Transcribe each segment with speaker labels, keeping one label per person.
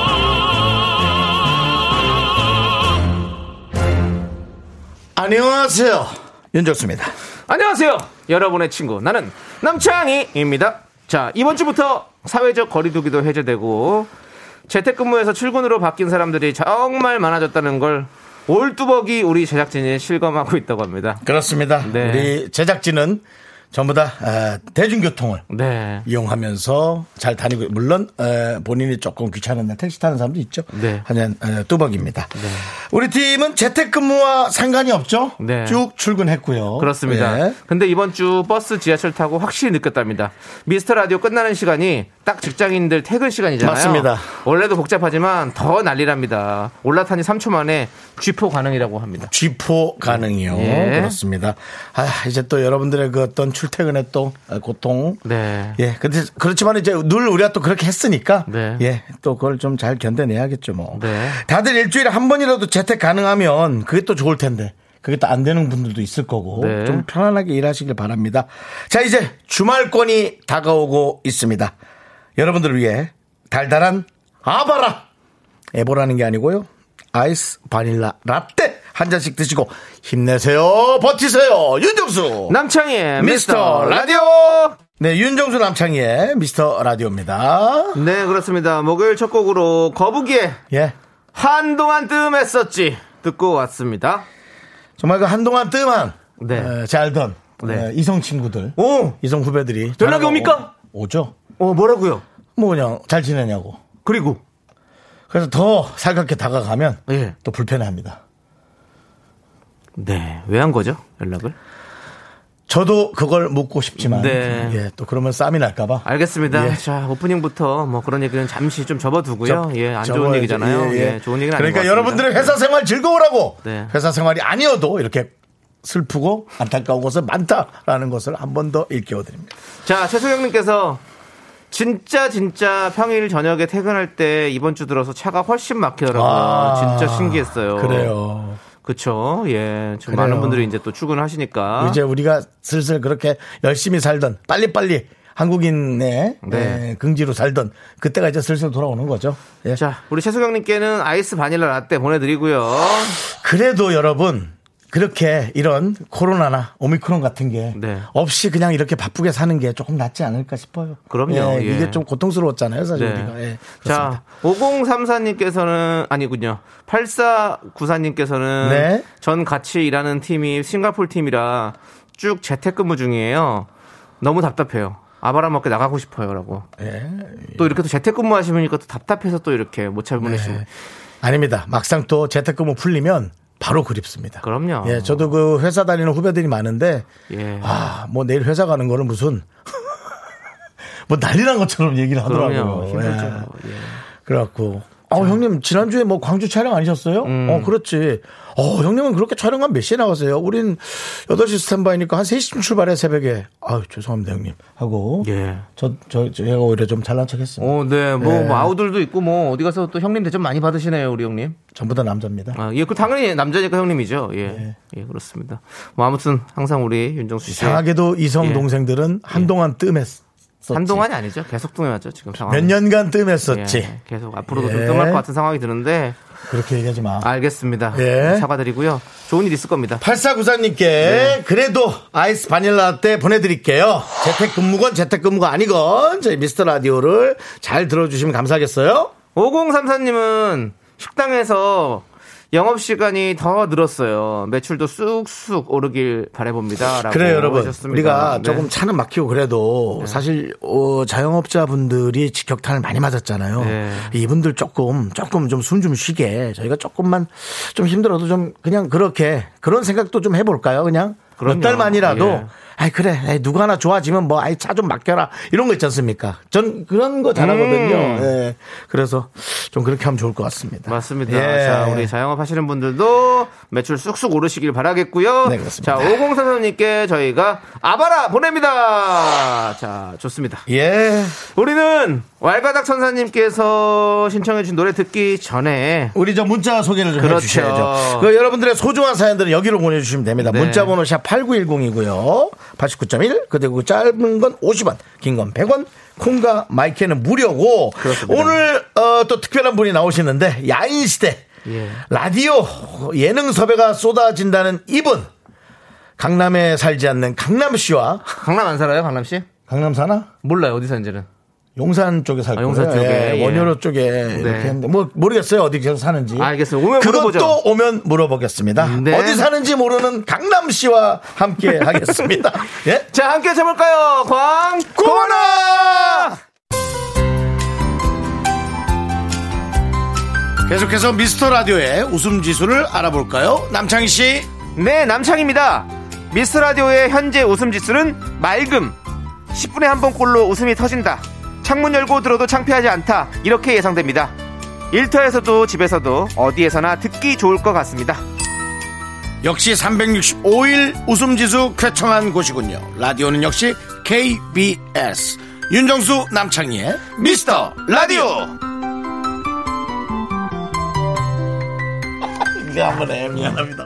Speaker 1: 안녕하세요. 윤정수입니다.
Speaker 2: 안녕하세요. 여러분의 친구 나는 남창희입니다. 자 이번 주부터 사회적 거리두기도 해제되고 재택근무에서 출근으로 바뀐 사람들이 정말 많아졌다는 걸 올두벅이 우리 제작진이 실감하고 있다고 합니다.
Speaker 1: 그렇습니다.
Speaker 2: 네.
Speaker 1: 우리 제작진은 전부 다 아, 대중교통을
Speaker 2: 네.
Speaker 1: 이용하면서 잘 다니고 물론 에, 본인이 조금 귀찮은 날 택시 타는 사람도 있죠.
Speaker 2: 네.
Speaker 1: 하는 에, 뚜벅입니다. 우리 팀은 재택근무와 상관이 없죠.
Speaker 2: 네.
Speaker 1: 쭉 출근했고요.
Speaker 2: 그렇습니다.
Speaker 1: 예.
Speaker 2: 근데 이번 주 버스 지하철 타고 확실히 느꼈답니다. 미스터 라디오 끝나는 시간이 딱 직장인들 퇴근 시간이잖아요.
Speaker 1: 맞습니다.
Speaker 2: 원래도 복잡하지만 더 난리랍니다. 올라타니 3초 만에 쥐포 가능이라고 합니다.
Speaker 1: 쥐포 가능이요.
Speaker 2: 예.
Speaker 1: 그렇습니다. 아, 이제 또 여러분들의 그 어떤 출퇴근의 또 어, 고통.
Speaker 2: 네.
Speaker 1: 예. 근데 그렇지만 이제 늘 우리가 또 그렇게 했으니까.
Speaker 2: 네.
Speaker 1: 예. 또 그걸 좀 잘 견뎌내야겠죠 뭐.
Speaker 2: 네.
Speaker 1: 다들 일주일에 한 번이라도 재택 가능하면 그게 또 좋을 텐데. 그게 또 안 되는 분들도 있을 거고.
Speaker 2: 네.
Speaker 1: 좀 편안하게 일하시길 바랍니다. 자, 이제 주말권이 다가오고 있습니다. 여러분들을 위해 달달한 아바라! 에보라는 게 아니고요. 아이스 바닐라 라떼 한 잔씩 드시고 힘내세요. 버티세요. 윤정수.
Speaker 2: 남창희의
Speaker 1: 미스터
Speaker 2: 미스터
Speaker 1: 라디오.
Speaker 2: 라디오.
Speaker 1: 네, 윤정수 남창희의 미스터 라디오입니다.
Speaker 2: 네, 그렇습니다. 목요일 첫 곡으로 거북이의
Speaker 1: 예.
Speaker 2: 한동안 뜸했었지 듣고 왔습니다.
Speaker 1: 정말 그 한동안 뜸한
Speaker 2: 네.
Speaker 1: 에, 잘 알던
Speaker 2: 네.
Speaker 1: 에, 이성 친구들,
Speaker 2: 오,
Speaker 1: 이성 후배들이
Speaker 2: 연락이
Speaker 1: 전화가
Speaker 2: 옵니까?
Speaker 1: 오, 죠
Speaker 2: 어 뭐라고요?
Speaker 1: 뭐 그냥 잘 지내냐고.
Speaker 2: 그리고
Speaker 1: 그래서 더 살갑게 다가가면
Speaker 2: 예.
Speaker 1: 또 불편해합니다.
Speaker 2: 네, 왜 한 거죠? 연락을?
Speaker 1: 저도 그걸 묻고 싶지만
Speaker 2: 네.
Speaker 1: 예, 또 그러면 싸움이 날까봐
Speaker 2: 알겠습니다.
Speaker 1: 예.
Speaker 2: 자, 오프닝부터 뭐 그런 얘기는 잠시 좀 접어두고요.
Speaker 1: 접-
Speaker 2: 예, 안 좋은
Speaker 1: 접어야죠.
Speaker 2: 얘기잖아요.
Speaker 1: 예,
Speaker 2: 예,
Speaker 1: 예.
Speaker 2: 좋은 얘기는 아닌 것
Speaker 1: 그러니까
Speaker 2: 같습니다.
Speaker 1: 여러분들의 회사 생활 즐거우라고
Speaker 2: 네.
Speaker 1: 회사 생활이 아니어도 이렇게 슬프고 안타까운 것은 많다라는 것을 한 번 더 일깨워드립니다.
Speaker 2: 자, 최소영님께서 진짜 진짜 평일 저녁에 퇴근할 때 이번 주 들어서 차가 훨씬 막히더라고요. 아, 진짜 신기했어요.
Speaker 1: 아, 그래요.
Speaker 2: 그쵸. 예. 좀
Speaker 1: 그래요.
Speaker 2: 많은 분들이 이제 또 출근하시니까.
Speaker 1: 이제 우리가 슬슬 그렇게 열심히 살던 빨리빨리 한국인의
Speaker 2: 네.
Speaker 1: 에, 긍지로 살던 그때가 이제 슬슬 돌아오는 거죠. 예.
Speaker 2: 자, 우리 최소경님께는 아이스 바닐라 라떼 보내드리고요.
Speaker 1: 그래도 여러분 그렇게 이런 코로나나 오미크론 같은 게
Speaker 2: 네.
Speaker 1: 없이 그냥 이렇게 바쁘게 사는 게 조금 낫지 않을까 싶어요.
Speaker 2: 그럼요.
Speaker 1: 예,
Speaker 2: 예.
Speaker 1: 이게 좀 고통스러웠잖아요, 사실
Speaker 2: 네.
Speaker 1: 우리가. 예, 그렇습니다.
Speaker 2: 자, 5034님께서는 아니군요. 8494님께서는
Speaker 1: 네.
Speaker 2: 전 같이 일하는 팀이 싱가포르 팀이라 쭉 재택근무 중이에요. 너무 답답해요. 아바라 먹게 나가고 싶어요라고.
Speaker 1: 예.
Speaker 2: 또 이렇게 또 재택근무 하시니까 또 답답해서 또 이렇게 못 참으시는.
Speaker 1: 네. 아닙니다. 막상 또 재택근무 풀리면 바로 그립습니다.
Speaker 2: 그럼요.
Speaker 1: 예, 저도 그 회사 다니는 후배들이 많은데
Speaker 2: 예.
Speaker 1: 아, 뭐 내일 회사 가는 거는 무슨 뭐 난리난 것처럼 얘기를
Speaker 2: 그럼요.
Speaker 1: 하더라고요.
Speaker 2: 힘들죠.
Speaker 1: 예.
Speaker 2: 예.
Speaker 1: 그래갖고 어 형님 지난주에 뭐 광주 촬영 아니셨어요?
Speaker 2: 음.
Speaker 1: 어 그렇지. 어 형님은 그렇게 촬영한 몇 시에 나가세요? 우린 8시 스탠바이니까 한 3시쯤 출발해 새벽에. 아 죄송합니다 형님 하고
Speaker 2: 예.
Speaker 1: 저저 저, 제가 오히려 좀 잘난 척했어요.
Speaker 2: 어, 네. 뭐,
Speaker 1: 예.
Speaker 2: 뭐 아우들도 있고 뭐 어디 가서 또 형님 대접 많이 받으시네요, 우리 형님.
Speaker 1: 전부 다 남자입니다.
Speaker 2: 아, 예, 그 당연히 남자니까 형님이죠. 예. 예, 그렇습니다. 뭐 아무튼 항상 우리 윤정수 씨
Speaker 1: 이상하게도 이성
Speaker 2: 예.
Speaker 1: 동생들은 한동안 뜸했었지.
Speaker 2: 한동안이 아니죠. 계속 뜸해왔죠 지금 상황.
Speaker 1: 몇 년간 뜸했었지.
Speaker 2: 예, 계속 앞으로도
Speaker 1: 예.
Speaker 2: 좀 뜸할 것 같은 상황이 드는데
Speaker 1: 그렇게 얘기하지 마.
Speaker 2: 알겠습니다.
Speaker 1: 예.
Speaker 2: 사과드리고요. 좋은 일 있을 겁니다. 네.
Speaker 1: 8494님께 그래도 아이스 바닐라 라떼 보내드릴게요. 재택근무건 재택근무가 아니건 저희 미스터 라디오를 잘 들어주시면 감사하겠어요.
Speaker 2: 5034님은 식당에서 영업 시간이 더 늘었어요. 매출도 쑥쑥 오르길 바래봅니다. 라고
Speaker 1: 그래요, 여러분.
Speaker 2: 하셨습니다.
Speaker 1: 우리가
Speaker 2: 네.
Speaker 1: 조금 차는 막히고 그래도 사실 어, 자영업자분들이 직격탄을 많이 맞았잖아요.
Speaker 2: 네.
Speaker 1: 이분들 조금 조금 좀 숨 좀 쉬게 저희가 조금만 좀 힘들어도 좀 그냥 그렇게 그런 생각도 좀 해볼까요, 그냥?
Speaker 2: 그럼요.
Speaker 1: 몇 달 만이라도
Speaker 2: 예.
Speaker 1: 아이 그래 아이, 누구 하나 좋아지면 뭐 아이 차 좀 맡겨라 이런 거 있지 않습니까? 전 그런 거 잘하거든요. 예. 그래서 좀 그렇게 하면 좋을 것 같습니다.
Speaker 2: 음. 맞습니다.
Speaker 1: 예.
Speaker 2: 자, 우리 자영업 하시는 분들도 매출 쑥쑥 오르시길 바라겠고요.
Speaker 1: 네, 그렇습니다.
Speaker 2: 자, 5033님께 저희가 아바라 보냅니다. 자, 좋습니다.
Speaker 1: 예.
Speaker 2: 우리는 왈가닥 천사님께서 신청해주신 노래 듣기 전에
Speaker 1: 우리 저 문자 소개를 좀
Speaker 2: 그렇죠.
Speaker 1: 해주셔야죠. 그 여러분들의 소중한 사연들은 여기로 보내주시면 됩니다.
Speaker 2: 네.
Speaker 1: 문자번호 샵 8910이고요. 89.1 그리고 짧은 건 50원, 긴 건 100원. 콩과 마이크는 무료고
Speaker 2: 그렇습니다.
Speaker 1: 오늘 어, 또 특별한 분이 나오시는데 야인 시대
Speaker 2: 예.
Speaker 1: 라디오 예능 섭외가 쏟아진다는 이분 강남에 살지 않는 강남 씨와
Speaker 2: 강남 안 살아요, 강남 씨?
Speaker 1: 강남 사나
Speaker 2: 몰라요, 어디 사는지는.
Speaker 1: 용산 쪽에 살
Speaker 2: 아,
Speaker 1: 거예요.
Speaker 2: 용산 쪽에, 예.
Speaker 1: 원효로 쪽에 이렇게 했는데 뭐 모르겠어요 어디 계속 사는지.
Speaker 2: 아, 알겠어요. 오면
Speaker 1: 그것도
Speaker 2: 물어보죠.
Speaker 1: 오면 물어보겠습니다.
Speaker 2: 네.
Speaker 1: 어디 사는지 모르는 강남 씨와 함께 하겠습니다. 예.
Speaker 2: 자, 함께 쳐볼까요? 광, 아!
Speaker 1: 고마워. 계속해서 미스터 라디오의 웃음 지수를 알아볼까요? 남창희 씨.
Speaker 2: 네, 남창입니다. 미스 라디오의 현재 웃음 지수는 맑음. 10분에 한 번꼴로 웃음이 터진다. 창문 열고 들어도 창피하지 않다. 이렇게 예상됩니다. 일터에서도 집에서도 어디에서나 듣기 좋을 것 같습니다.
Speaker 1: 역시 365일 웃음지수 쾌청한 곳이군요. 라디오는 역시 KBS. 윤정수 남창희의 미스터 라디오. 이제 한번 해. 미안합니다.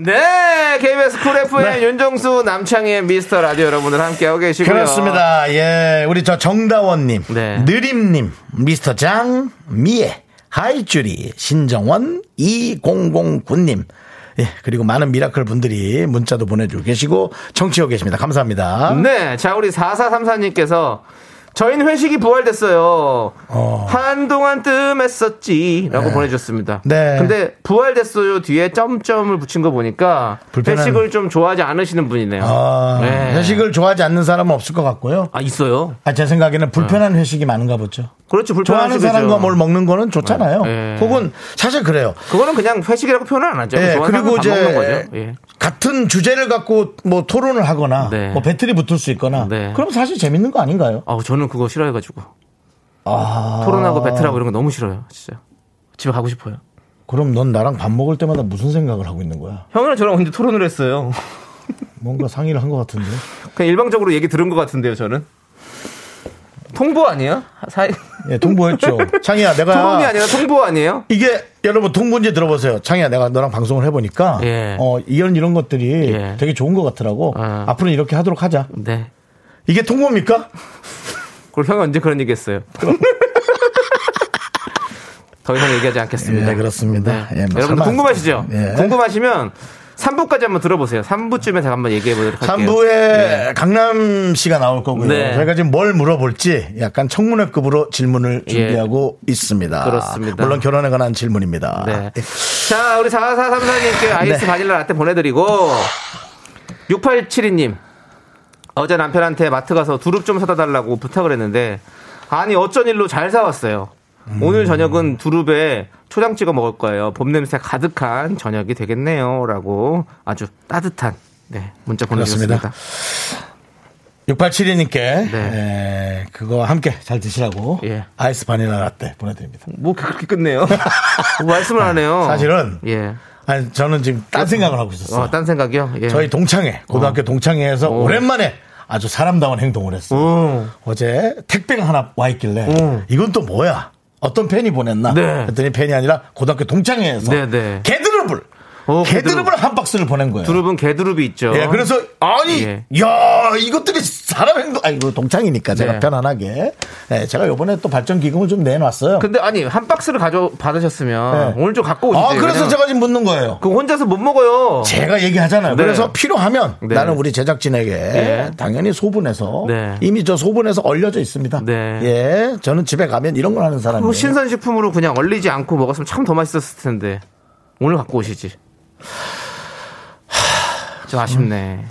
Speaker 2: 네, KBS 쿨 FM 윤정수 남창희의 미스터 라디오 여러분들 함께하고 계시고요.
Speaker 1: 그렇습니다. 예. 우리 저 정다원님,
Speaker 2: 네.
Speaker 1: 느림님, 미스터 장, 미애, 하이쭈리, 신정원, 2009님. 예. 그리고 많은 미라클 분들이 문자도 보내주고 계시고, 청취하고 계십니다. 감사합니다.
Speaker 2: 네, 자 우리 4434님께서 저희는 회식이 부활됐어요.
Speaker 1: 어.
Speaker 2: 한동안 뜸했었지라고 보내주셨습니다.
Speaker 1: 네.
Speaker 2: 근데 부활됐어요 뒤에 점점을 붙인 거 보니까
Speaker 1: 불편한-
Speaker 2: 회식을 좀 좋아하지 않으시는 분이네요.
Speaker 1: 아,
Speaker 2: 네.
Speaker 1: 회식을 좋아하지 않는 사람은 없을 것 같고요.
Speaker 2: 아 있어요.
Speaker 1: 아, 제 생각에는 불편한 회식이 많은가 보죠.
Speaker 2: 네. 그렇죠. 불편한
Speaker 1: 좋아하는
Speaker 2: 회식이죠.
Speaker 1: 사람과 뭘 먹는 거는 좋잖아요.
Speaker 2: 네.
Speaker 1: 혹은 사실 그래요.
Speaker 2: 그거는 그냥 회식이라고 표현을 안 하죠.
Speaker 1: 예,
Speaker 2: 좋아하는
Speaker 1: 그리고
Speaker 2: 그리고 밥 먹는
Speaker 1: 이제
Speaker 2: 거죠. 예.
Speaker 1: 같은 주제를 갖고 뭐 토론을 하거나
Speaker 2: 네.
Speaker 1: 뭐 배틀이 붙을 수 있거나
Speaker 2: 네.
Speaker 1: 그럼 사실 재밌는 거 아닌가요? 아,
Speaker 2: 아 저는 그거 싫어해가지고 토론하고 배틀하고 이런 거 너무 싫어요. 진짜 집에 가고 싶어요.
Speaker 1: 그럼 넌 나랑 밥 먹을 때마다 무슨 생각을 하고 있는 거야?
Speaker 2: 형이랑 저랑 언제 토론을 했어요?
Speaker 1: 뭔가 상의를 한 것 같은데.
Speaker 2: 그냥 일방적으로 얘기 들은 것 같은데요, 저는. 통보 아니에요? 사이
Speaker 1: 예, 통보했죠. 창희야, 내가
Speaker 2: 토론이 아니라 통보 아니에요?
Speaker 1: 이게 여러분 동문제 들어보세요. 창희야 내가 너랑 방송을 해보니까
Speaker 2: 예.
Speaker 1: 어, 이런 이런 것들이
Speaker 2: 예.
Speaker 1: 되게 좋은 것 같더라고.
Speaker 2: 아.
Speaker 1: 앞으로 이렇게 하도록 하자.
Speaker 2: 네.
Speaker 1: 이게 통보입니까?
Speaker 2: 그리고 형이 언제 그런 얘기했어요? 더 이상 얘기하지 않겠습니다. 네.
Speaker 1: 예, 그렇습니다. 예, 뭐
Speaker 2: 여러분
Speaker 1: 설마-
Speaker 2: 들 궁금하시죠?
Speaker 1: 예.
Speaker 2: 궁금하시면 3부까지 한번 들어보세요. 3부쯤에 제가 한번 얘기해 보도록 할게요. 예.
Speaker 1: 3부에 강남 씨가 나올 거고요.
Speaker 2: 네.
Speaker 1: 저희가 지금 뭘 물어볼지 약간 청문회급으로 질문을
Speaker 2: 예.
Speaker 1: 준비하고 있습니다.
Speaker 2: 그렇습니다.
Speaker 1: 물론 결혼에 관한 질문입니다.
Speaker 2: 네. 자, 우리 4434님께 아이스
Speaker 1: 네.
Speaker 2: 바닐라 라떼 보내드리고, 6872님. 어제 남편한테 마트 가서 두릅 좀 사다 달라고 부탁을 했는데, 아니, 어쩐 일로 잘 사왔어요. 오늘 저녁은 두릅에 초장 찍어 먹을 거예요. 봄 냄새 가득한 저녁이 되겠네요. 라고 아주 따뜻한 네, 문자 보내주셨습니다.
Speaker 1: 6872님께 예, 그거 함께 잘 드시라고
Speaker 2: 네. 예.
Speaker 1: 아이스 바닐라 라떼 보내드립니다.
Speaker 2: 뭐 그렇게 끝내요? 뭐 말씀을 안 해요.
Speaker 1: 사실은
Speaker 2: 예.
Speaker 1: 아니, 저는 지금 딴 생각을 하고 있었어요.
Speaker 2: 어, 딴 생각이요? 예.
Speaker 1: 네. 저희 동창회
Speaker 2: 어.
Speaker 1: 고등학교 동창회에서 오랜만에 아주 사람다운 행동을 했어. 요
Speaker 2: 어.
Speaker 1: 어제 택배가 하나 와 있길래 이건 또 뭐야? 어떤 팬이 보냈나?
Speaker 2: 네.
Speaker 1: 했더니 팬이 아니라 고등학교 동창회에서
Speaker 2: 네, 네.
Speaker 1: 개드르블
Speaker 2: 어,
Speaker 1: 개드르블
Speaker 2: 개드르블.
Speaker 1: 한 박스를 보낸 거예요.
Speaker 2: 두릅은 개두릅이 있죠.
Speaker 1: 예, 그래서 아니,
Speaker 2: 예.
Speaker 1: 야 이것들이 사람 행동, 아니 그 동창이니까 제가
Speaker 2: 네.
Speaker 1: 편안하게 예, 제가 요번에 또 발전 기금을 좀 내놨어요.
Speaker 2: 근데 아니 한 박스를 가져 받으셨으면
Speaker 1: 네.
Speaker 2: 오늘 좀 갖고 오세요.
Speaker 1: 아, 그래서 제가 지금 묻는 거예요.
Speaker 2: 그 혼자서 못 먹어요.
Speaker 1: 제가 얘기하잖아요.
Speaker 2: 네.
Speaker 1: 그래서 필요하면
Speaker 2: 네. 예.
Speaker 1: 나는 우리 제작진에게 당연히 소분해서
Speaker 2: 네.
Speaker 1: 이미 저 소분해서 얼려져 있습니다.
Speaker 2: 네.
Speaker 1: 예, 저는 집에 가면 이런 걸 하는 사람이에요.
Speaker 2: 뭐 신선식품으로 그냥 얼리지 않고 먹었으면 참 더 맛있었을 텐데 오늘 갖고 오시지. 좀 아쉽네.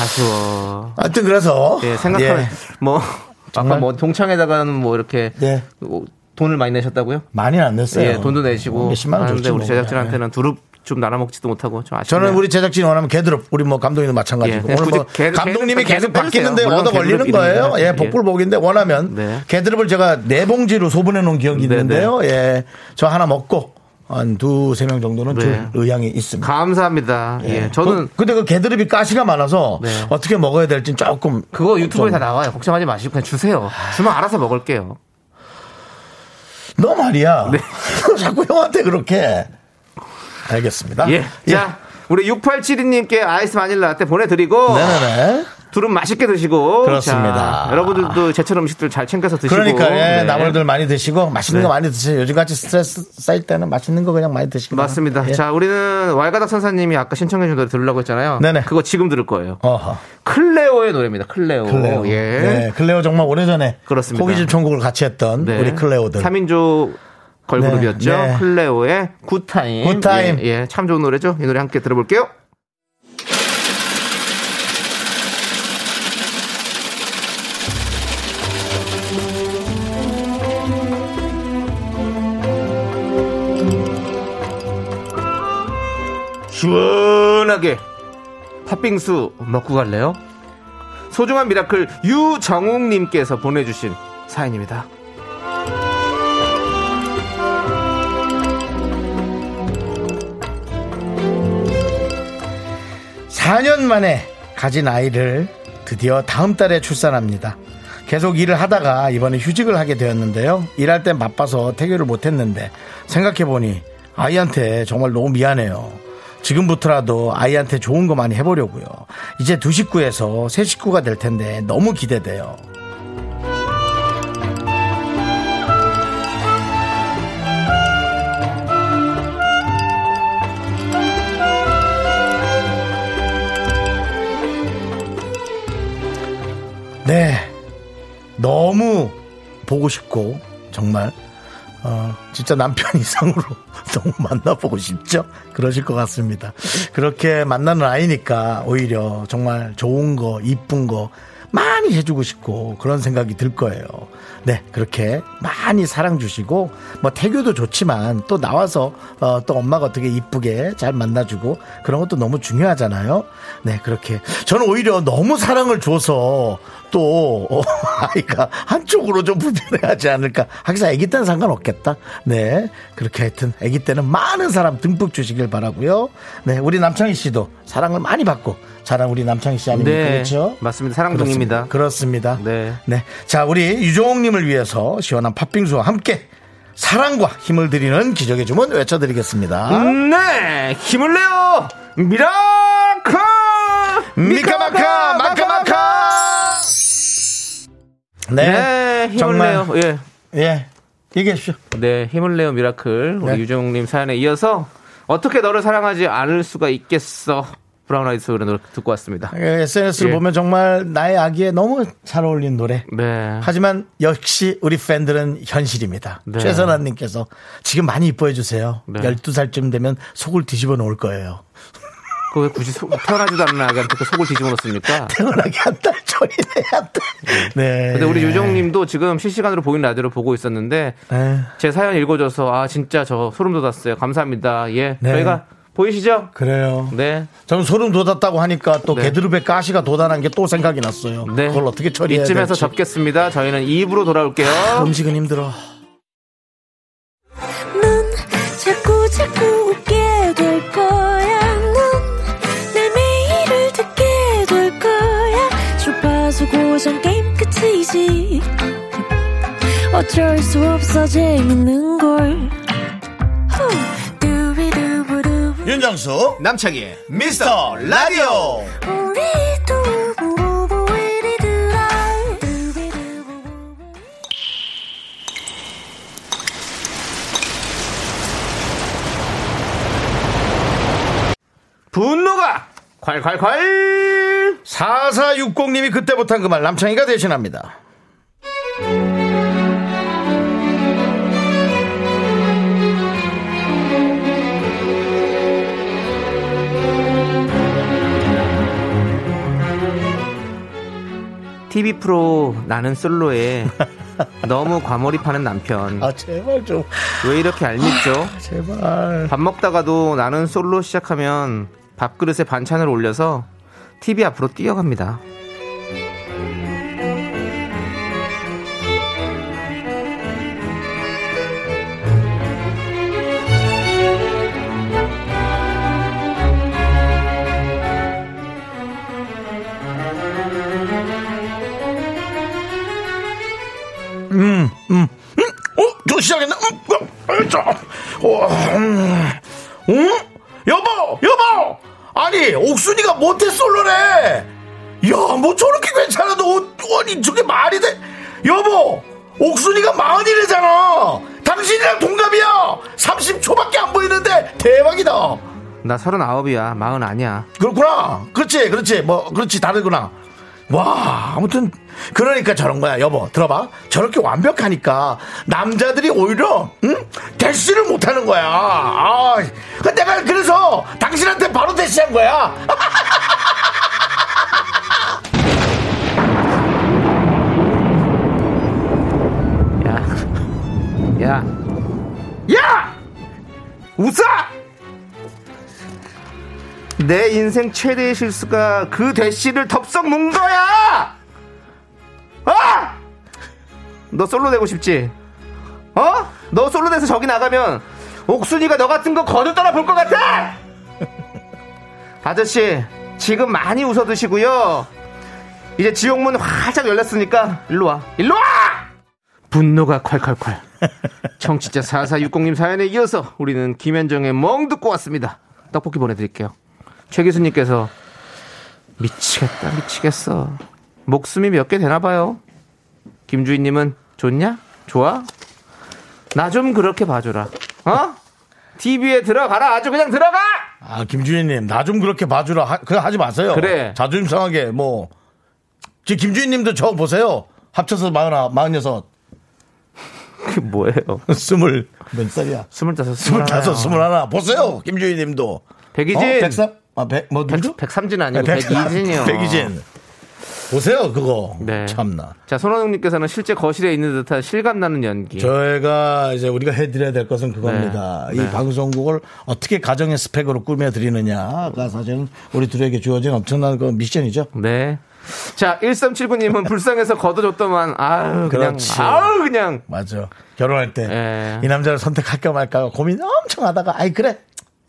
Speaker 2: 아쉬워.
Speaker 1: 하여튼 그래서
Speaker 2: 예, 생각하면
Speaker 1: 예,
Speaker 2: 뭐 아까 뭐 동창회다가는 뭐 이렇게
Speaker 1: 네.
Speaker 2: 뭐 돈을 많이 내셨다고요?
Speaker 1: 많이는 안 냈어요.
Speaker 2: 예, 돈도 내시고
Speaker 1: 몇십만 원
Speaker 2: 하는데
Speaker 1: 줬죠.
Speaker 2: 우리
Speaker 1: 뭐.
Speaker 2: 제작진한테는 두릅 좀 나눠 먹지도 못하고 좀 아쉽네요.
Speaker 1: 저는 뭐 우리 제작진이 원하면 개드롭 우리 뭐 감독님도 마찬가지고
Speaker 2: 예,
Speaker 1: 오늘 뭐
Speaker 2: 굳이 개-
Speaker 1: 감독님이
Speaker 2: 개는-
Speaker 1: 계속
Speaker 2: 개는 빼주세요.
Speaker 1: 바뀌는데
Speaker 2: 물론
Speaker 1: 얻어 걸리는
Speaker 2: 개드롭이긴
Speaker 1: 거예요.
Speaker 2: 하지만.
Speaker 1: 예,
Speaker 2: 예.
Speaker 1: 복불복인데 원하면
Speaker 2: 네.
Speaker 1: 개드롭을 제가 네 봉지로 소분해 놓은 기억이
Speaker 2: 네,
Speaker 1: 있는데요. 예, 저 하나 먹고 한 두세 명 정도는 줄
Speaker 2: 네.
Speaker 1: 의향이 있습니다.
Speaker 2: 감사합니다. 예, 저는
Speaker 1: 그, 근데 그 개드립이 가시가 많아서
Speaker 2: 네.
Speaker 1: 어떻게 먹어야 될지 조금
Speaker 2: 그거
Speaker 1: 좀-
Speaker 2: 유튜브에 다 나와요. 걱정하지 마시고 그냥 주세요. 주면 알아서 먹을게요.
Speaker 1: 너 말이야.
Speaker 2: 네.
Speaker 1: 자꾸 형한테 그렇게. 알겠습니다.
Speaker 2: 예. 자, 우리 6872님께 아이스 마닐라 라떼 보내드리고
Speaker 1: 네네네.
Speaker 2: 둘은 맛있게 드시고
Speaker 1: 그렇습니다.
Speaker 2: 자, 여러분들도 제철 음식들 잘 챙겨서 드시고
Speaker 1: 그러니까 예,
Speaker 2: 네.
Speaker 1: 나물들 많이 드시고 맛있는
Speaker 2: 네.
Speaker 1: 거 많이 드세요. 요즘같이 스트레스 쌓일 때는 맛있는 거 그냥 많이 드시고.
Speaker 2: 맞습니다.
Speaker 1: 예.
Speaker 2: 자, 우리는 왈가닥 선사님이 아까 신청해준 노래 들으려고 했잖아요.
Speaker 1: 네네.
Speaker 2: 그거 지금 들을 거예요.
Speaker 1: 어허.
Speaker 2: 클레오의 노래입니다. 클레오.
Speaker 1: 클레오.
Speaker 2: 예.
Speaker 1: 네, 클레오 정말 오래전에
Speaker 2: 그렇습니다.
Speaker 1: 호기집 천국을 같이 했던
Speaker 2: 네.
Speaker 1: 우리 클레오들.
Speaker 2: 3인조 걸그룹이었죠.
Speaker 1: 네, 네.
Speaker 2: 클레오의 굿타임.
Speaker 1: 굿타임.
Speaker 2: 예, 예, 참 좋은 노래죠. 이 노래 함께 들어볼게요. 시원하게 팥빙수 먹고 갈래요? 소중한 미라클 유정욱님께서 보내주신 사연입니다.
Speaker 1: 사 년 만에 가진 아이를 드디어 다음 달에 출산합니다. 계속 일을 하다가 이번에 휴직을 하게 되었는데요. 일할 땐 바빠서 태교를 못했는데 생각해보니 아이한테 정말 너무 미안해요. 지금부터라도 아이한테 좋은 거 많이 해보려고요. 이제 두 식구에서 세 식구가 될 텐데 너무 기대돼요. 네. 너무 보고 싶고, 정말, 어, 진짜 남편 이상으로 너무 만나보고 싶죠? 그러실 것 같습니다. 그렇게 만나는 아이니까 오히려 정말 좋은 거, 이쁜 거 많이 해주고 싶고 그런 생각이 들 거예요. 네, 그렇게 많이 사랑 주시고 뭐 태교도 좋지만 또 나와서 어, 또 엄마가 어떻게 이쁘게 잘 만나주고 그런 것도 너무 중요하잖아요. 네, 그렇게 저는 오히려 너무 사랑을 줘서 또 어, 아이가 한쪽으로 좀 불편해하지 않을까. 하기사 아기 때는 상관없겠다. 네, 그렇게 하여튼 아기 때는 많은 사람 듬뿍 주시길 바라고요. 네, 우리 남창희 씨도 사랑을 많이 받고 자랑 우리 남창희 씨 아닙니까
Speaker 2: 네.
Speaker 1: 그렇죠?
Speaker 2: 맞습니다. 사랑둥입니다.
Speaker 1: 그렇습니다.
Speaker 2: 네.
Speaker 1: 네. 자, 우리 유종욱님을 위해서 시원한 팥빙수와 함께 사랑과 힘을 드리는 기적의 주문 외쳐드리겠습니다.
Speaker 2: 네, 힘을 내요. 미라클!
Speaker 1: 미카마카, 마카마카!
Speaker 2: 네, 힘을 내요. 예.
Speaker 1: 예. 얘기해 주십시오.
Speaker 2: 네, 힘을 내요 미라클. 우리
Speaker 1: 네.
Speaker 2: 유정욱 님 사연에 이어서 어떻게 너를 사랑하지 않을 수가 있겠어. 브라운 아이즈 소울의 노래 듣고 왔습니다.
Speaker 1: SNS를
Speaker 2: 예.
Speaker 1: 보면 정말 나의 아기에 너무 잘 어울리는 노래.
Speaker 2: 네.
Speaker 1: 하지만 역시 우리 팬들은 현실입니다.
Speaker 2: 네.
Speaker 1: 최선아님께서 지금 많이 이뻐해 주세요.
Speaker 2: 네.
Speaker 1: 12살쯤 되면 속을 뒤집어 놓을 거예요.
Speaker 2: 그왜 굳이 속, 태어나지도 않은 아기한테 그 속을 뒤집어 놓습니까?
Speaker 1: 태어나기 한 달 전이네 한 달. 네.
Speaker 2: 근데 우리 유정욱 님도 지금 실시간으로 보이는 라디오를 보고 있었는데
Speaker 1: 에,
Speaker 2: 제 사연 읽어줘서 아, 진짜 저 소름 돋았어요. 감사합니다. 예.
Speaker 1: 네.
Speaker 2: 저희가 보이시죠?
Speaker 1: 그래요.
Speaker 2: 네.
Speaker 1: 저는 소름 돋았다고 하니까 또
Speaker 2: 네.
Speaker 1: 개드룹의 가시가 돋아난 게 또 생각이 났어요.
Speaker 2: 네.
Speaker 1: 그걸 어떻게 처리해야 될지.
Speaker 2: 이쯤에서 접겠습니다. 저희는 2부로 돌아올게요.
Speaker 1: 음식은 힘들어.
Speaker 3: 넌 자꾸 자꾸 웃게 될 거야. 넌내 매일을 듣게 될 거야. 주파수 고정 게임 끝이지. 어쩔 수 없어 재밌는 걸. 후. 두비두부두.
Speaker 1: 윤정수 남창희 미스터 라디오.
Speaker 3: 우리 두부부부 우리 두라. 두비두부부부.
Speaker 2: 분노가 콸콸콸
Speaker 1: 4460님이 그때 못한 그 말 남창희가 대신합니다.
Speaker 2: TV 프로 나는 솔로에 너무 과몰입하는 남편.
Speaker 1: 아, 제발 좀.
Speaker 2: 왜 이렇게 얄밉죠?
Speaker 1: 제발.
Speaker 2: 밥 먹다가도 나는 솔로 시작하면 밥그릇에 반찬을 올려서 TV 앞으로 뛰어갑니다.
Speaker 1: 어? 저 시작했나? 음, 어, 어, 저, 어, 음, 응? 여보! 여보! 아니, 옥순이가 모태솔로래! 야, 뭐 저렇게 괜찮아도, 어, 아니, 저게 말이 돼? 여보! 옥순이가 마흔이래잖아! 당신이랑 동갑이야! 30초밖에 안 보이는데, 대박이다!
Speaker 2: 나 서른아홉이야. 마흔 아니야.
Speaker 1: 그렇구나! 그렇지, 그렇지, 뭐, 그렇지, 다르구나. 와, 아무튼, 그러니까 저런 거야, 여보. 들어봐. 저렇게 완벽하니까, 남자들이 오히려, 응? 대시를 못 하는 거야. 아, 그 내가 그래서 당신한테 바로 대시한 거야.
Speaker 2: 야. 야. 야! 웃어! 내 인생 최대의 실수가 그 대시를 덥석 문 거야! 아! 너 솔로 되고 싶지? 어? 너 솔로 돼서 저기 나가면 옥순이가 너 같은 거 거들 떠나 볼 것 같아! 아저씨, 지금 많이 웃어 드시고요. 이제 지옥문 활짝 열렸으니까 일로 와. 일로 와! 분노가 콸콸콸. 청취자 4460님 사연에 이어서 우리는 김현정의 멍 듣고 왔습니다. 떡볶이 보내드릴게요. 최 교수님께서 미치겠다, 미치겠어. 목숨이 몇 개 되나봐요. 김주인님은 좋냐? 좋아? 나 좀 그렇게 봐줘라. 어? TV에 들어가라. 아주 그냥 들어가!
Speaker 1: 아, 김주인님, 나 좀 그렇게 봐주라. 하, 그거 하지 마세요.
Speaker 2: 그래.
Speaker 1: 자존심 상하게, 뭐. 지금 김주인님도 저 보세요. 합쳐서 마흔아, 마흔여섯,
Speaker 2: 그게 뭐예요?
Speaker 1: 스물, 몇 살이야? 스물다섯,
Speaker 2: 스물다섯, 스물다섯, 스물.
Speaker 1: 스물하나. 보세요, 김주인님도.
Speaker 2: 백이진.
Speaker 1: 어? 백삼? 아, 백, 뭐, 누구죠?
Speaker 2: 백삼진 아니고
Speaker 1: 백-
Speaker 2: 백이진이요.
Speaker 1: 백이진. 보세요, 그거.
Speaker 2: 네.
Speaker 1: 참나.
Speaker 2: 자, 손호영님께서는 실제 거실에 있는 듯한 실감 나는 연기.
Speaker 1: 저희가 이제 우리가 해드려야 될 것은 그겁니다.
Speaker 2: 예. 네.
Speaker 1: 이
Speaker 2: 네.
Speaker 1: 방송국을 어떻게 가정의 스펙으로 꾸며드리느냐가 사실은 우리 둘에게 주어진 엄청난 그 미션이죠.
Speaker 2: 네. 자, 1379님은 불쌍해서 걷어줬더만, 아유, 그냥,
Speaker 1: 그렇지.
Speaker 2: 아유, 그냥.
Speaker 1: 맞아. 결혼할 때 이
Speaker 2: 예.
Speaker 1: 남자를 선택할까 말까 고민 엄청 하다가 아이 그래.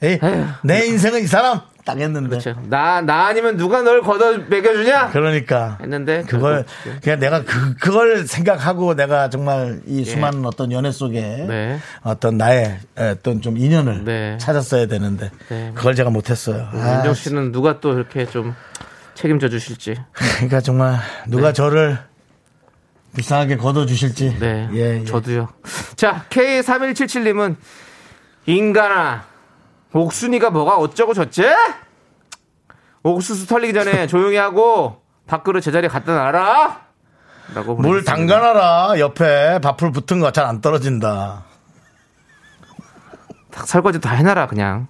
Speaker 1: 에이,
Speaker 2: 에휴. 그렇죠.
Speaker 1: 내 인생은 이 사람 딱 했는데.
Speaker 2: 저, 나, 나 아니면 누가 널 걷어 먹여주냐?
Speaker 1: 그러니까
Speaker 2: 했는데
Speaker 1: 그걸
Speaker 2: 결국-
Speaker 1: 그냥 내가 그, 그걸 생각하고 내가 정말 이 수많은 어떤 연애 속에
Speaker 2: 예. 네.
Speaker 1: 어떤 나의 어떤 좀 인연을
Speaker 2: 네.
Speaker 1: 찾았어야 되는데
Speaker 2: 네. 음,
Speaker 1: 그걸 제가 못했어요. 아,
Speaker 2: 윤정 씨는 누가 또 이렇게 좀 책임져 주실지.
Speaker 1: 그러니까 정말 누가 저를 불쌍하게 걷어 주실지. 예,
Speaker 2: 네. 저도요. 자, K3177님은, 인간아, 옥순이가 뭐가 어쩌고 저째? 옥수수 털리기 전에 조용히 하고, 밖으로 제자리에 갖다 놔라! 라고
Speaker 1: 물
Speaker 2: 보내주셨습니다.
Speaker 1: 담가놔라 옆에 밥풀 붙은 거 잘 안 떨어진다.
Speaker 2: 다 설거지 다 해놔라, 그냥.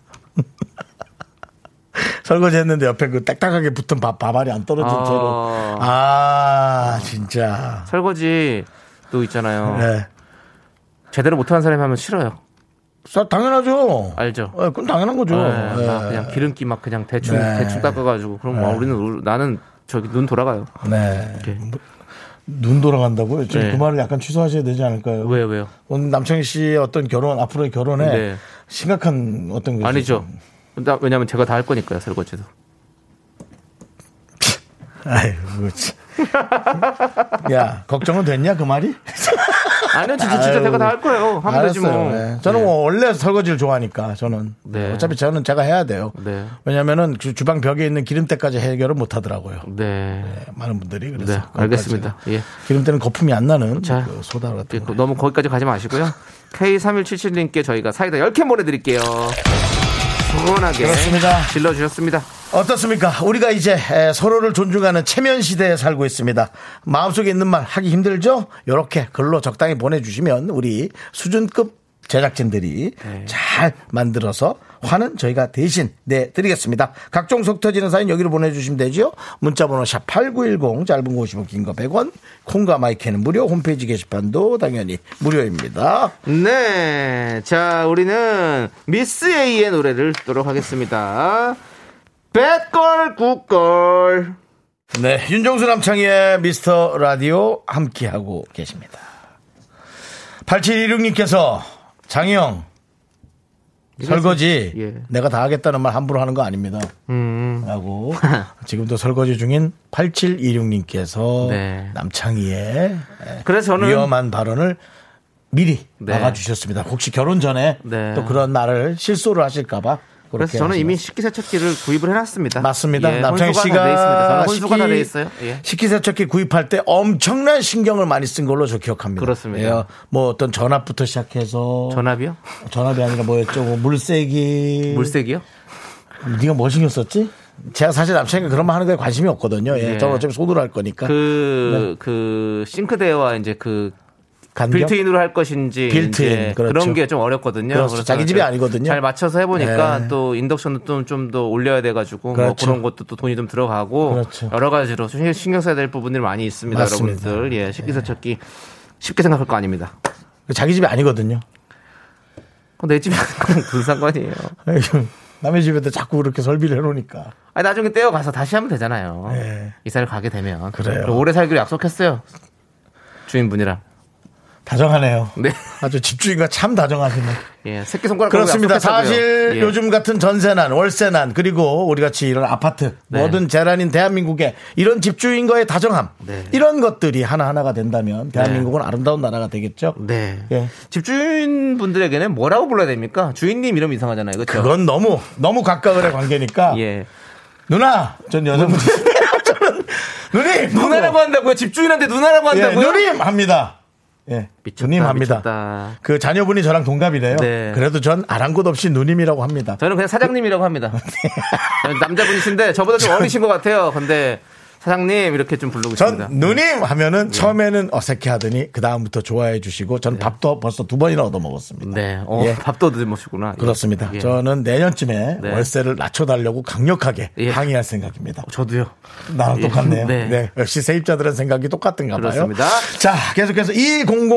Speaker 1: 설거지 했는데 옆에 그 딱딱하게 붙은 밥 밥알이 안 떨어진
Speaker 2: 아.
Speaker 1: 채로. 아 진짜.
Speaker 2: 설거지 또 있잖아요.
Speaker 1: 네.
Speaker 2: 제대로 못하는 사람이 하면 싫어요.
Speaker 1: 자, 당연하죠.
Speaker 2: 알죠?
Speaker 1: 예, 그건 당연한 거죠.
Speaker 2: 예,
Speaker 1: 예.
Speaker 2: 막 아. 그냥 기름기 막 그냥 대충
Speaker 1: 네.
Speaker 2: 대충 닦아가지고 그럼 막 우리는 울- 나는 저기 눈 돌아가요.
Speaker 1: 네.
Speaker 2: 이렇게.
Speaker 1: 눈 돌아간다고요? 지금
Speaker 2: 네.
Speaker 1: 그 말을 약간 취소하셔야 되지 않을까요?
Speaker 2: 왜요 왜요?
Speaker 1: 오늘 남창희 씨의 어떤 결혼, 앞으로의 결혼에
Speaker 2: 네.
Speaker 1: 심각한 어떤 거
Speaker 2: 아니죠. 나- 왜냐면 제가 다 할 거니까요 설거지도.
Speaker 1: 아이고, 참. 야, 걱정은 됐냐, 그 말이?
Speaker 2: 아니요 진짜 진짜
Speaker 1: 아유.
Speaker 2: 제가 다 할 거예요. 하면 되지 뭐.
Speaker 1: 네. 저는
Speaker 2: 네.
Speaker 1: 뭐 원래 설거지를 좋아하니까, 저는.
Speaker 2: 네.
Speaker 1: 어차피 저는 제가 해야 돼요.
Speaker 2: 네.
Speaker 1: 왜냐면은 그 주방 벽에 있는 기름때까지 해결을 못 하더라고요.
Speaker 2: 네.
Speaker 1: 뭐 많은 분들이 그래서.
Speaker 2: 네,
Speaker 1: 그것까지.
Speaker 2: 알겠습니다. 예.
Speaker 1: 기름때는 거품이 안 나는
Speaker 2: 자.
Speaker 1: 그 소다 같은 거.
Speaker 2: 그- 너무 거기까지 가지 마시고요. K3177님께 저희가 사이다 10캔 보내드릴게요. 시원하게
Speaker 1: 그렇습니다.
Speaker 2: 질러주셨습니다.
Speaker 1: 어떻습니까? 우리가 이제 에, 서로를 존중하는 체면 시대에 살고 있습니다. 마음속에 있는 말 하기 힘들죠? 이렇게 글로 적당히 보내주시면 우리 수준급 제작진들이 잘 만들어서 화는 저희가 대신 내드리겠습니다. 각종 속 터지는 사연 여기로 보내주시면 되지요. 문자번호 샵 8910 짧은 거 50원 긴거 100원 콩과 마이크는 무료 홈페이지 게시판도 당연히 무료입니다.
Speaker 2: 네. 자, 우리는 미스 A의 노래를 듣도록 하겠습니다. 백걸 굿걸.
Speaker 1: 네, 윤정수 남창희의 미스터 라디오 함께하고 계십니다. 8716님께서 장희영 설거지
Speaker 2: 예.
Speaker 1: 내가 다 하겠다는 말 함부로 하는 거 아닙니다.
Speaker 2: 음.
Speaker 1: 라고 지금도 설거지 중인 8716님께서
Speaker 2: 네.
Speaker 1: 남창희의
Speaker 2: 그래서 저는
Speaker 1: 위험한 발언을 미리
Speaker 2: 네.
Speaker 1: 막아주셨습니다. 혹시 결혼 전에
Speaker 2: 네.
Speaker 1: 또 그런 말을 실수를 하실까봐
Speaker 2: 그래서 저는 이미 식기세척기를 구입을 해놨습니다.
Speaker 1: 맞습니다.
Speaker 2: 예,
Speaker 1: 남창희
Speaker 2: 혼수가 다돼 있습니다.
Speaker 1: 씨가
Speaker 2: 저는 혼수가 다돼 있어요. 예.
Speaker 1: 식기세척기 구입할 때 엄청난 신경을 많이 쓴 걸로 저 기억합니다.
Speaker 2: 그렇습니다.
Speaker 1: 뭐 어떤 전압부터 시작해서
Speaker 2: 전압이요?
Speaker 1: 전압이 아니라 뭐였죠? 뭐 물세기.
Speaker 2: 물색이요?
Speaker 1: 네가 뭐 신경 썼지? 제가 사실 남창이가 그런 말 하는 거에 관심이 없거든요. 예.
Speaker 2: 예.
Speaker 1: 저는 어차피 손으로 할 거니까. 네.
Speaker 2: 그, 그, 싱크대와 이제 그,
Speaker 1: 간격?
Speaker 2: 빌트인으로 할 것인지.
Speaker 1: 빌트인,
Speaker 2: 이제
Speaker 1: 그렇죠.
Speaker 2: 그런 게 좀 어렵거든요.
Speaker 1: 그렇죠.
Speaker 2: 그래서
Speaker 1: 자기 집이
Speaker 2: 좀
Speaker 1: 아니거든요.
Speaker 2: 잘 맞춰서 해보니까
Speaker 1: 예.
Speaker 2: 또 인덕션도 좀 더 올려야 돼가지고 뭐
Speaker 1: 그렇죠.
Speaker 2: 그런 것도 또 돈이 좀 들어가고
Speaker 1: 그렇죠.
Speaker 2: 여러 가지로 좀 신경 써야 될 부분들이 많이 있습니다.
Speaker 1: 맞습니다. 네.
Speaker 2: 여러분들. 예, 식기세척기 쉽게 생각할 거 아닙니다.
Speaker 1: 그 자기 집이 아니거든요.
Speaker 2: 그거 내 집이 아니고 무슨 상관이에요.
Speaker 1: 남의 집에다 자꾸 그렇게 설비를 해놓으니까.
Speaker 2: 아니, 나중에 떼어가서 다시 하면 되잖아요.
Speaker 1: 예.
Speaker 2: 이사를 가게 되면.
Speaker 1: 그래요.
Speaker 2: 그리고 오래 살기로 약속했어요. 주인분이랑.
Speaker 1: 다정하네요.
Speaker 2: 네.
Speaker 1: 아주 집주인과 참 다정하시네.
Speaker 2: 예, 새끼손가락
Speaker 1: 그렇습니다.
Speaker 2: 걸고 약속했다고요.
Speaker 1: 사실
Speaker 2: 예.
Speaker 1: 요즘 같은 전세난, 월세난, 그리고 우리 같이 이런 아파트,
Speaker 2: 네.
Speaker 1: 뭐든 재난인 대한민국에 이런 집주인과의 다정함,
Speaker 2: 네.
Speaker 1: 이런 것들이 하나하나가 된다면 대한민국은 아름다운 나라가 되겠죠.
Speaker 2: 네.
Speaker 1: 예.
Speaker 2: 집주인 분들에게는 뭐라고 불러야 됩니까? 주인님 이름 이상하잖아요. 그렇죠?
Speaker 1: 그건 너무, 너무 가까울의 관계니까.
Speaker 2: 예.
Speaker 1: 누나! 전 여자분이. 저는 누님!
Speaker 2: 누나라고
Speaker 1: 하고,
Speaker 2: 한다고요? 집주인한테 누나라고
Speaker 1: 예,
Speaker 2: 한다고요?
Speaker 1: 누님! 합니다. 예.
Speaker 2: 미쳤다,
Speaker 1: 누님 합니다.
Speaker 2: 미쳤다.
Speaker 1: 그 자녀분이 저랑 동갑이래요.
Speaker 2: 네.
Speaker 1: 그래도 전 아랑곳 없이 누님이라고 합니다.
Speaker 2: 저는 그냥 사장님이라고 합니다.
Speaker 1: 네.
Speaker 2: 저는 남자분이신데 저보다 좀 어리신 것 같아요. 근데 사장님 이렇게 좀 부르고
Speaker 1: 전
Speaker 2: 있습니다. 네.
Speaker 1: 누님 하면은 처음에는 어색해 하더니 그 다음부터 좋아해 주시고 전 밥도 벌써 두 번이나 얻어 먹었습니다.
Speaker 2: 네. 어,
Speaker 1: 예.
Speaker 2: 밥도 드시구나. 예.
Speaker 1: 그렇습니다.
Speaker 2: 예.
Speaker 1: 저는 내년쯤에
Speaker 2: 네.
Speaker 1: 월세를 낮춰달라고 강력하게
Speaker 2: 예.
Speaker 1: 항의할 생각입니다.
Speaker 2: 저도요.
Speaker 1: 나랑
Speaker 2: 예.
Speaker 1: 똑같네요.
Speaker 2: 네.
Speaker 1: 네. 역시 세입자들은 생각이 똑같은가 봐요.
Speaker 2: 그렇습니다.
Speaker 1: 자, 계속해서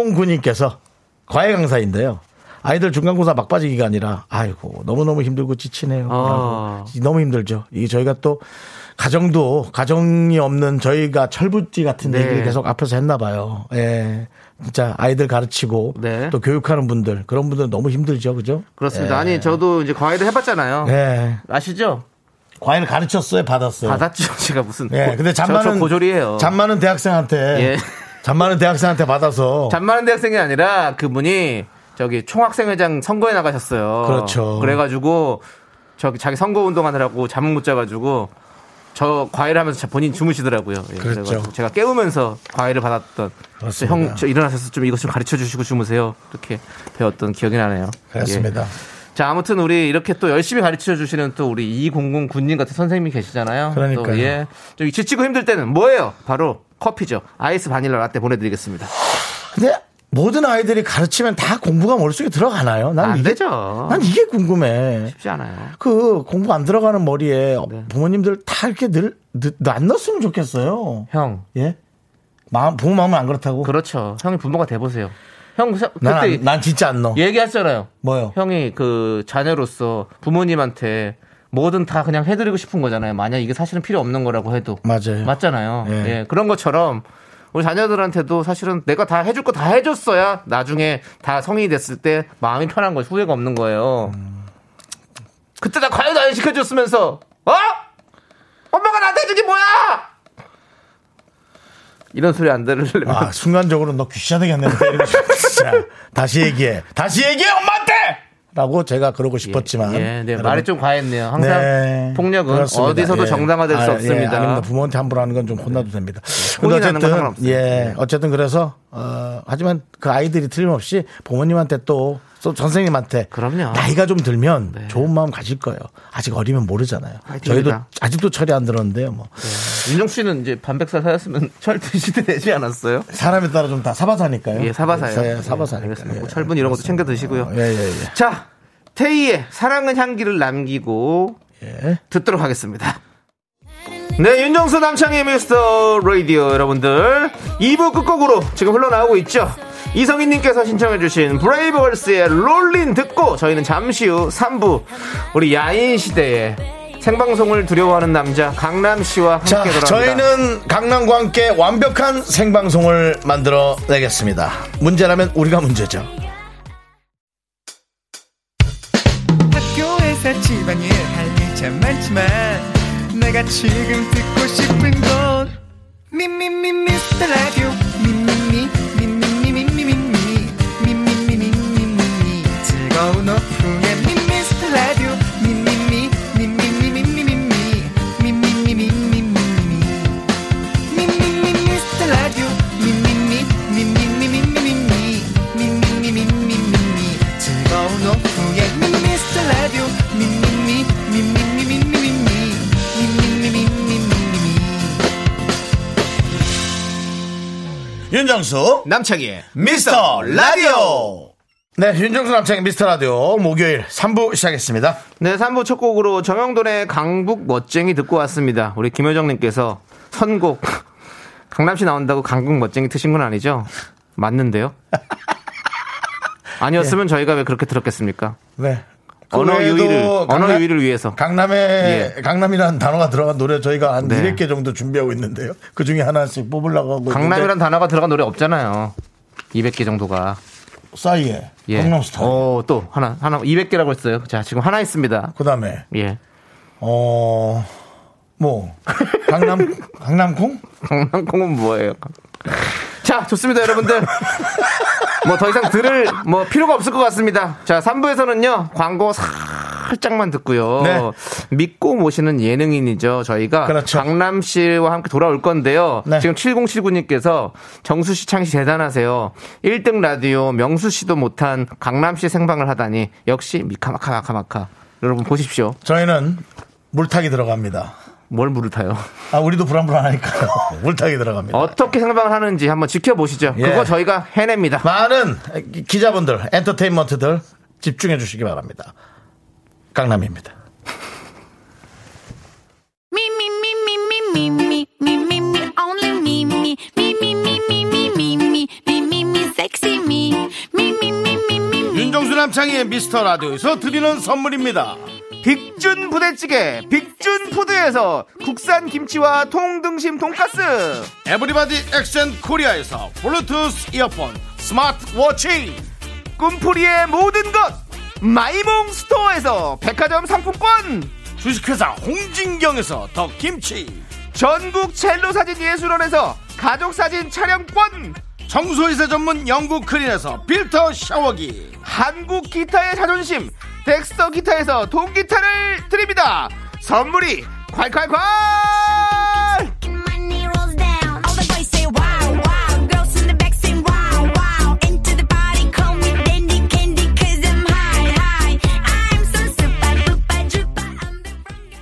Speaker 1: 2009님께서 과외 강사인데요. 아이들 중간고사 막바지 기간이라 아이고 너무너무 힘들고 지치네요.
Speaker 2: 아.
Speaker 1: 라고. 너무 힘들죠. 이 저희가 또 가정도 가정이 없는 저희가 철부지 같은
Speaker 2: 네.
Speaker 1: 얘기를 계속 앞에서 했나 봐요. 예. 진짜 아이들 가르치고
Speaker 2: 네.
Speaker 1: 또 교육하는 분들 그런 분들 은 너무 힘들죠. 그죠?
Speaker 2: 그렇습니다. 아니 저도 이제 과외를 해봤잖아요.
Speaker 1: 예.
Speaker 2: 아시죠?
Speaker 1: 과외를 가르쳤어요, 받았어요.
Speaker 2: 받았죠. 제가 무슨.
Speaker 1: 예, 근데
Speaker 2: 저, 저
Speaker 1: 잔만은
Speaker 2: 고졸이에요.
Speaker 1: 잔만은 대학생한테
Speaker 2: 예.
Speaker 1: 잔만은 대학생한테 받아서
Speaker 2: 잔많은 어. 대학생이 아니라 그분이 저기 총학생회장 선거에 나가셨어요.
Speaker 1: 그렇죠.
Speaker 2: 그래가지고 저기 자기 선거 운동하느라고 잠을 못 자가지고 저 과외를 하면서 자- 본인 주무시더라고요. 예,
Speaker 1: 그렇죠.
Speaker 2: 그래가지고 제가 깨우면서 과외를 받았던
Speaker 1: 그렇습니다.
Speaker 2: 형 저 일어나셔서 좀 이것 좀 가르쳐 주시고 주무세요. 이렇게 배웠던 기억이 나네요.
Speaker 1: 그렇습니다.
Speaker 2: 예. 자 아무튼 우리 이렇게 또 열심히 가르쳐 주시는 또 우리 2009 군님 같은 선생님이 계시잖아요.
Speaker 1: 그러니까요.
Speaker 2: 또, 예. 좀 지치고 힘들 때는 뭐예요? 바로 커피죠. 아이스 바닐라 라떼 보내드리겠습니다.
Speaker 1: 근데 모든 아이들이 가르치면 다 공부가 머릿속에 들어가나요? 난
Speaker 2: 안
Speaker 1: 이게,
Speaker 2: 되죠.
Speaker 1: 난 이게 궁금해.
Speaker 2: 쉽지 않아요.
Speaker 1: 그 공부 안 들어가는 머리에
Speaker 2: 네.
Speaker 1: 부모님들 다 이렇게 늘, 늦- 안 넣었으면 좋겠어요.
Speaker 2: 형.
Speaker 1: 예? 마음, 부모 마음은 안 그렇다고?
Speaker 2: 그렇죠. 형이 부모가 돼보세요. 형, 서- 그때
Speaker 1: 난, 안- 난 진짜 안 넣어.
Speaker 2: 얘기했잖아요.
Speaker 1: 뭐요?
Speaker 2: 형이 그 자녀로서 부모님한테 뭐든 다 그냥 해드리고 싶은 거잖아요. 만약 이게 사실은 필요 없는 거라고 해도.
Speaker 1: 맞아요.
Speaker 2: 맞잖아요.
Speaker 1: 예.
Speaker 2: 예. 그런 것처럼 우리 자녀들한테도 사실은 내가 다 해줄 거 다 해줬어야 나중에 다 성인이 됐을 때 마음이 편한 거지 후회가 없는 거예요.
Speaker 1: 음.
Speaker 2: 그때 나 과외도 안 시켜줬으면서 어? 엄마가 나한테 해준 게 뭐야? 이런 소리 안 들으려면
Speaker 1: 아, 순간적으로 너 귀신이 되겠네. 진짜. 다시 얘기해. 다시 얘기해, 엄마한테! 라고 제가 그러고 싶었지만.
Speaker 2: 예, 네,
Speaker 1: 여러분,
Speaker 2: 말이 좀 과했네요. 항상
Speaker 1: 네.
Speaker 2: 폭력은
Speaker 1: 그렇습니다.
Speaker 2: 어디서도
Speaker 1: 예.
Speaker 2: 정당화될 수
Speaker 1: 아, 예,
Speaker 2: 없습니다. 예.
Speaker 1: 아닙니다. 부모한테 함부로 하는 건 좀 혼나도 됩니다.
Speaker 2: 혼이
Speaker 1: 근데
Speaker 2: 나는 건
Speaker 1: 어쨌든
Speaker 2: 상관없어요.
Speaker 1: 예, 어쨌든 그래서 어, 하지만 그 아이들이 틀림없이 부모님한테 또, 또 선생님한테
Speaker 2: 그럼요. 네.
Speaker 1: 나이가 좀 들면 좋은 마음 가질 거예요. 아직 어리면 모르잖아요. 저희도
Speaker 2: 화이팅입니다. 네.
Speaker 1: 아직도 철이 안 들었는데요. 뭐
Speaker 2: 윤정 씨는 이제 반백살 사였으면 철 드시대 되지 않았어요?
Speaker 1: 사람에 따라 좀 다 사바사니까요.
Speaker 2: 예, 사바사요.
Speaker 1: 예, 사바사니까.
Speaker 2: 알겠습니다.
Speaker 1: 예,
Speaker 2: 뭐 철분 이런 것도 챙겨 드시고요.
Speaker 1: 예, 예, 예.
Speaker 2: 자, 태희의 사랑은 향기를 남기고
Speaker 1: 예.
Speaker 2: 듣도록 하겠습니다. 네, 윤정수 남창의 미스터 라디오 여러분들 2부 끝곡으로 지금 흘러나오고 있죠. 이성희님께서 신청해주신 브레이브걸스의 롤린 듣고 저희는 잠시 후 3부 우리 야인 시대의 생방송을 두려워하는 남자 강남 씨와 함께
Speaker 1: 자,
Speaker 2: 돌아옵니다.
Speaker 1: 저희는 강남과 함께 완벽한 생방송을 만들어 내겠습니다. 문제라면 우리가 문제죠.
Speaker 4: 학교에서 집안일 할 일 참 많지만 내가 지금 듣고 싶은 건 미미미 미스터 라디오 미미미 미미미 미미미 미미미 미미미 즐거운 오후에 미스터 라디오 미미미 미미미 미미미 미미미 미미미 미미미 미스터 라디오 미미미 미미미 미미미 미미미 미미미 즐거운 오후에 예, 미스터 라디오 미미미 미미미 미미미 미미미 미미미
Speaker 1: 윤정수
Speaker 2: 남창희의
Speaker 1: 미스터 라디오. 네, 윤정수 남창의 미스터 라디오 목요일 3부 시작했습니다.
Speaker 2: 네, 3부 첫 곡으로 정영돈의 강북 멋쟁이 듣고 왔습니다. 우리 김효정님께서 선곡 강남시 나온다고 강북 멋쟁이 트신 건 아니죠? 맞는데요? 아니었으면 저희가 왜 그렇게 들었겠습니까?
Speaker 1: 네.
Speaker 2: 언어 유의를, 언어 유의를 위해서.
Speaker 1: 강남에
Speaker 2: 예.
Speaker 1: 강남이라는 단어가 들어간 노래 저희가 한
Speaker 2: 네.
Speaker 1: 200개 정도 준비하고 있는데요. 그 중에 하나씩 뽑으려고 하고
Speaker 2: 강남이란 단어가 들어간 노래 없잖아요. 200개 정도가.
Speaker 1: 있는데 싸이에
Speaker 2: 예.
Speaker 1: 강남스타.
Speaker 2: 어, 또 하나, 하나, 200개라고 했어요. 자, 지금 하나 있습니다.
Speaker 1: 그다음에
Speaker 2: 예.
Speaker 1: 어. 뭐 강남 강남콩?
Speaker 2: 강남콩은 뭐예요? 자, 좋습니다, 여러분들. 뭐 더 이상 들을 뭐 필요가 없을 것 같습니다. 자, 3부에서는요. 광고 살짝만 듣고요.
Speaker 1: 네.
Speaker 2: 믿고 모시는 예능인이죠. 저희가
Speaker 1: 그렇죠.
Speaker 2: 강남 씨와 함께 돌아올 건데요.
Speaker 1: 네.
Speaker 2: 지금 7079님께서 정수 씨 창씨 대단하세요. 1등 라디오 명수 씨도 못한 강남 씨 생방을 하다니 역시 미카마카 마카마카. 여러분 보십시오.
Speaker 1: 저희는 물타기 들어갑니다.
Speaker 2: 뭘 물을 타요?
Speaker 1: 아 우리도 불안불안하니까요. 물타기 들어갑니다.
Speaker 2: 어떻게 생방을 하는지 한번 지켜보시죠.
Speaker 1: 예.
Speaker 2: 그거 저희가 해냅니다.
Speaker 1: 많은 기자분들, 엔터테인먼트들 집중해 주시기 바랍니다. 강남입니다.
Speaker 3: Me, me, me, me, me, me, me, me, me, me, only me, me, me, me, me, me, me, me, me, me, me, me, sexy me, me, me, me, me, me, me.
Speaker 1: 윤정수 남창희의 미스터 라디오에서 드리는 선물입니다.
Speaker 2: 빅준 부대찌개 빅준 푸드에서 국산 김치와 통등심 돈가스
Speaker 1: 에브리바디 엑센 코리아에서 블루투스 이어폰, 스마트 워치,
Speaker 2: 꿈풀이의 모든 것 마이몽 스토어에서 백화점 상품권
Speaker 1: 주식회사 홍진경에서 더 김치,
Speaker 2: 전국 첼로 사진 예술원에서 가족 사진 촬영권
Speaker 1: 청소이사 전문 영국 크린에서 필터 샤워기,
Speaker 2: 한국 기타의 자존심 덱스터 기타에서 동기타를 드립니다 선물이 콸콸콸
Speaker 3: Money rolls down, all the boys say wow, wow. Girls in the back say wow, wow. Into the party, call me Dandy Candy, cause I'm high, high. I'm so super, duper, duper, I'm the wrong guy.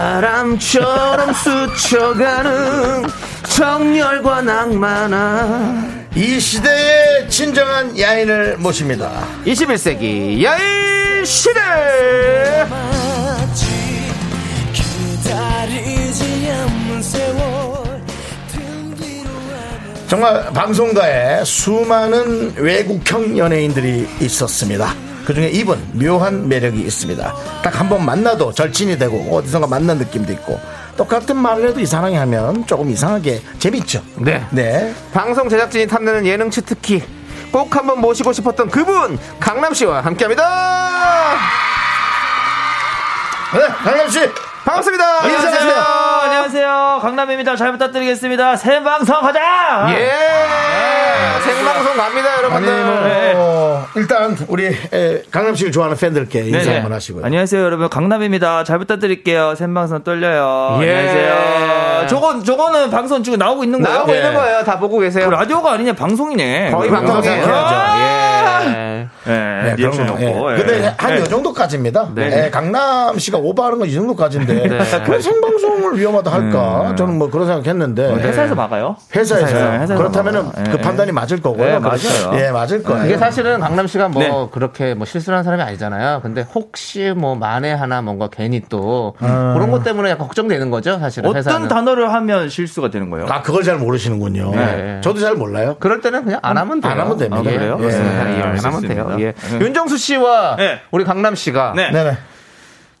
Speaker 2: 바람처럼 스쳐가는 정열과 낭만아
Speaker 1: 이 시대의 진정한 야인을 모십니다.
Speaker 2: 21세기 야인 시대
Speaker 1: 정말 방송가에 수많은 외국형 연예인들이 있었습니다. 그중에 이분 묘한 매력이 있습니다. 딱 한 번 만나도 절친이 되고 어디선가 만난 느낌도 있고 똑같은 말을 해도 이상하게 하면 조금 이상하게 재밌죠.
Speaker 2: 네.
Speaker 1: 네.
Speaker 2: 방송 제작진이 탐내는 예능 치트키 꼭 한번 모시고 싶었던 그분 강남 씨와 함께합니다.
Speaker 1: 네, 강남 씨.
Speaker 2: 반갑습니다.
Speaker 1: 인사하세요.
Speaker 5: 안녕하세요. 강남입니다. 잘 부탁드리겠습니다. 생방송 가자!
Speaker 2: 예. 생방송 갑니다,
Speaker 1: 네. 아니,
Speaker 2: 여러분들.
Speaker 1: 뭐,
Speaker 5: 네.
Speaker 1: 어, 일단 우리 에, 강남시를 좋아하는 팬들께 인사
Speaker 5: 네네.
Speaker 1: 한번 하시고요.
Speaker 5: 안녕하세요, 여러분. 강남입니다. 잘 부탁드릴게요. 샌방송 떨려요.
Speaker 2: 예.
Speaker 5: 안녕하세요. 저건, 저거는 방송 지금 나오고 있는 거예요?
Speaker 2: 나오고
Speaker 1: 예.
Speaker 2: 있는 거예요. 다 보고 계세요.
Speaker 5: 그 라디오가 아니냐, 방송이네.
Speaker 2: 거의
Speaker 1: 그렇다고
Speaker 2: 방송이에요. 그렇죠.
Speaker 5: 생각해야죠.
Speaker 2: 예.
Speaker 5: 예,
Speaker 1: 아! 네,
Speaker 5: 리액션
Speaker 1: 그런 거, 예.
Speaker 5: 없고. 예.
Speaker 1: 근데 한
Speaker 5: 예.
Speaker 1: 요 정도까지입니다.
Speaker 2: 네.
Speaker 1: 예, 강남 씨가 오버하는 건 이 정도까지인데
Speaker 5: 네.
Speaker 1: 왜 생방송을 위험하다 할까? 저는 뭐 그런 생각했는데
Speaker 5: 음. 네. 회사에서 막아요.
Speaker 1: 회사에서,
Speaker 5: 회사에서, 회사에서
Speaker 1: 그렇다면은
Speaker 5: 막아요.
Speaker 1: 그
Speaker 5: 예,
Speaker 1: 판단이
Speaker 5: 예.
Speaker 1: 맞을 거고요.
Speaker 5: 예, 맞아요.
Speaker 1: 예, 맞을 거예요.
Speaker 2: 그게 사실은 강남 씨가 뭐
Speaker 5: 네.
Speaker 2: 그렇게 뭐 실수를 한 사람이 아니잖아요. 근데 혹시 뭐 만에 하나 뭔가 괜히 또
Speaker 1: 아.
Speaker 2: 그런 것 때문에 약간 걱정되는 거죠, 사실은.
Speaker 5: 어떤
Speaker 2: 회사는.
Speaker 5: 단어를 하면 실수가 되는 거예요?
Speaker 1: 아 그걸 잘 모르시는군요.
Speaker 2: 네.
Speaker 1: 저도 잘 몰라요.
Speaker 2: 그럴 때는 그냥 안 하면 돼요.
Speaker 1: 안 하면 됩니다.
Speaker 2: 예,
Speaker 5: 그래요?
Speaker 2: 그렇습니다.
Speaker 5: 예,
Speaker 2: 예, 안
Speaker 5: 알겠습니다.
Speaker 2: 하면 돼요. 예.
Speaker 5: 음.
Speaker 2: 윤정수 씨와
Speaker 5: 네.
Speaker 2: 우리 강남 씨가
Speaker 5: 네.
Speaker 1: 네네.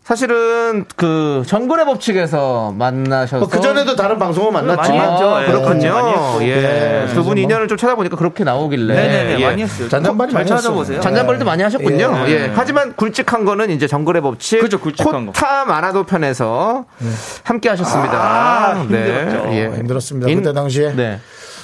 Speaker 2: 사실은 그 정글의 법칙에서 만나셔서
Speaker 1: 뭐 그전에도 다른 방송을
Speaker 5: 어, 많이
Speaker 1: 만났지만
Speaker 5: 했죠.
Speaker 2: 아,
Speaker 5: 예.
Speaker 2: 그렇군요.
Speaker 5: 많이 했고.
Speaker 2: 예.
Speaker 1: 예.
Speaker 2: 두
Speaker 1: 뭐.
Speaker 2: 분 인연을 좀 찾아보니까 그렇게 나오길래.
Speaker 5: 네네네,
Speaker 2: 예.
Speaker 5: 많이 했어요.
Speaker 1: 잔잔발이
Speaker 5: 잘
Speaker 1: 많이
Speaker 5: 찾아보세요.
Speaker 1: 했어요.
Speaker 2: 잔잔벌도
Speaker 1: 예.
Speaker 2: 많이 하셨군요.
Speaker 5: 예.
Speaker 2: 예. 하지만 굵직한 거는 이제 정글의 법칙.
Speaker 5: 그죠, 굵직한 거. 네.
Speaker 2: 코타 만화도 편에서 함께 하셨습니다.
Speaker 5: 아, 힘들었죠.
Speaker 1: 어, 힘들었습니다.
Speaker 2: 인-
Speaker 1: 그때 당시에
Speaker 2: 네.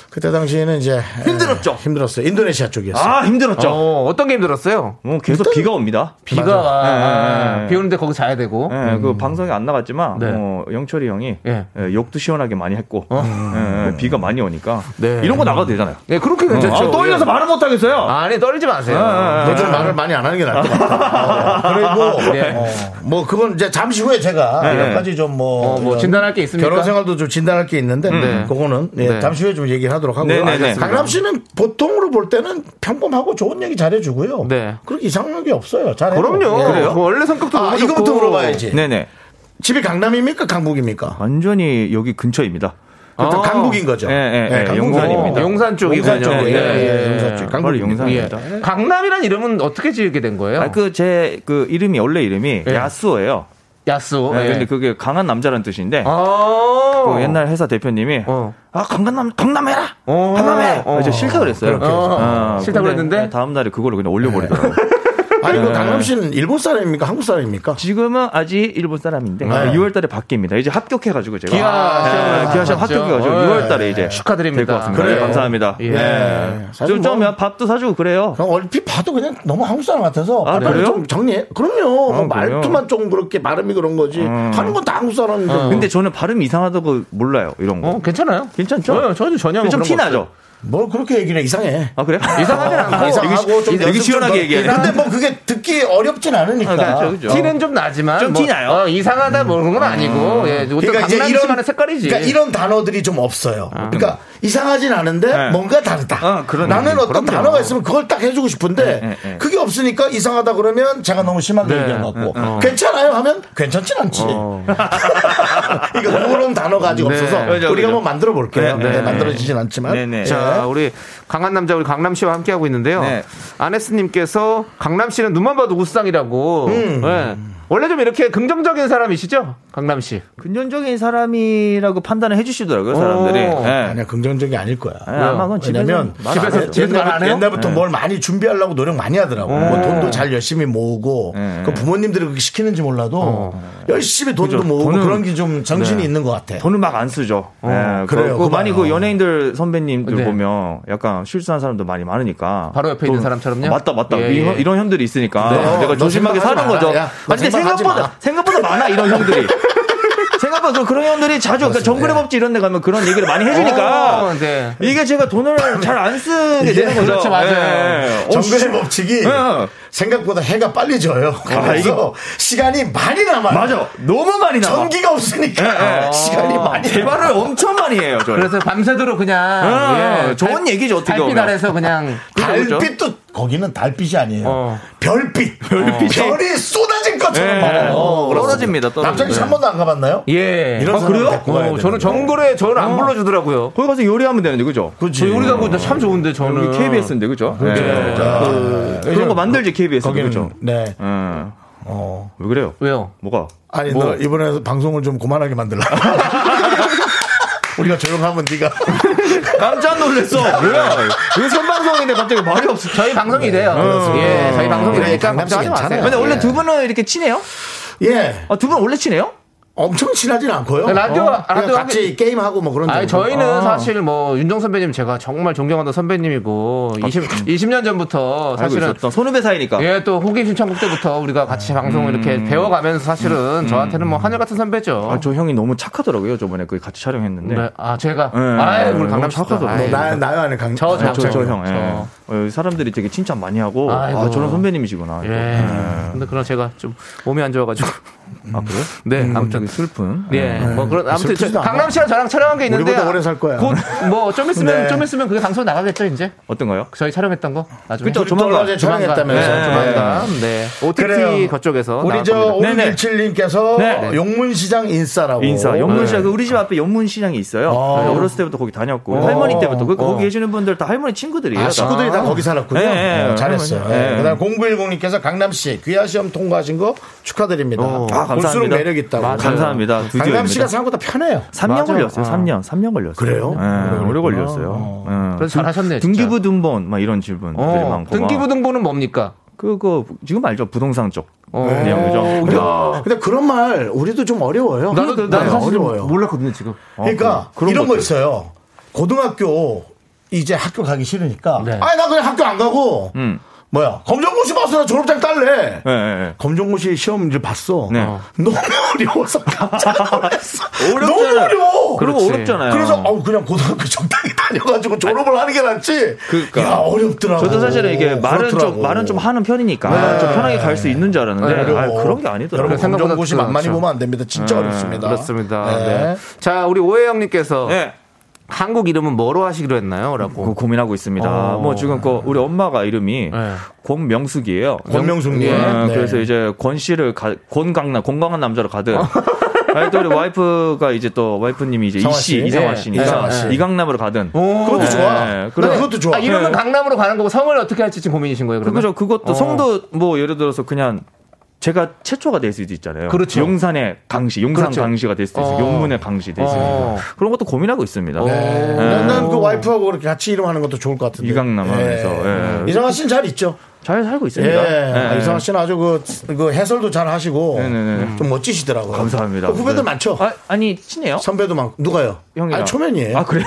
Speaker 1: 그때 당시에는 이제
Speaker 5: 힘들었죠?
Speaker 1: 예, 힘들었어요. 인도네시아 쪽이었어요.
Speaker 5: 아, 힘들었죠.
Speaker 2: 어, 어떤 게 힘들었어요?
Speaker 5: 어, 계속 비가 네, 옵니다.
Speaker 2: 비가 와. 비 오는데 거기 자야 되고.
Speaker 5: 예, 그 방송에 안 나갔지만
Speaker 2: 음. 네.
Speaker 5: 어, 영철이 형이
Speaker 2: 예. 어?
Speaker 5: 예, 욕도 시원하게 많이 했고 예, 예, 비가 많이 오니까
Speaker 2: 네.
Speaker 5: 이런 거 나가도 되잖아요.
Speaker 2: 예, 그렇게 괜찮죠.
Speaker 5: 아, 떨려서
Speaker 2: 예.
Speaker 5: 말을 못 하겠어요.
Speaker 2: 아니, 떨리지 마세요.
Speaker 1: 요즘 말을 많이 안 하는 게 나을 것 아. 같아요. 어, 그리고
Speaker 2: 예.
Speaker 1: 어, 뭐 그건 이제 잠시 후에 제가 몇 가지 좀뭐
Speaker 2: 어, 뭐 진단할 게 있습니까?
Speaker 1: 결혼 생활도 좀 진단할 게 있는데
Speaker 2: 네.
Speaker 1: 그거는 예,
Speaker 2: 네.
Speaker 1: 잠시 후에 좀 얘기를 하도록 하고요.
Speaker 5: 네네네. 알겠습니다.
Speaker 1: 강남 씨는 보통으로 볼 때는 평범하고 좋은 얘기 잘해주고요.
Speaker 2: 네.
Speaker 1: 그렇게 이상한 게 없어요. 잘해요.
Speaker 2: 그럼요.
Speaker 1: 예.
Speaker 2: 그 원래 성격도
Speaker 1: 아,
Speaker 2: 너무 좋고.
Speaker 1: 이거부터
Speaker 2: 예.
Speaker 1: 물어봐야지.
Speaker 5: 네네.
Speaker 1: 집이 강남입니까? 강북입니까?
Speaker 5: 완전히 여기 근처입니다.
Speaker 1: 일단
Speaker 2: 아.
Speaker 1: 강북인 거죠. 네,
Speaker 5: 예, 예, 예,
Speaker 1: 강북.
Speaker 5: 용산입니다.
Speaker 2: 어, 용산 쪽이군요.
Speaker 1: 용산 쪽이에요.
Speaker 2: 예,
Speaker 1: 예, 용산 쪽.
Speaker 5: 바로
Speaker 1: 강북입니다.
Speaker 2: 예.
Speaker 5: 용산입니다.
Speaker 2: 강남이란 이름은 어떻게 지으게 된 거예요?
Speaker 5: 아, 그 제 그 이름이 원래 이름이
Speaker 2: 예.
Speaker 5: 야스오예요.
Speaker 2: 야수.
Speaker 5: 예,
Speaker 2: 예.
Speaker 5: 근데 그게 강한 남자라는 뜻인데
Speaker 2: 아.
Speaker 5: 그 옛날 회사 대표님이
Speaker 2: 어.
Speaker 5: 아 강남 강남해라
Speaker 2: 어.
Speaker 5: 강남해
Speaker 2: 어.
Speaker 5: 이제 싫다 그랬어요.
Speaker 2: 그렇게 해서. 어, 싫다
Speaker 5: 아, 근데
Speaker 2: 그랬는데?
Speaker 5: 다음 날에 그걸로 그냥 올려버리더라고. 요
Speaker 1: 아니, 그 강남 씨는 일본 사람입니까? 한국 사람입니까?
Speaker 5: 지금은 아직 일본 사람인데 6월달에 바뀝니다. 이제 합격해가지고 제가
Speaker 2: 기아 시험을
Speaker 5: 기아 시험
Speaker 2: 봤죠.
Speaker 5: 합격해가지고
Speaker 2: 예.
Speaker 5: 6월달에 이제
Speaker 2: 축하드립니다.
Speaker 5: 될것 같습니다.
Speaker 1: 그래요.
Speaker 5: 네, 감사합니다.
Speaker 2: 예. 어.
Speaker 1: 예. 사실
Speaker 5: 좀, 좀
Speaker 1: 뭐-
Speaker 5: 밥도 사주고 그래요.
Speaker 1: 그냥 얼핏 봐도 그냥 너무 한국 사람 같아서
Speaker 5: 아,
Speaker 1: 빨리
Speaker 5: 그래요?
Speaker 1: 좀 정리해. 그럼요. 뭐
Speaker 5: 아, 그래요?
Speaker 1: 말투만 좀 그렇게 발음이 그런 거지. 하는 건 다 한국 사람인데.
Speaker 5: 근데 저는 발음이 이상하다고 몰라요. 이런 거.
Speaker 2: 어, 괜찮아요.
Speaker 5: 네. 괜찮죠?
Speaker 2: 어, 저도 전혀 뭐
Speaker 5: 좀
Speaker 2: 그런 거
Speaker 5: 티
Speaker 2: 없어요. 예,
Speaker 5: 나죠?
Speaker 1: 뭘 그렇게 얘기를 해. 이상해.
Speaker 5: 아 그래?
Speaker 2: 이상하진 않고.
Speaker 1: 이상하고 좀
Speaker 5: 되게
Speaker 1: 연습 좀
Speaker 5: 시원하게
Speaker 1: 더-
Speaker 5: 얘기하네.
Speaker 1: 근데 뭐 그게 듣기 어렵진 않으니까.
Speaker 5: 그렇죠, 그렇죠.
Speaker 2: 티는 좀 나지만
Speaker 5: 좀티 나요? 음.
Speaker 2: 어, 이상하다 뭐 그런 건 아니고 예, 어떤
Speaker 1: 그러니까 이제
Speaker 2: 강남
Speaker 1: 이런
Speaker 2: 씨만의 색깔이지.
Speaker 1: 그러니까 이런 단어들이 좀 없어요. 그러니까 이상하진 않은데 뭔가 다르다.
Speaker 5: 어, 아. 그런
Speaker 1: 나는
Speaker 5: 느낌.
Speaker 1: 어떤
Speaker 5: 그럼요.
Speaker 1: 단어가 있으면 그걸 딱 해주고 싶은데
Speaker 5: 네, 네, 네.
Speaker 1: 그게 없으니까 이상하다 그러면 제가 너무 심하게 얘기한 것 같고
Speaker 5: 어.
Speaker 1: 괜찮아요 하면 괜찮진 않지. 이거 그런 단어가 아직 없어서
Speaker 5: 네. 그죠,
Speaker 1: 우리가
Speaker 5: 그죠.
Speaker 1: 한번 만들어 볼게요.
Speaker 5: 네, 네.
Speaker 1: 네, 만들어지진 않지만.
Speaker 5: 네, 네.
Speaker 1: 예.
Speaker 2: 자, 우리 강한 남자 우리 강남 씨와 함께 하고 있는데요.
Speaker 5: 네.
Speaker 2: 아네스님께서 강남 씨는 눈만 봐도 우상이라고. 예. 원래 좀 이렇게 긍정적인 사람이시죠, 강남 씨.
Speaker 5: 근전적인 사람이라고 판단을 해주시더라고요 사람들이.
Speaker 2: 어.
Speaker 5: 예.
Speaker 1: 아니야 긍정적인 게 아닐 거야.
Speaker 5: 예, 아마 그건 집에서
Speaker 1: 왜냐면
Speaker 5: 말안
Speaker 2: 집에서
Speaker 5: 해요. 네. 어.
Speaker 2: 집에서 말안 해요?
Speaker 1: 옛날부터 뭘 많이 준비하려고 노력 많이 하더라고. 뭐 돈도 잘 열심히 모으고
Speaker 5: 네.
Speaker 1: 그 부모님들이 그렇게 시키는지 몰라도 열심히 돈도 모으고
Speaker 5: 어. 돈은- 네.
Speaker 1: 그런 게 좀 정신이 있는 것 같아.
Speaker 5: 돈을 막 안 쓰죠. 예,
Speaker 1: 어, 그래요,
Speaker 5: 그, 그 많이
Speaker 1: 그거요.
Speaker 5: 그 연예인들 선배님들
Speaker 2: 네.
Speaker 5: 보면 약간 실수한 사람도 많이 많으니까.
Speaker 2: 바로 옆에
Speaker 5: 또,
Speaker 2: 있는 사람처럼요?
Speaker 5: 아, 맞다, 맞다.
Speaker 2: 예, 예.
Speaker 5: 이런, 이런 형들이 있으니까
Speaker 1: 네. 너
Speaker 5: 내가
Speaker 1: 생각하지
Speaker 5: 조심하게 사는
Speaker 1: 마라.
Speaker 5: 거죠.
Speaker 1: 야, 너
Speaker 5: 아니, 근데
Speaker 1: 생각하지
Speaker 5: 생각보다
Speaker 1: 마.
Speaker 5: 생각보다 많아 이런 형들이. 생각보다 그런 형들이 자주 그러니까 정글의
Speaker 1: 네.
Speaker 5: 법칙 이런 데 가면 그런 얘기를 많이 해주니까
Speaker 2: 어, 네.
Speaker 5: 이게 제가 돈을 잘 안 쓰게 되는 거죠.
Speaker 2: 그렇죠, 맞아요.
Speaker 5: 예. 어,
Speaker 1: 정글의 법칙이
Speaker 5: 예.
Speaker 1: 생각보다 해가 빨리 져요. 그래서 시간이 많이 남아요.
Speaker 5: 맞아. 너무 많이 나와.
Speaker 1: 전기가 없으니까 아,
Speaker 5: 예, 예.
Speaker 1: 시간이 많이
Speaker 5: 대발을 엄청 많이 해요. 저는.
Speaker 2: 그래서 밤새도록 그냥
Speaker 5: 예, 좋은 얘기죠, 어떻게
Speaker 2: 달빛
Speaker 5: 보면.
Speaker 2: 아래서 그냥
Speaker 5: 그죠?
Speaker 1: 달빛도 거기는 달빛이 아니에요.
Speaker 2: 어.
Speaker 1: 별빛. 별이 쏟아진 것처럼
Speaker 5: 예.
Speaker 1: 많아요.
Speaker 5: 어,
Speaker 1: 그렇습니다.
Speaker 5: 떨어집니다, 떨어집니다.
Speaker 1: 남창희 씨한 번도 안 가봤나요?
Speaker 2: 예.
Speaker 1: 이런
Speaker 2: 아,
Speaker 1: 사람
Speaker 2: 그래요?
Speaker 1: 데리고 가야
Speaker 2: 어,
Speaker 1: 되는데.
Speaker 2: 저는 정글에 저는 안 불러주더라고요.
Speaker 5: 거기 가서 요리하면 되는데 그죠?
Speaker 1: 그치.
Speaker 2: 저희 우리가 어. 그거 참 좋은데 저는
Speaker 5: 여기 KBS인데 음. 그죠? 예.
Speaker 1: 아,
Speaker 5: 그런 거 만들지 KBS
Speaker 1: 거기는
Speaker 5: 그죠?
Speaker 1: 네.
Speaker 5: 예.
Speaker 1: 어.
Speaker 5: 왜 그래요?
Speaker 2: 왜요?
Speaker 5: 뭐가?
Speaker 1: 아니 너 이번에 방송을 좀 고만하게 만들라. 우리가 조용하면 네가
Speaker 5: 깜짝 놀랐어. 뭐야? 왜 선방송인데 갑자기 말이 없어.
Speaker 2: 저희 방송이 돼요. 예, 저희 방송이
Speaker 1: 그래,
Speaker 2: 되니까
Speaker 1: 강남 씨
Speaker 5: 네.
Speaker 2: 걱정하지 마세요.
Speaker 1: 괜찮아요.
Speaker 5: 근데 원래
Speaker 2: 예.
Speaker 5: 두 분은 이렇게 친해요?
Speaker 1: 예.
Speaker 5: 아, 두 분 원래 친해요?
Speaker 1: 엄청 친하진 않고요.
Speaker 2: 라디오,
Speaker 1: 어. 그냥
Speaker 2: 라디오
Speaker 1: 같이
Speaker 2: 하기-
Speaker 1: 게임하고 뭐 그런
Speaker 2: 아니
Speaker 1: 정도.
Speaker 2: 저희는
Speaker 1: 아.
Speaker 2: 사실 뭐 윤정 선배님 제가 정말 존경하는 선배님이고 20, 20년 전부터
Speaker 5: 알고
Speaker 2: 사실은
Speaker 5: 있었던 손후배 사이니까.
Speaker 2: 예, 또 호기심 천국 때부터 우리가 같이 방송을 이렇게 배워가면서 사실은 저한테는 뭐 하늘 같은 선배죠.
Speaker 5: 아, 저 형이 너무 착하더라고요. 저번에 그 같이 촬영했는데.
Speaker 2: 네. 아, 제가
Speaker 5: 네,
Speaker 2: 아이,
Speaker 5: 네,
Speaker 2: 우리 강남
Speaker 5: 너무
Speaker 2: 착하죠.
Speaker 5: 착하더라고요.
Speaker 2: 아이,
Speaker 1: 뭐 나, 나요, 아니, 강.
Speaker 2: 저, 저,
Speaker 5: 아, 저, 저 형.
Speaker 2: 저.
Speaker 5: 예. 어, 사람들이 되게 칭찬 많이 하고 아,
Speaker 2: 아이고.
Speaker 5: 저런 선배님이시구나.
Speaker 2: 예. 근데 그런 제가 좀 몸이 안 좋아가지고.
Speaker 5: 아, 그래요?
Speaker 2: 네, 아무튼.
Speaker 5: 되게 슬픈.
Speaker 2: 예, 뭐 그런 아무튼 저-
Speaker 1: 슬프지도 않아.
Speaker 2: 강남 씨랑 저랑 촬영한 게 있는데
Speaker 1: 우리보다 오래 살 거야.
Speaker 2: 곧뭐좀 있으면
Speaker 1: 네.
Speaker 2: 좀 있으면 그게 방송 나가겠죠 이제
Speaker 5: 어떤가요?
Speaker 2: 저희 촬영했던 거 나중에
Speaker 5: 그쵸,
Speaker 1: 또
Speaker 5: 조만간.
Speaker 1: 어제 촬영했다면서.
Speaker 2: 네, 조만간 네 OTT
Speaker 1: 그래요.
Speaker 2: 거쪽에서
Speaker 1: 우리
Speaker 2: 나올
Speaker 1: 저
Speaker 2: 겁니다.
Speaker 5: 네네.
Speaker 1: 517님께서
Speaker 5: 네.
Speaker 1: 용문시장 인싸라고.
Speaker 5: 인사
Speaker 1: 네.
Speaker 5: 영문시장 그 우리 집 앞에 영문시장이 있어요.
Speaker 1: 아.
Speaker 5: 네, 어렸을 때부터 거기 다녔고 할머니 때부터 그 거기 계시는 분들 다 할머니 친구들이에요.
Speaker 1: 아,
Speaker 5: 다.
Speaker 1: 식구들이 다 거기 살았군요.
Speaker 5: 네, 네,
Speaker 1: 어, 잘했어요.
Speaker 5: 할머니. 네.
Speaker 1: 그 다음 0910님께서 강남씨 귀하시험 통과하신 거 축하드립니다.
Speaker 5: 아, 감사합니다.
Speaker 1: 볼수록 매력 있다고.
Speaker 2: 맞아요.
Speaker 5: 감사합니다. 드디어입니다.
Speaker 1: 네. 강남씨가 생각보다 편해요.
Speaker 5: 3년
Speaker 2: 맞아요.
Speaker 5: 걸렸어요.
Speaker 2: 아.
Speaker 5: 3년, 3년 걸렸어요.
Speaker 1: 그래요?
Speaker 5: 예, 오래
Speaker 1: 그렇구나.
Speaker 5: 걸렸어요. 예.
Speaker 2: 그래서 잘하셨네요, 진짜.
Speaker 5: 등기부 등본 막 이런 질문들이
Speaker 2: 어,
Speaker 5: 많고. 막.
Speaker 2: 등기부등본은 뭡니까?
Speaker 5: 그거 지금 알죠? 부동산 쪽
Speaker 2: 어.
Speaker 5: 내용 그죠?
Speaker 1: 근데, 근데 그런 말 우리도 좀 어려워요.
Speaker 2: 나도
Speaker 1: 네,
Speaker 2: 나도 사실 좀
Speaker 1: 어려워요.
Speaker 2: 몰랐거든요 지금.
Speaker 1: 그러니까
Speaker 5: 그- 그런
Speaker 1: 이런 거
Speaker 5: 것들.
Speaker 1: 있어요. 고등학교 이제 학교 가기 싫으니까.
Speaker 2: 네.
Speaker 1: 아니 나 그냥 학교 안 가고.
Speaker 5: 음.
Speaker 1: 뭐야 검정고시 봐서 나 졸업장 딸래.
Speaker 5: 예, 예,
Speaker 1: 검정고시 시험 이제 봤어.
Speaker 5: 네.
Speaker 1: 너무 어려워서 깜짝 놀랐어.
Speaker 5: 어렵잖아.
Speaker 1: 너무 어려워.
Speaker 5: 그런 거
Speaker 2: 그렇지.
Speaker 5: 어렵잖아요.
Speaker 1: 그래서 어 그냥 고등학교 적당히 다녀가지고 졸업을 하는 게 낫지.
Speaker 5: 그러니까.
Speaker 1: 야 어렵더라고.
Speaker 5: 저도 사실은 이게 말은
Speaker 1: 그렇더라고. 네.
Speaker 5: 좀 말은 좀 하는 편이니까 좀 편하게 갈 수 있는 줄 알았는데
Speaker 2: 네.
Speaker 5: 아, 그런 게
Speaker 1: 어. 여러분
Speaker 5: 아니더라고요. 음,
Speaker 2: 생각보다
Speaker 1: 검정고시
Speaker 2: 그렇죠.
Speaker 1: 만만히 보면 안 됩니다. 진짜 어렵습니다.
Speaker 2: 그렇습니다.
Speaker 1: 네.
Speaker 2: 네. 자, 우리 오해영님께서
Speaker 5: 예.
Speaker 2: 한국 이름은 뭐로 하시기로 했나요?
Speaker 5: 그거
Speaker 2: 라고.
Speaker 5: 고민하고 있습니다.
Speaker 2: 어.
Speaker 5: 뭐 지금 그 우리 엄마가 이름이
Speaker 2: 네.
Speaker 5: 권명숙이에요.
Speaker 1: 권명숙님.
Speaker 5: 예,
Speaker 1: 네.
Speaker 5: 그래서 이제 권 씨를 가, 권강남 건강한 남자로 가든. 아니 또 우리 와이프가 이제 또 와이프님이 이제
Speaker 1: 성화 씨.
Speaker 5: 이씨 이상화
Speaker 2: 네,
Speaker 5: 씨니까
Speaker 1: 이상화 씨.
Speaker 5: 이강남으로 가든.
Speaker 2: 어.
Speaker 1: 그것도 좋아.
Speaker 5: 네,
Speaker 1: 그래.
Speaker 5: 그래.
Speaker 1: 그것도 좋아.
Speaker 2: 아, 이름은 강남으로 가는 거고 성을 어떻게 할지 지금 고민이신 거예요, 그러면? 어.
Speaker 5: 그죠 그것도 성도 뭐 예를 들어서 그냥 제가 최초가 될 수도 있잖아요.
Speaker 2: 그렇죠.
Speaker 5: 용산의 강시, 용산
Speaker 2: 그렇죠.
Speaker 5: 강시가 될 수도 있어요.
Speaker 2: 어.
Speaker 5: 용문의 강시 될 수도 있고
Speaker 2: 어.
Speaker 5: 그런 것도 고민하고 있습니다.
Speaker 2: 네.
Speaker 1: 난그 와이프하고 그렇게 같이 이름 하는 것도 좋을 것 같은데.
Speaker 5: 이강남 하면서, 예.
Speaker 1: 음. 이상화 씨는 잘 있죠.
Speaker 5: 잘
Speaker 1: 예.
Speaker 5: 살고 있습니다. 예.
Speaker 1: 이상화 씨는 아주 그, 그 해설도 잘 하시고 음,
Speaker 5: 네, 네, 네.
Speaker 1: 좀 멋지시더라고요.
Speaker 5: 감사합니다.
Speaker 1: 그 후배들
Speaker 5: 네.
Speaker 1: 많죠.
Speaker 5: 아, 아니 친해요?
Speaker 1: 선배도 많고 누가요?
Speaker 5: 형이랑.
Speaker 1: 아니 초면이에요.
Speaker 5: 아 그래요?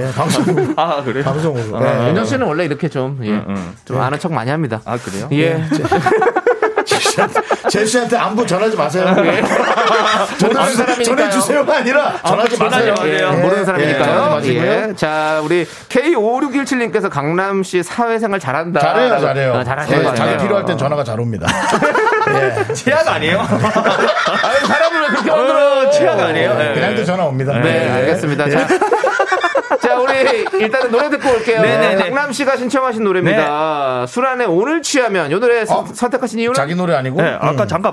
Speaker 1: 예, 방송으로.
Speaker 5: 아 그래요?
Speaker 1: 방송으로.
Speaker 2: 네.
Speaker 1: 네.
Speaker 2: 윤정 씨는 원래 이렇게 좀, 예. 좀 아는 척 많이 합니다.
Speaker 5: 아 그래요?
Speaker 2: 예.
Speaker 1: 제 씨한테 안부 전하지 마세요. 예.
Speaker 2: 아는 아, 네. 사람이니까요.
Speaker 1: 전해주, 전해주세요가 아니라 전하지 마세요.
Speaker 2: 예,
Speaker 1: 예.
Speaker 2: 모르는
Speaker 1: 예, 전하지
Speaker 2: 사람이니까요.
Speaker 1: 마시고요.
Speaker 2: 예. 자, 우리 K5617님께서 강남 씨 사회생활 잘한다.
Speaker 1: 잘해요,
Speaker 2: 라고-
Speaker 1: 잘해요.
Speaker 2: 아, 잘하시는
Speaker 1: 예,
Speaker 2: 거
Speaker 1: 자기
Speaker 2: 같아요.
Speaker 1: 필요할 땐 전화가 잘 옵니다. 예.
Speaker 5: 최악 아니에요?
Speaker 2: 어? 아니, 사람을 왜 그렇게 만들어?
Speaker 5: 최악 아니에요? 네.
Speaker 1: 예. 그냥도 전화 옵니다. 예.
Speaker 2: 네, 알겠습니다. 자, 자, 우리 일단은 노래 듣고 올게요.
Speaker 5: 네네네.
Speaker 2: 강남 씨가 신청하신 노래입니다. 수란의 오늘 취하면 이 노래 선- 선택하신 이유는
Speaker 1: 네. 어? 자기 어. 노래 아니고.
Speaker 5: 네, 아까 잠깐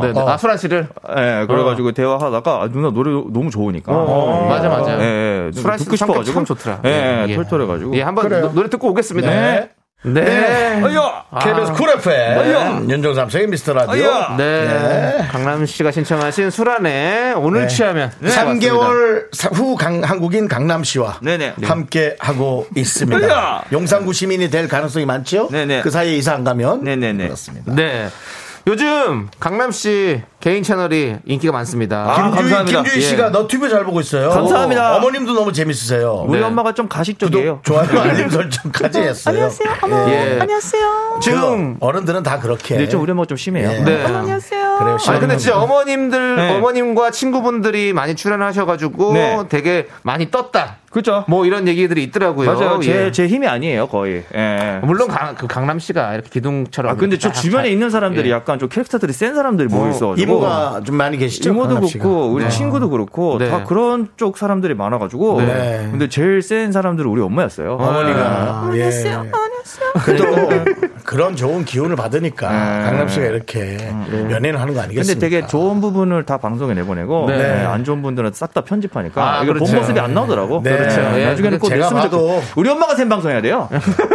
Speaker 2: 음. 네, 어. 네. 아 수란 씨를
Speaker 5: 예, 그래가지고 대화하다가 아, 누나 노래 너무 좋으니까.
Speaker 1: 어.
Speaker 2: 맞아 맞아.
Speaker 1: 네.
Speaker 5: 예, 예.
Speaker 2: 수란 씨
Speaker 5: 듣고
Speaker 2: 성격
Speaker 5: 싶어가지고
Speaker 2: 어, 참 좋더라.
Speaker 5: 예,
Speaker 2: 예.
Speaker 5: 예. 털털해가지고.
Speaker 2: 예, 한번
Speaker 1: 그래요.
Speaker 2: 노- 노래 듣고 오겠습니다.
Speaker 1: 네.
Speaker 2: 네.
Speaker 1: 어여
Speaker 2: 아.
Speaker 1: KBS 쿨 FM 윤정삼성의 미스터 라디오
Speaker 5: 어여!
Speaker 2: 네. 강남 씨가 신청하신 수란의 오늘
Speaker 1: 네.
Speaker 2: 취하면 네,
Speaker 1: 3개월 사- 후 강- 한국인 강남시와
Speaker 5: 네네.
Speaker 1: 함께 하고 있습니다.
Speaker 5: 어여!
Speaker 1: 용산구 시민이 될 가능성이 많죠?
Speaker 5: 네네.
Speaker 1: 그 사이에 이사 안 가면
Speaker 5: 네네네.
Speaker 1: 그렇습니다.
Speaker 2: 네. 요즘 강남 씨 개인 채널이 인기가 많습니다.
Speaker 5: 아,
Speaker 1: 김주희,
Speaker 5: 감사합니다.
Speaker 1: 김주희
Speaker 5: 예.
Speaker 1: 씨가 너튜브 잘 보고 있어요.
Speaker 5: 감사합니다.
Speaker 1: 어머님도 너무 재밌으세요.
Speaker 5: 우리
Speaker 2: 네.
Speaker 5: 엄마가 좀 가식적이에요.
Speaker 1: 좋아요 알림 설정까지 했어요. 안녕하세요.
Speaker 2: 예.
Speaker 1: 지금 어른들은 다 그렇게.
Speaker 5: 근데 좀 우리 엄마가 좀 심해요.
Speaker 1: 예.
Speaker 2: 네.
Speaker 1: 그래요.
Speaker 2: 아 근데 진짜 어머님들
Speaker 5: 네.
Speaker 2: 어머님과 친구분들이 많이 출연하셔가지고
Speaker 5: 네.
Speaker 2: 되게 많이 떴다.
Speaker 5: 그죠?
Speaker 2: 뭐 이런 얘기들이 있더라고요.
Speaker 5: 맞아요. 제,
Speaker 2: 예.
Speaker 5: 제 힘이 아니에요, 거의. 예.
Speaker 2: 물론 강, 그 강남 씨가 이렇게 기둥처럼.
Speaker 5: 아, 근데 저
Speaker 2: 딱-
Speaker 5: 주변에 있는 사람들이
Speaker 2: 예.
Speaker 5: 약간 좀 캐릭터들이 센 사람들이 뭐 모여있어가지고.
Speaker 1: 이모가 좀 많이 계시죠?
Speaker 5: 도
Speaker 1: 강남 씨가?
Speaker 5: 그렇고, 우리 친구도 그렇고,
Speaker 2: 네.
Speaker 5: 다 그런 쪽 사람들이 많아가지고.
Speaker 1: 네.
Speaker 5: 근데 제일 센 사람들은 우리 엄마였어요. 네.
Speaker 2: 아,
Speaker 1: 어머니가 예. 또 그런 좋은 기운을 받으니까 강남 씨가 이렇게 연예인을 하는 거
Speaker 5: 근데
Speaker 1: 아니겠습니까?
Speaker 5: 되게 좋은 부분을 다 방송에 내보내고
Speaker 2: 네.
Speaker 5: 네, 안 좋은 분들은 싹 다 편집하니까
Speaker 2: 아,
Speaker 5: 이게
Speaker 2: 그렇죠.
Speaker 5: 본 모습이 안 나오더라고.
Speaker 1: 네. 그렇죠.
Speaker 5: 네,
Speaker 2: 예.
Speaker 5: 나중에는 꼭
Speaker 1: 제가
Speaker 5: 냈으면
Speaker 1: 봐도-
Speaker 5: 좋겠 우리 엄마가 샘 방송해야 돼요.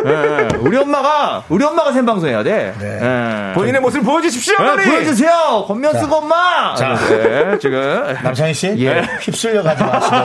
Speaker 5: 네, 우리 엄마가 우리 엄마가 샘 방송해야 돼.
Speaker 1: 네.
Speaker 5: 네.
Speaker 2: 본인의 모습을 보여주십시오,
Speaker 5: 네,
Speaker 2: 어머니!
Speaker 5: 보여주세요. 권면숙 엄마.
Speaker 1: 자.
Speaker 5: 네, 지금
Speaker 1: 남창희 씨
Speaker 2: 예.
Speaker 1: 휩쓸려 가지 마시고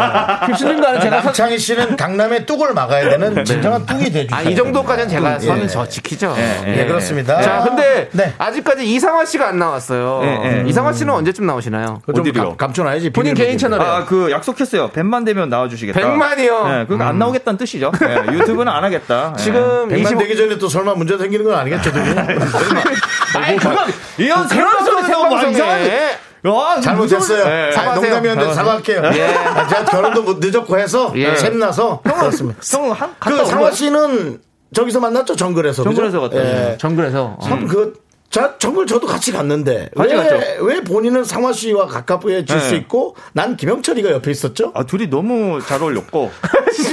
Speaker 2: 휩쓸린 거 아니에요? 제가 선-
Speaker 1: 남창희 씨는 강남의 뚝을 막아야 되는 진정한 뚝이 되죠.
Speaker 5: 네.
Speaker 2: 아, 이 정도까지는 제가 선을 저 지키죠. 예.
Speaker 1: 예, 그렇습니다.
Speaker 2: 자, 근데
Speaker 1: 네.
Speaker 2: 아직까지 이상화 씨가 안 나왔어요.
Speaker 5: 네, 네.
Speaker 2: 이상화 씨는 언제쯤 나오시나요?
Speaker 1: 그거 좀
Speaker 6: 어디로요?
Speaker 1: 감- 감춰놔야지.
Speaker 2: 본인
Speaker 1: 비밀
Speaker 2: 개인
Speaker 1: 문제니까.
Speaker 2: 채널에.
Speaker 5: 아, 그 약속했어요. 100만 되면 나와주시겠다.
Speaker 2: 100만이요? 음.
Speaker 5: 예, 그거
Speaker 1: 음.
Speaker 5: 안 나오겠다는 뜻이죠. 예, 유튜브는 안 하겠다. 예.
Speaker 2: 지금
Speaker 1: 백만
Speaker 2: 25
Speaker 1: 되기 전에 또 설마 문제 생기는 건 아니겠죠, 두 분이?
Speaker 2: 아이, 그건
Speaker 5: 네.
Speaker 2: 예.
Speaker 5: 이런 새로운 소리 나오고 완전.
Speaker 2: 생방송에
Speaker 5: 와,
Speaker 1: 잘못했어요.
Speaker 2: 예,
Speaker 1: 아,
Speaker 2: 사과하세요.
Speaker 1: 농담이었는데 사과할게요. 아, 제가 결혼도 못 늦었고 해서
Speaker 2: 예.
Speaker 1: 샘나서 그렇습니다.
Speaker 5: 형한
Speaker 1: 그 상화 씨는 저기서 만났죠, 정글에서. 음. 그죠? 예.
Speaker 5: 정글에서 갔다 왔어요.
Speaker 2: 정글에서 어.
Speaker 1: 참 그. 자, 정글 저도 같이 예. 갔는데
Speaker 5: 같이
Speaker 1: 왜,
Speaker 5: 갔죠.
Speaker 1: 왜 본인은 상화 씨와 가깝게 질 수
Speaker 5: 네.
Speaker 1: 있고 난 김영철이가 옆에 있었죠?
Speaker 5: 아, 둘이 너무 잘 어울렸고.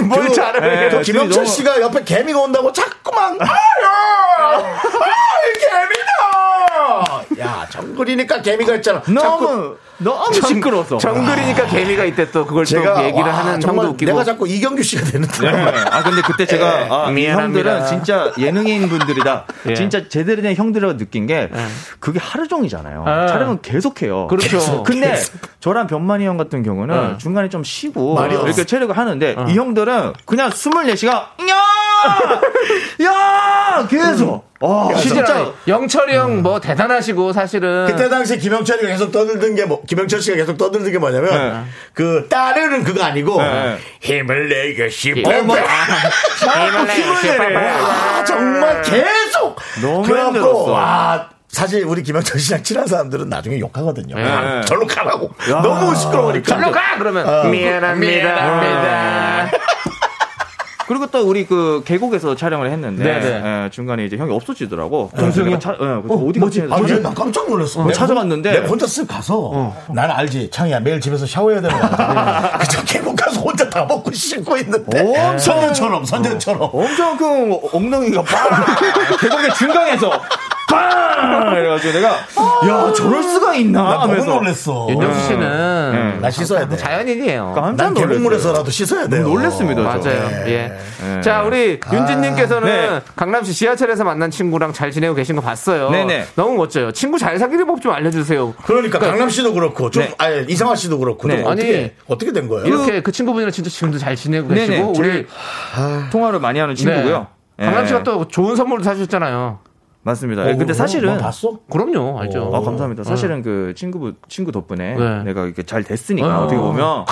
Speaker 2: 뭘
Speaker 1: 그-
Speaker 2: 잘해.
Speaker 1: 또
Speaker 5: 예,
Speaker 1: 김영철
Speaker 5: 둘이
Speaker 1: 씨가 옆에 개미가 온다고 자꾸만 아! 아유, 아유 개미다. 야 정글이니까 개미가 있잖아. 자꾸
Speaker 5: 너무, 너무 시끄러워서.
Speaker 2: 정글이니까 개미가 있대 또 그걸 또 얘기를
Speaker 1: 와,
Speaker 2: 하는
Speaker 1: 정말
Speaker 2: 형도 웃기고
Speaker 1: 내가 자꾸 이경규 씨가 되는데.
Speaker 5: 예. 아 근데 그때 제가 아, 이
Speaker 2: 미안합니다.
Speaker 5: 형들은 진짜 예능인 분들이다.
Speaker 2: 예.
Speaker 5: 진짜 제대로 된 형들이라고 느낀 게 그게 하루 종이잖아요.
Speaker 2: 예.
Speaker 5: 촬영은 계속해요.
Speaker 2: 그렇죠.
Speaker 5: 근데 저랑 변만이 형 같은 경우는
Speaker 2: 예.
Speaker 5: 중간에 좀 쉬고
Speaker 1: 말이 없어.
Speaker 5: 이렇게 체력을 하는데 이 형들은 그냥 24시간 야! 야! 계속. 어, 진짜
Speaker 2: 진짜 영철이 형 뭐 대단하시고 사실은
Speaker 1: 그때 당시 김영철이가 계속 떠들던 게 뭐, 김영철 씨가 계속 떠들던 게 뭐냐면
Speaker 5: 네.
Speaker 1: 그 따르는 그거 아니고
Speaker 5: 네. 예. 아,
Speaker 1: 힘을 내고 싶어.
Speaker 2: 어머,
Speaker 1: 아, 자꾸
Speaker 2: 내고
Speaker 1: 힘을
Speaker 2: 싶어.
Speaker 1: 내래. 와, 정말 계속
Speaker 5: 아. 너무
Speaker 1: 그래갖고,
Speaker 5: 힘들었어.
Speaker 1: 와, 사실 우리 김영철 씨랑 친한 사람들은 나중에 욕하거든요.
Speaker 2: 네.
Speaker 1: 절로 가라고. 너무 시끄러우니까.
Speaker 2: 절로 가 그러면 미안합니다.
Speaker 5: 그리고 또 우리 그 계곡에서 촬영을 했는데
Speaker 2: 네네.
Speaker 5: 예, 중간에 이제 형이 없어지더라고. 동생이 차, 예, 그래서 어디 갔지? 뭐
Speaker 1: 아, 그래? 나 깜짝 놀랐어. 내가
Speaker 5: 찾아봤는데. 어.
Speaker 1: 혼- 내가 혼자 쓱 가서 난 알지. 창이야 매일 집에서 샤워해야 되는 거
Speaker 5: 네.
Speaker 1: 같아. 그저 계곡 가서 혼자 다 먹고 씻고 있는데.
Speaker 5: 엄청-
Speaker 1: 선녀처럼 선녀처럼.
Speaker 5: 엄청 큰 엉덩이가 빵! 계곡의 중간에서 빵! 그래가지고 내가, 야, 저럴 수가
Speaker 1: 나
Speaker 5: 있나?
Speaker 1: 너무
Speaker 5: 하면서.
Speaker 1: 놀랬어. 네.
Speaker 2: 윤정수 씨는
Speaker 1: 나 씻어야 돼.
Speaker 2: 자연인이에요.
Speaker 5: 깜짝
Speaker 1: 난
Speaker 5: 놀랐어요.
Speaker 1: 계곡물에서라도 씻어야 돼요.
Speaker 5: 놀랬습니다, 저.
Speaker 2: 맞아요.
Speaker 1: 네.
Speaker 2: 예. 자, 우리 윤진님께서는
Speaker 5: 네.
Speaker 2: 강남시 지하철에서 만난 친구랑 잘 지내고 계신 거 봤어요.
Speaker 5: 네네.
Speaker 2: 너무 멋져요. 친구 잘 사귀는 법 좀 알려주세요.
Speaker 1: 그러니까 강남 씨도 그렇고 좀
Speaker 5: 네.
Speaker 1: 아니, 이상화 씨도 그렇고
Speaker 5: 네.
Speaker 1: 좀 어떻게
Speaker 2: 아니,
Speaker 1: 어떻게 된 거예요?
Speaker 2: 이렇게 그 친구분이랑 진짜 지금도 잘 지내고 계시고
Speaker 5: 네네.
Speaker 2: 우리
Speaker 5: 제일 통화를 많이 하는 친구고요.
Speaker 2: 네. 강남 씨가
Speaker 5: 예,
Speaker 2: 또 좋은 선물도 사주셨잖아요.
Speaker 5: 맞습니다. 예, 근데
Speaker 1: 뭐
Speaker 5: 사실은.
Speaker 1: 봤어?
Speaker 2: 그럼요, 알죠.
Speaker 5: 아, 감사합니다. 사실은 그 친구, 친구 덕분에
Speaker 2: 네.
Speaker 5: 내가 이렇게 잘 됐으니까,
Speaker 2: 어.
Speaker 5: 어. 떻게 보면.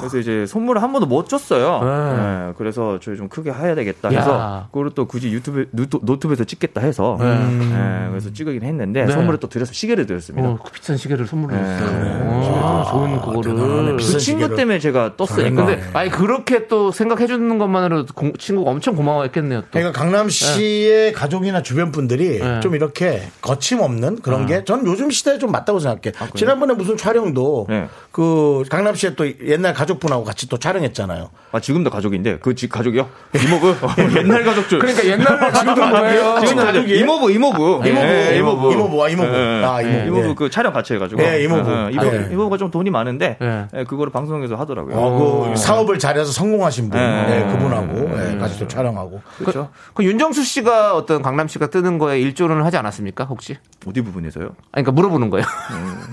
Speaker 5: 그래서 이제 선물을 한 번도 못 줬어요.
Speaker 2: 네.
Speaker 5: 예, 그래서 저희 좀 크게 해야 되겠다
Speaker 2: 야.
Speaker 5: 해서, 그걸 또 굳이 유튜브, 노트, 노트북에서 찍겠다 해서, 예, 그래서 찍으긴 했는데,
Speaker 2: 네.
Speaker 5: 선물을 또 드려서, 시계를 드렸습니다.
Speaker 2: 어, 그 비싼 시계를 선물로 줬어요. 어, 좋은 그거를.
Speaker 5: 그 친구
Speaker 1: 시계를.
Speaker 5: 때문에 제가 떴으니까.
Speaker 2: 근데 아니 그렇게 또 생각해 주는 것만으로도 공- 친구가 엄청 고마워했겠네요. 또.
Speaker 1: 그러니까 강남 씨의 가족이나 주변 분들이
Speaker 2: 네.
Speaker 1: 좀 이렇게 거침없는 그런 게 전 요즘 시대에 좀 맞다고 생각해. 지난번에 무슨 촬영도
Speaker 5: 네.
Speaker 1: 그 강남 씨의 또 옛날 가족분하고 같이 또 촬영했잖아요.
Speaker 5: 아, 지금도 가족인데, 그 지, 가족이요? 이모부? 어, 옛날 가족줄.
Speaker 2: 그러니까 옛날에 지금도 뭐예요?
Speaker 5: 지금 가족이 이모부, 이모부.
Speaker 1: 이모부,
Speaker 5: 예, 이모부.
Speaker 1: 이모부, 아, 이모부.
Speaker 5: 예,
Speaker 1: 아, 이모부.
Speaker 5: 예. 이모부
Speaker 1: 예.
Speaker 5: 그 촬영 같이 해가지고.
Speaker 1: 예, 이모부.
Speaker 5: 예, 이모,
Speaker 1: 아, 예.
Speaker 5: 부가좀 돈이 많은데,
Speaker 2: 예.
Speaker 5: 예, 아, 그거를 방송에서 하더라고요.
Speaker 1: 어, 그 사업을 잘해서 성공하신 분, 네, 그분하고 네, 같이 또 촬영하고.
Speaker 2: 그, 그 윤정수 씨가 어떤 강남 씨가 뜨는 거에 일조를 하지 않았습니까 혹시?
Speaker 5: 어디 부분에서요?
Speaker 2: 아니, 그러니까 물어보는 거예요.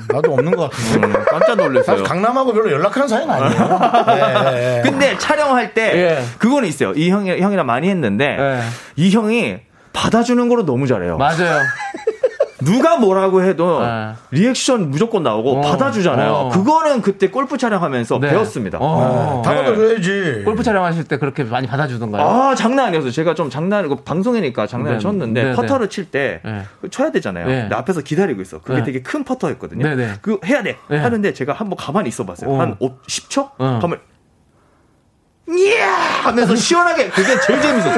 Speaker 1: 나도 없는 것 같은데.
Speaker 5: 음, 깜짝
Speaker 1: 사실
Speaker 2: 아,
Speaker 5: 놀랐어요.
Speaker 1: 강남하고 별로 연락하는 사이는 아니에요. 네, 네.
Speaker 5: 근데 촬영할 때,
Speaker 2: 예.
Speaker 5: 그거는 있어요. 이 형이, 형이랑 많이 했는데,
Speaker 2: 예.
Speaker 5: 이 형이, 받아주는 거로 너무 잘해요.
Speaker 2: 맞아요.
Speaker 5: 누가 뭐라고 해도
Speaker 2: 예.
Speaker 5: 리액션 무조건 나오고
Speaker 2: 어,
Speaker 5: 받아주잖아요.
Speaker 2: 어.
Speaker 5: 그거는 그때 골프 촬영하면서
Speaker 2: 네.
Speaker 5: 배웠습니다.
Speaker 2: 어.
Speaker 1: 받아줘야지.
Speaker 2: 골프 촬영하실 때 그렇게 많이 받아주던가요?
Speaker 5: 아, 장난 아니었어요. 제가 좀 장난이고 방송이니까 장난을
Speaker 2: 네,
Speaker 5: 쳤는데
Speaker 2: 네,
Speaker 5: 퍼터를 칠 때그
Speaker 2: 네.
Speaker 5: 쳐야 되잖아요.
Speaker 2: 네.
Speaker 5: 근데 앞에서 기다리고 있어. 그게
Speaker 2: 네.
Speaker 5: 되게 큰 퍼터였거든요.
Speaker 2: 네, 네.
Speaker 5: 그 해야 돼.
Speaker 2: 네.
Speaker 5: 하는데 제가 한번 가만히 있어 봤어요.
Speaker 2: 어.
Speaker 5: 한 10초?
Speaker 2: 어.
Speaker 5: 가만히 이야! 하면서 시원하게 그게 제일 재밌었어요.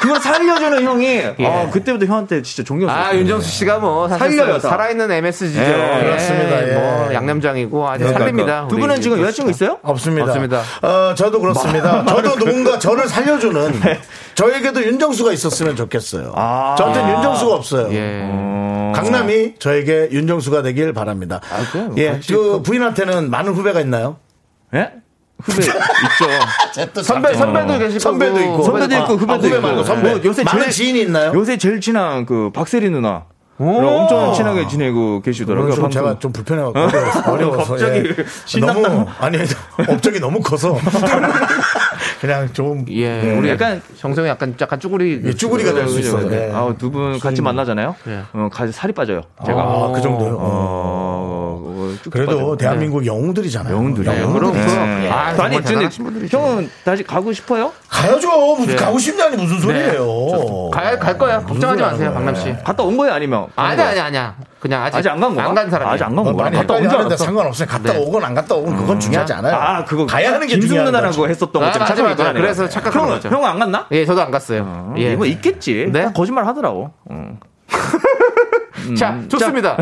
Speaker 5: 그걸 살려주는 형이 아, 그때부터 형한테 진짜 존경스러워요.
Speaker 2: 예. 아, 윤정수 씨가 뭐 사실
Speaker 5: 네. 살려요, 다.
Speaker 2: 살아있는 MSG죠.
Speaker 5: 예,
Speaker 1: 그렇습니다. 예.
Speaker 2: 뭐 양념장이고 아주
Speaker 1: 그러니까,
Speaker 2: 살립니다.
Speaker 5: 두
Speaker 2: 우리
Speaker 5: 분은 지금
Speaker 2: 윤정수
Speaker 5: 여자친구
Speaker 2: 씨가.
Speaker 5: 있어요?
Speaker 1: 없습니다.
Speaker 2: 없습니다.
Speaker 1: 어, 저도 그렇습니다. 저도 누군가 저를 살려주는 저에게도 윤정수가 있었으면 좋겠어요.
Speaker 5: 아.
Speaker 1: 저한테는 윤정수가 없어요.
Speaker 2: 예.
Speaker 1: 강남이 저에게 윤정수가 되길 바랍니다.
Speaker 5: 아, 그래요?
Speaker 1: 예,
Speaker 5: 같이
Speaker 1: 그 부인한테는 많은 후배가 있나요?
Speaker 5: 예? 후배 있죠.
Speaker 2: 선배, 뭐 선배도 계실 거고.
Speaker 1: 선배도 있고.
Speaker 5: 선배도 있고 후배도
Speaker 1: 아, 후배
Speaker 5: 있고.
Speaker 1: 말고 선배.
Speaker 5: 뭐 요새
Speaker 1: 많은
Speaker 5: 제일-
Speaker 1: 지인이 있나요?
Speaker 5: 요새 제일 친한 그 박세리 누나. 엄청 친하게 지내고 계시더라고요.
Speaker 1: 오늘 좀 제가 어. 좀 불편해갖고
Speaker 5: 어,
Speaker 1: 어려워서, 어려워서
Speaker 5: 갑자기
Speaker 1: 예.
Speaker 5: 신났다.
Speaker 1: 너무 아니 업적이 너무 커서 그냥 좀
Speaker 2: 예,
Speaker 1: 네.
Speaker 2: 우리 약간
Speaker 5: 약간-
Speaker 2: 정성이 약간 약간 쭈구리
Speaker 1: 예, 쭈구리가 될수
Speaker 2: 그죠,
Speaker 1: 있어요.
Speaker 2: 그죠.
Speaker 1: 네.
Speaker 5: 아, 두 분 같이 만나잖아요.
Speaker 2: 예.
Speaker 5: 어, 같이 살이 빠져요.
Speaker 2: 네,
Speaker 5: 제가.
Speaker 1: 아, 그 정도요.
Speaker 5: 어, 어, 쭉
Speaker 1: 그래도
Speaker 5: 빠져요. 네.
Speaker 1: 대한민국 영웅들이잖아요.
Speaker 5: 영웅들이에요.
Speaker 1: 야,
Speaker 2: 네, 그럼
Speaker 5: 네.
Speaker 2: 그럼 아,
Speaker 5: 아니,
Speaker 2: 정말
Speaker 5: 근데
Speaker 2: 대단하신 분들이죠.
Speaker 5: 형은 다시 가고 싶어요?
Speaker 1: 가야죠. 무슨
Speaker 2: 네.
Speaker 1: 가고 싶냐니 무슨 소리예요. 음,
Speaker 2: 저- 갈, 갈 거야. 걱정하지
Speaker 1: 소리야,
Speaker 2: 마세요,
Speaker 1: 그래.
Speaker 2: 강남 씨.
Speaker 5: 갔다 온 거예요? 아니면? 가는
Speaker 2: 아니
Speaker 5: 거예요?
Speaker 2: 아니 아니야. 그냥 아직
Speaker 5: 아직 안 간 거야?
Speaker 2: 안간 사람이야.
Speaker 5: 아직 안 간
Speaker 1: 어,
Speaker 5: 거야?
Speaker 1: 많이
Speaker 5: 갔다 온
Speaker 1: 헷갈려
Speaker 5: 줄
Speaker 1: 하는데
Speaker 5: 알았어.
Speaker 1: 상관없어요. 갔다
Speaker 2: 네.
Speaker 1: 오건 안 갔다 오건 그건 중요하지 않아요.
Speaker 5: 아, 그거.
Speaker 1: 가야 하는 게
Speaker 5: 김숙
Speaker 1: 중요한
Speaker 5: 누나랑
Speaker 1: 거죠.
Speaker 5: 그거 했었던
Speaker 2: 아,
Speaker 5: 것처럼
Speaker 2: 맞아,
Speaker 5: 착각했던
Speaker 2: 맞아.
Speaker 5: 거 아니에요?
Speaker 2: 그래서 착각한
Speaker 5: 형은-
Speaker 2: 거죠.
Speaker 5: 형은 안 갔나?
Speaker 2: 예, 저도 안 갔어요. 예.
Speaker 5: 이거 있겠지.
Speaker 2: 네.
Speaker 5: 다 거짓말 하더라고. 응.
Speaker 2: 자, 좋습니다.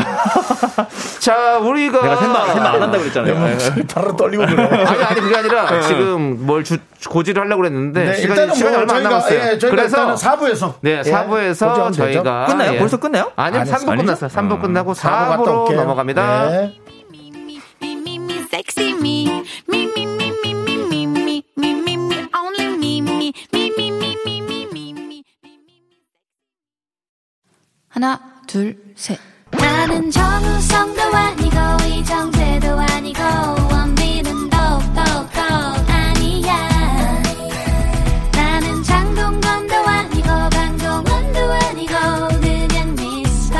Speaker 2: 자, 우리가
Speaker 5: 내가 생각, 생각 안 한다고 그랬잖아요.
Speaker 1: 목소리 바로 떨리고 그래.
Speaker 2: 아니 아니 그게 아니라 지금 뭘 주, 고지를 하려고 그랬는데
Speaker 1: 네,
Speaker 2: 시간이, 시간이 얼마 안 남았어요.
Speaker 1: 예, 저희가
Speaker 2: 그래서
Speaker 1: 일단은 예, 4부에서
Speaker 2: 네, 4부에서 저희가
Speaker 5: 끝나요?
Speaker 2: 예.
Speaker 5: 벌써 끝나요?
Speaker 2: 아니요,
Speaker 1: 아니요,
Speaker 2: 3부
Speaker 5: 아니죠? 음.
Speaker 2: 끝났어요. 3부 끝나고
Speaker 1: 4부 갔다
Speaker 2: 4부로
Speaker 1: 올게요.
Speaker 2: 넘어갑니다.
Speaker 1: 네.
Speaker 3: Me, me, me, me, me, sexy me. Me, me, me, me, me, me, me, me, me, me, only me, me, me, me, me, me, me, me, me.
Speaker 6: 하나, 둘, 셋.
Speaker 3: 나는 정우성도 아니고 이정재도 아니고 원빈은 더욱더 아니야 나는 장동건도 아니고 강동원도 아니고 그냥 미스터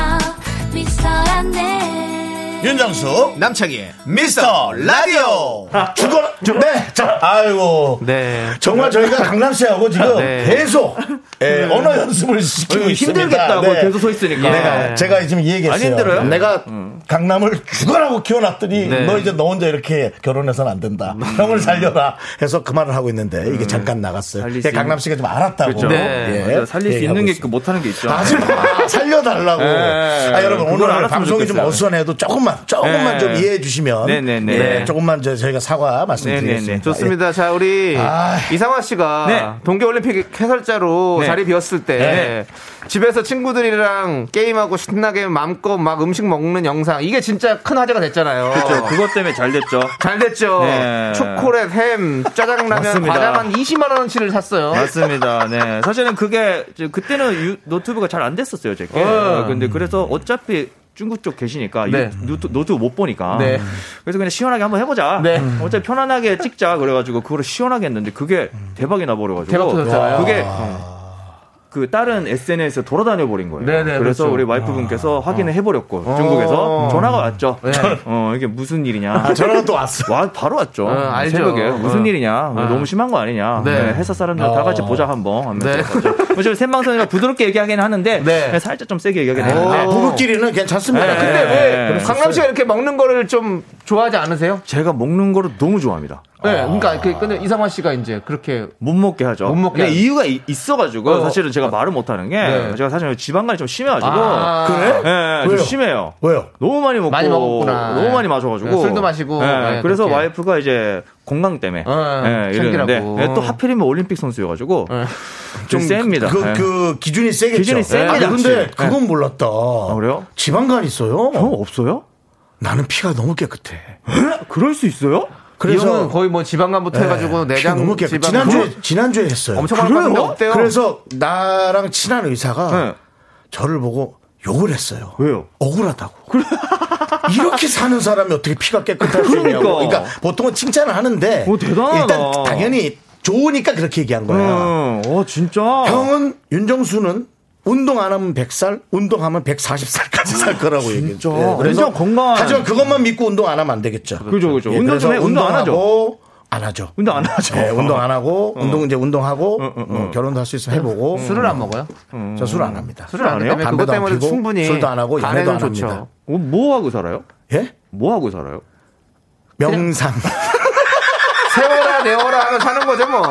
Speaker 3: 미스터란데
Speaker 1: 윤정수 남창희 미스터 라디오 아, 죽어라 네. 자, 아이고
Speaker 2: 네.
Speaker 1: 정말 저희가 강남 씨하고 지금
Speaker 2: 네.
Speaker 1: 계속 예, 언어 연습을 시키고
Speaker 5: 어이,
Speaker 1: 있습니다.
Speaker 5: 네. 힘들겠다고 계속 서 있으니까.
Speaker 1: 내가 제가 지금 이 얘기했어요.
Speaker 5: 안 힘들어요?
Speaker 1: 내가
Speaker 2: 음,
Speaker 1: 강남을 죽어라고 키워놨더니
Speaker 2: 네.
Speaker 1: 너 이제 너 혼자 이렇게 결혼해서는 안 된다.
Speaker 5: 음.
Speaker 1: 형을 살려라 해서 그 말을 하고 있는데 이게 잠깐 나갔어요.
Speaker 5: 살릴
Speaker 1: 이게
Speaker 5: 수
Speaker 1: 강남 씨가 좀 알았다고.
Speaker 5: 그렇죠.
Speaker 2: 네.
Speaker 1: 예,
Speaker 5: 맞아, 살릴 수 있는
Speaker 1: 얘기하고 있습니다.
Speaker 5: 게 있고 못하는 게 있죠.
Speaker 1: 하지 마. 아, 살려달라고.
Speaker 5: 예, 예,
Speaker 1: 아, 여러분,
Speaker 5: 그걸
Speaker 1: 오늘
Speaker 5: 알았으면
Speaker 1: 방송이 좀
Speaker 5: 좋겠어요.
Speaker 1: 어수선해도 조금만, 조금만
Speaker 5: 예.
Speaker 1: 좀 이해해 주시면.
Speaker 5: 네, 네, 네.
Speaker 1: 네, 조금만 저- 저희가 사과
Speaker 5: 네, 네,
Speaker 1: 말씀드리겠습니다.
Speaker 5: 네.
Speaker 2: 좋습니다. 자, 우리
Speaker 1: 예. 아.
Speaker 2: 이상화 씨가
Speaker 5: 네.
Speaker 2: 동계올림픽 해설자로
Speaker 5: 네.
Speaker 2: 자리 비었을 때 집에서 친구들이랑 게임하고 신나게 마음껏 막 음식 먹는 영상 이게 진짜 큰 화제가 됐잖아요.
Speaker 5: 그렇죠. 그것 때문에 잘 됐죠.
Speaker 2: 잘 됐죠.
Speaker 5: 네.
Speaker 2: 초콜릿, 햄, 짜장라면,
Speaker 5: 맞습니다.
Speaker 2: 과자만 20만 원어치를 샀어요.
Speaker 5: 맞습니다. 네. 사실은 그게 이제 그때는 유- 노트북이 잘 안 됐었어요, 제게.
Speaker 2: 어.
Speaker 5: 근데 그래서 어차피 중국 쪽 계시니까 이
Speaker 2: 네.
Speaker 5: 노트, 노트북 못 보니까.
Speaker 2: 네.
Speaker 5: 그래서 그냥 시원하게 한번 해보자.
Speaker 2: 네.
Speaker 5: 어차피 편안하게 찍자 그래가지고 그거를 시원하게 했는데 그게 대박이 나버려가지고.
Speaker 2: 대박 터졌잖아요.
Speaker 5: 그게 음. 그 다른 SNS에 돌아다녀 버린 거예요.
Speaker 2: 네네,
Speaker 5: 그래서
Speaker 2: 그렇죠. 어.
Speaker 5: 우리 와이프분께서 확인을 해버렸고 중국에서 전화가 왔죠.
Speaker 2: 네.
Speaker 5: 어 이게 무슨 일이냐.
Speaker 1: 아, 저는 또 왔어.
Speaker 5: 와 바로 왔죠.
Speaker 2: 어, 알죠.
Speaker 5: 새벽에 무슨
Speaker 2: 어.
Speaker 5: 일이냐. 뭐
Speaker 2: 어.
Speaker 5: 너무 심한 거 아니냐.
Speaker 2: 네.
Speaker 5: 네, 회사 사람들 다 같이 보자 한번. 하면서 그렇죠.
Speaker 2: 네.
Speaker 5: 갔죠. 요즘 생방송이라 부드럽게 얘기하긴 하는데 그냥 살짝 좀 세게 얘기하긴
Speaker 2: 네.
Speaker 1: 아,
Speaker 5: 했는데
Speaker 1: 부부끼리는 괜찮습니다.
Speaker 5: 네.
Speaker 2: 근데
Speaker 1: 근데
Speaker 2: 왜
Speaker 5: 네.
Speaker 2: 그렇죠. 강남 씨가 이렇게 먹는 거를 좀 좋아하지 않으세요?
Speaker 5: 제가 먹는 거를 너무 좋아합니다.
Speaker 2: 네, 그러니까 그, 근데 이상화 씨가 이제 그렇게
Speaker 5: 못 먹게 하죠.
Speaker 2: 못 먹게
Speaker 5: 근데
Speaker 2: 하죠.
Speaker 5: 이유가 이- 있어가지고
Speaker 2: 어.
Speaker 5: 사실은 제가 말을 못 하는 게
Speaker 2: 네.
Speaker 5: 제가 사실 지방간이 좀 심해가지고
Speaker 2: 아.
Speaker 5: 그래? 좀
Speaker 1: 왜요?
Speaker 5: 심해요.
Speaker 1: 왜요?
Speaker 5: 너무 많이 먹고
Speaker 2: 많이 먹었구나.
Speaker 5: 너무 많이
Speaker 2: 네,
Speaker 5: 마셔가지고
Speaker 2: 술도 마시고.
Speaker 5: 예,
Speaker 2: 네,
Speaker 5: 그래서
Speaker 2: 그렇게.
Speaker 5: 와이프가 이제 건강 때문에
Speaker 2: 어,
Speaker 5: 예, 이러는데
Speaker 2: 챙기라고.
Speaker 5: 예, 또 하필이면 올림픽 선수여가지고
Speaker 2: 예.
Speaker 5: 좀 셉니다.
Speaker 1: 그,
Speaker 5: 예.
Speaker 1: 그 기준이 세겠죠.
Speaker 5: 기준이 셉니다.
Speaker 1: 아, 근데
Speaker 5: 그렇지. 네. 아,
Speaker 1: 그건 몰랐다.
Speaker 5: 그래요?
Speaker 1: 지방간 있어요?
Speaker 5: 형 없어요?
Speaker 1: 나는 피가 너무 깨끗해.
Speaker 5: 그럴 수 있어요?
Speaker 2: 이
Speaker 1: 그래서
Speaker 2: 형은 거의 뭐 지방간부터 해가지고
Speaker 1: 네,
Speaker 2: 내장
Speaker 1: 피가 너무 깨끗해.
Speaker 2: 지방 그
Speaker 1: 지난주에 지난주에 했어요.
Speaker 2: 엄청 많이
Speaker 1: 그래요?
Speaker 2: 빠졌는데 어때요?
Speaker 1: 그래서 나랑 친한 의사가
Speaker 5: 네.
Speaker 1: 저를 보고 욕을 했어요.
Speaker 5: 왜요?
Speaker 1: 억울하다고. 이렇게 사는 사람이 어떻게 피가 깨끗할 수
Speaker 5: 그러니까.
Speaker 1: 있냐고. 그러니까 보통은 칭찬을 하는데
Speaker 5: 오, 대단하다.
Speaker 1: 일단 당연히 좋으니까 그렇게 얘기한 거야.
Speaker 5: 응, 어 진짜.
Speaker 1: 네. 형은 윤정수는 운동 안 하면 100살, 운동하면 140살까지 살 거라고 얘기했죠.
Speaker 5: 아,
Speaker 1: 예,
Speaker 5: 완전 건강한.
Speaker 1: 하지만 그것만 믿고 운동 안 하면 안 되겠죠.
Speaker 5: 그죠, 그죠.
Speaker 1: 예,
Speaker 5: 운동
Speaker 1: 그래서
Speaker 5: 좀 해, 운동 안 하죠. 그렇죠.
Speaker 1: 운동하고 안 하죠.
Speaker 5: 운동 안 하죠. 어.
Speaker 1: 네, 운동 안 하고 운동 이제 운동하고 어, 결혼도 할 수 있으면 해보고
Speaker 5: 음.
Speaker 2: 술을 안 먹어요?
Speaker 1: 저 술 안 합니다.
Speaker 2: 술을 안
Speaker 5: 해요?
Speaker 2: 해요? 그것
Speaker 1: 담배도 안
Speaker 2: 때문에
Speaker 1: 피고,
Speaker 2: 충분히
Speaker 1: 술도 안 하고
Speaker 2: 간에는
Speaker 1: 연애도 안
Speaker 2: 좋죠.
Speaker 1: 합니다.
Speaker 5: 어, 뭐 하고 살아요?
Speaker 1: 예?
Speaker 5: 뭐 하고 살아요?
Speaker 1: 명상.
Speaker 2: 세워라 내워라 하면 사는 거죠 뭐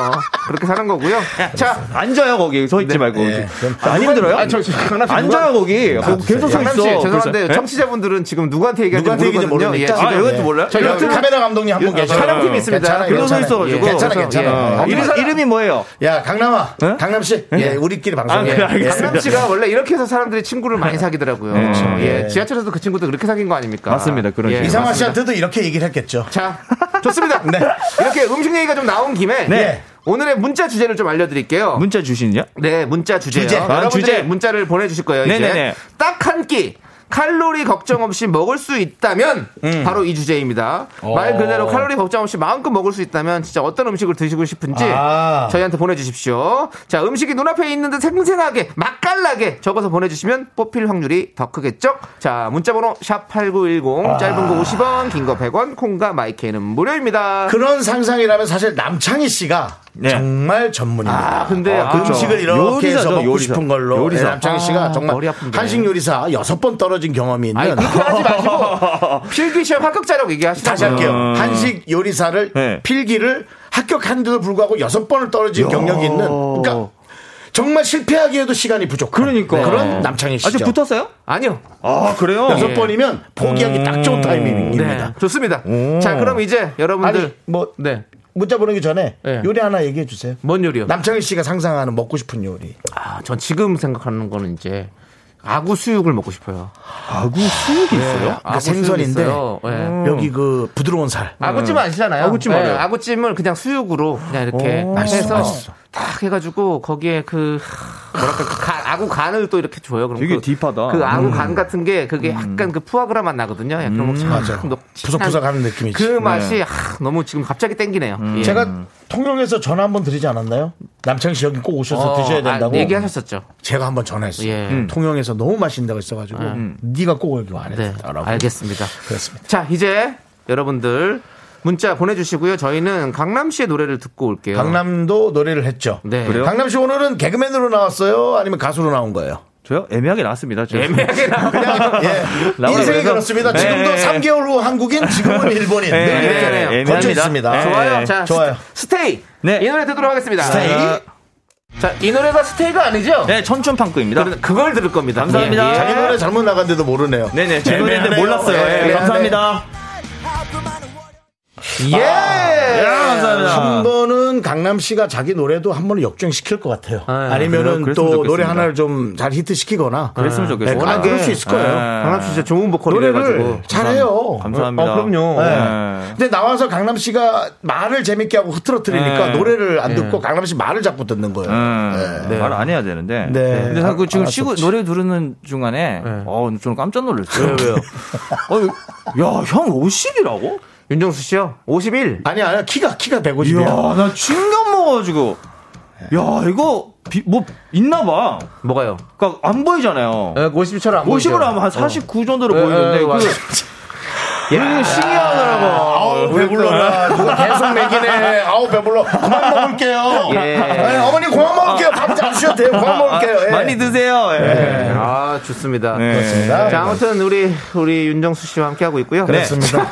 Speaker 2: 그렇게 사는 거고요.
Speaker 1: 네.
Speaker 2: 자,
Speaker 5: 앉아요 거기 서 있지 말고.
Speaker 1: 예, 그럼
Speaker 5: 안 힘들어요?
Speaker 2: 아, 저, 저, 강남 씨
Speaker 5: 앉아요 거기. 거기 계속 서
Speaker 2: 강남 씨
Speaker 5: 있어.
Speaker 2: 죄송한데
Speaker 5: 그래서- 네?
Speaker 2: 청취자분들은 지금 누구한테 얘기하는지
Speaker 1: 네? 누구한테 얘기인지
Speaker 2: 모르거든요.
Speaker 1: 모르니까.
Speaker 2: 예, 지금
Speaker 5: 아, 이것도 몰라요?
Speaker 1: 저희
Speaker 2: 유튜브-
Speaker 1: 카메라 감독님 한 분
Speaker 2: 예,
Speaker 1: 계셔요.
Speaker 2: 촬영팀 있습니다.
Speaker 1: 괜찮아,
Speaker 5: 그걸로 서
Speaker 1: 괜찮아.
Speaker 5: 있어가지고.
Speaker 1: 예, 괜찮아,
Speaker 2: 그래서,
Speaker 1: 괜찮아.
Speaker 2: 예.
Speaker 1: 이름-
Speaker 5: 이름, 이름이 뭐예요?
Speaker 1: 야, 강남아.
Speaker 5: 예?
Speaker 1: 강남씨. 예, 우리끼리
Speaker 5: 아,
Speaker 1: 방송해.
Speaker 5: 그래, 알겠습니다. 아, 네, 그렇죠.
Speaker 2: 강남 씨가 원래 이렇게 해서 사람들이 친구를 많이 사귀더라고요. 예,
Speaker 1: 예.
Speaker 2: 지하철에서도 그 친구도 그렇게 사귄 거 아닙니까?
Speaker 5: 맞습니다. 네. 그런 식으로.
Speaker 1: 이상화
Speaker 2: 맞습니다.
Speaker 1: 씨한테도 이렇게 얘기를 했겠죠.
Speaker 2: 자, 좋습니다. 이렇게 음식 얘기가 좀 나온 김에
Speaker 1: 네.
Speaker 2: 오늘의 문자 주제를 좀 알려드릴게요.
Speaker 5: 문자 주시냐?
Speaker 2: 네, 문자 주제요.
Speaker 1: 주제.
Speaker 5: 아,
Speaker 2: 여러분들이
Speaker 5: 주제.
Speaker 2: 문자를 보내주실 거예요. 이제
Speaker 5: 네네네.
Speaker 2: 딱 한 끼. 칼로리 걱정 없이 먹을 수 있다면 바로 이 주제입니다. 말 그대로 칼로리 걱정 없이 마음껏 먹을 수 있다면 진짜 어떤 음식을 드시고 싶은지
Speaker 1: 아.
Speaker 2: 저희한테 보내주십시오. 자 음식이 눈앞에 있는데 생생하게 맛깔나게 적어서 보내주시면 뽑힐 확률이 더 크겠죠? 자 문자번호 샵 #8910 짧은 거 50원, 긴 거 100원, 콩과 마이크는 무료입니다.
Speaker 1: 그런 상상이라면 사실 남창희 씨가 정말 전문입니다.
Speaker 2: 아, 근데 네. 아, 그렇죠.
Speaker 1: 음식을 이렇게 해서
Speaker 5: 요리사죠,
Speaker 1: 먹고
Speaker 5: 요리사.
Speaker 1: 싶은 걸로
Speaker 5: 요리사.
Speaker 1: 네, 남창희 씨가
Speaker 2: 아,
Speaker 1: 정말
Speaker 2: 머리 아픈데.
Speaker 1: 한식 요리사 여섯 번 떨어진 경험이 있는
Speaker 2: 아니 그렇게 하지 마시고 필기 시험 합격자라고 얘기하시라고요.
Speaker 1: 다시 할게요.
Speaker 2: 어.
Speaker 1: 한식 요리사를
Speaker 5: 네.
Speaker 1: 필기를 합격한데도 불구하고 여섯 번을 떨어진 경력이 있는 그러니까 정말 실패하기에도 시간이 부족.
Speaker 5: 그러니까.
Speaker 1: 그런 남창희 씨죠.
Speaker 5: 아직 붙었어요?
Speaker 2: 아니요.
Speaker 5: 아, 그래요?
Speaker 1: 여섯 번이면 포기하기 딱 좋은 타이밍입니다.
Speaker 2: 예. 네, 좋습니다. 자, 그럼 이제 여러분들
Speaker 1: 아니 뭐
Speaker 2: 네.
Speaker 1: 문자 보내기 전에
Speaker 2: 네.
Speaker 1: 요리 하나 얘기해 주세요.
Speaker 2: 뭔 요리요?
Speaker 1: 남창희 씨가 상상하는 먹고 싶은 요리.
Speaker 2: 아, 전 지금 생각하는 거는 이제 아구 수육을 먹고 싶어요.
Speaker 5: 아구 수육이 있어요?
Speaker 1: 그러니까 생선인데
Speaker 2: 있어요. 예.
Speaker 5: 음.
Speaker 1: 여기 그 부드러운 살.
Speaker 2: 아구찜 아시잖아요.
Speaker 5: 아구찜
Speaker 2: 예,
Speaker 5: 알아요.
Speaker 2: 아구찜을 그냥 수육으로 그냥 이렇게
Speaker 1: 맛있어,
Speaker 2: 해서
Speaker 1: 맛있어.
Speaker 2: 탁 해가지고 거기에 그 뭐랄까 그 가- 아구 간을 또 이렇게 줘요. 그럼
Speaker 5: 되게
Speaker 2: 그,
Speaker 5: 딥하다. 음.
Speaker 2: 그 아구 간 같은 게 그게 약간 그 푸아그라 맛 나거든요. 약간 뭐 참,
Speaker 1: 맞아요.
Speaker 2: 넉-
Speaker 1: 부석부석하는 느낌이지.
Speaker 2: 그 맛이 아, 너무 지금 갑자기 땡기네요. 예.
Speaker 1: 제가 통영에서 전화 한번 드리지 않았나요? 남창희 씨 여기 꼭 오셔서
Speaker 2: 어,
Speaker 1: 드셔야 된다고.
Speaker 2: 아, 얘기하셨었죠.
Speaker 1: 제가 한번 전화했어요.
Speaker 2: 예. 음.
Speaker 1: 음. 통영에서 너무 맛있다고 했어가지고 네가 꼭 여기 와야
Speaker 2: 네,
Speaker 1: 된다라고.
Speaker 2: 알겠습니다.
Speaker 1: 그렇습니다.
Speaker 2: 자, 이제 여러분들 문자 보내주시고요. 저희는 강남 씨의 노래를 듣고 올게요.
Speaker 1: 어. 강남도 노래를 했죠.
Speaker 2: 네.
Speaker 5: 그래요?
Speaker 1: 강남 씨 오늘은 개그맨으로 나왔어요? 아니면 가수로 나온 거예요?
Speaker 5: 저요? 애매하게 나왔습니다. 저.
Speaker 2: 애매하게 나
Speaker 1: 그냥 예.
Speaker 5: 나와요.
Speaker 1: 인생이
Speaker 5: 그래서-
Speaker 1: 그렇습니다.
Speaker 5: 네.
Speaker 1: 지금도
Speaker 5: 네.
Speaker 1: 3개월 후 한국인, 지금은 일본인.
Speaker 5: 네.
Speaker 1: 늘 이렇게
Speaker 2: 네.
Speaker 5: 애매합니다.
Speaker 1: 얹혀 있습니다.
Speaker 5: 네.
Speaker 2: 좋아요.
Speaker 5: 예,
Speaker 2: 자,
Speaker 1: 좋아요.
Speaker 2: 스- 스테이.
Speaker 5: 네.
Speaker 2: 이 노래 듣도록 하겠습니다.
Speaker 1: 스테이.
Speaker 2: 자, 이 노래가 스테이가 아니죠?
Speaker 5: 네, 천춘팡구입니다.
Speaker 2: 그래, 그걸 들을 겁니다.
Speaker 5: 감사합니다.
Speaker 1: 자기 노래 잘못 나간데도 예, 모르네요.
Speaker 5: 네네, 제 노래인데
Speaker 1: 애매하네요.
Speaker 5: 몰랐어요. 예,
Speaker 1: 애매하네.
Speaker 5: 감사합니다.
Speaker 1: 예.
Speaker 5: 예, 감사합니다.
Speaker 1: 한 번은 강남 씨가 자기 노래도 한 번은 역주행시킬 것 같아요.
Speaker 2: 아,
Speaker 1: 아, 니면은
Speaker 5: 그래요?
Speaker 1: 또
Speaker 5: 그랬으면
Speaker 1: 노래
Speaker 5: 좋겠습니다.
Speaker 1: 하나를 좀 잘 히트시키거나
Speaker 5: 그랬으면 좋겠어요.
Speaker 1: 아, 그럴 수 있을 거예요.
Speaker 5: 예.
Speaker 2: 강남 씨 진짜 좋은 보컬이래
Speaker 1: 노래를
Speaker 2: 가지고.
Speaker 1: 잘해요.
Speaker 5: 그렇죠. 감사합니다.
Speaker 2: 어, 그럼요.
Speaker 5: 네.
Speaker 1: 근데 나와서 강남 씨가 말을 재밌게 하고 흐트러뜨리니까
Speaker 5: 네.
Speaker 1: 노래를 안 듣고 강남 씨 말을 자꾸 듣는 거예요.
Speaker 5: 음, 말안 해야 되는데.
Speaker 1: 네.
Speaker 5: 근데 자꾸 지금 쉬고 노래 부르는 중간에 어, 저는 깜짝 놀랐어요. 왜요? 야, 형 50이라고?
Speaker 2: 윤정수 씨요? 51.
Speaker 1: 아니 아니 키가 키가
Speaker 5: 이야,
Speaker 1: 150이야.
Speaker 5: 나 충격 먹어가지고. 야, 이거 비- 뭐 있나 봐.
Speaker 2: 뭐가요?
Speaker 5: 그러니까 안 보이잖아요.
Speaker 2: 50처럼 안 어.
Speaker 5: 50을 하면 한 49 정도로 보이는데 그 야, 신기하더라고.
Speaker 1: 아우 배불러라. 누가 계속 먹이네. 아우 배불러. 그만 먹을게요.
Speaker 2: 예.
Speaker 1: 네, 어머님 그만 먹을게요. 밥잘 주셔도 돼요. 그만 먹을게요. 예.
Speaker 5: 많이 드세요. 예.
Speaker 2: 아, 좋습니다.
Speaker 5: 네. 네.
Speaker 1: 그렇습니다.
Speaker 2: 자, 아무튼 우리 우리 윤정수 씨와 함께 하고 있고요.
Speaker 1: 그렇습니다.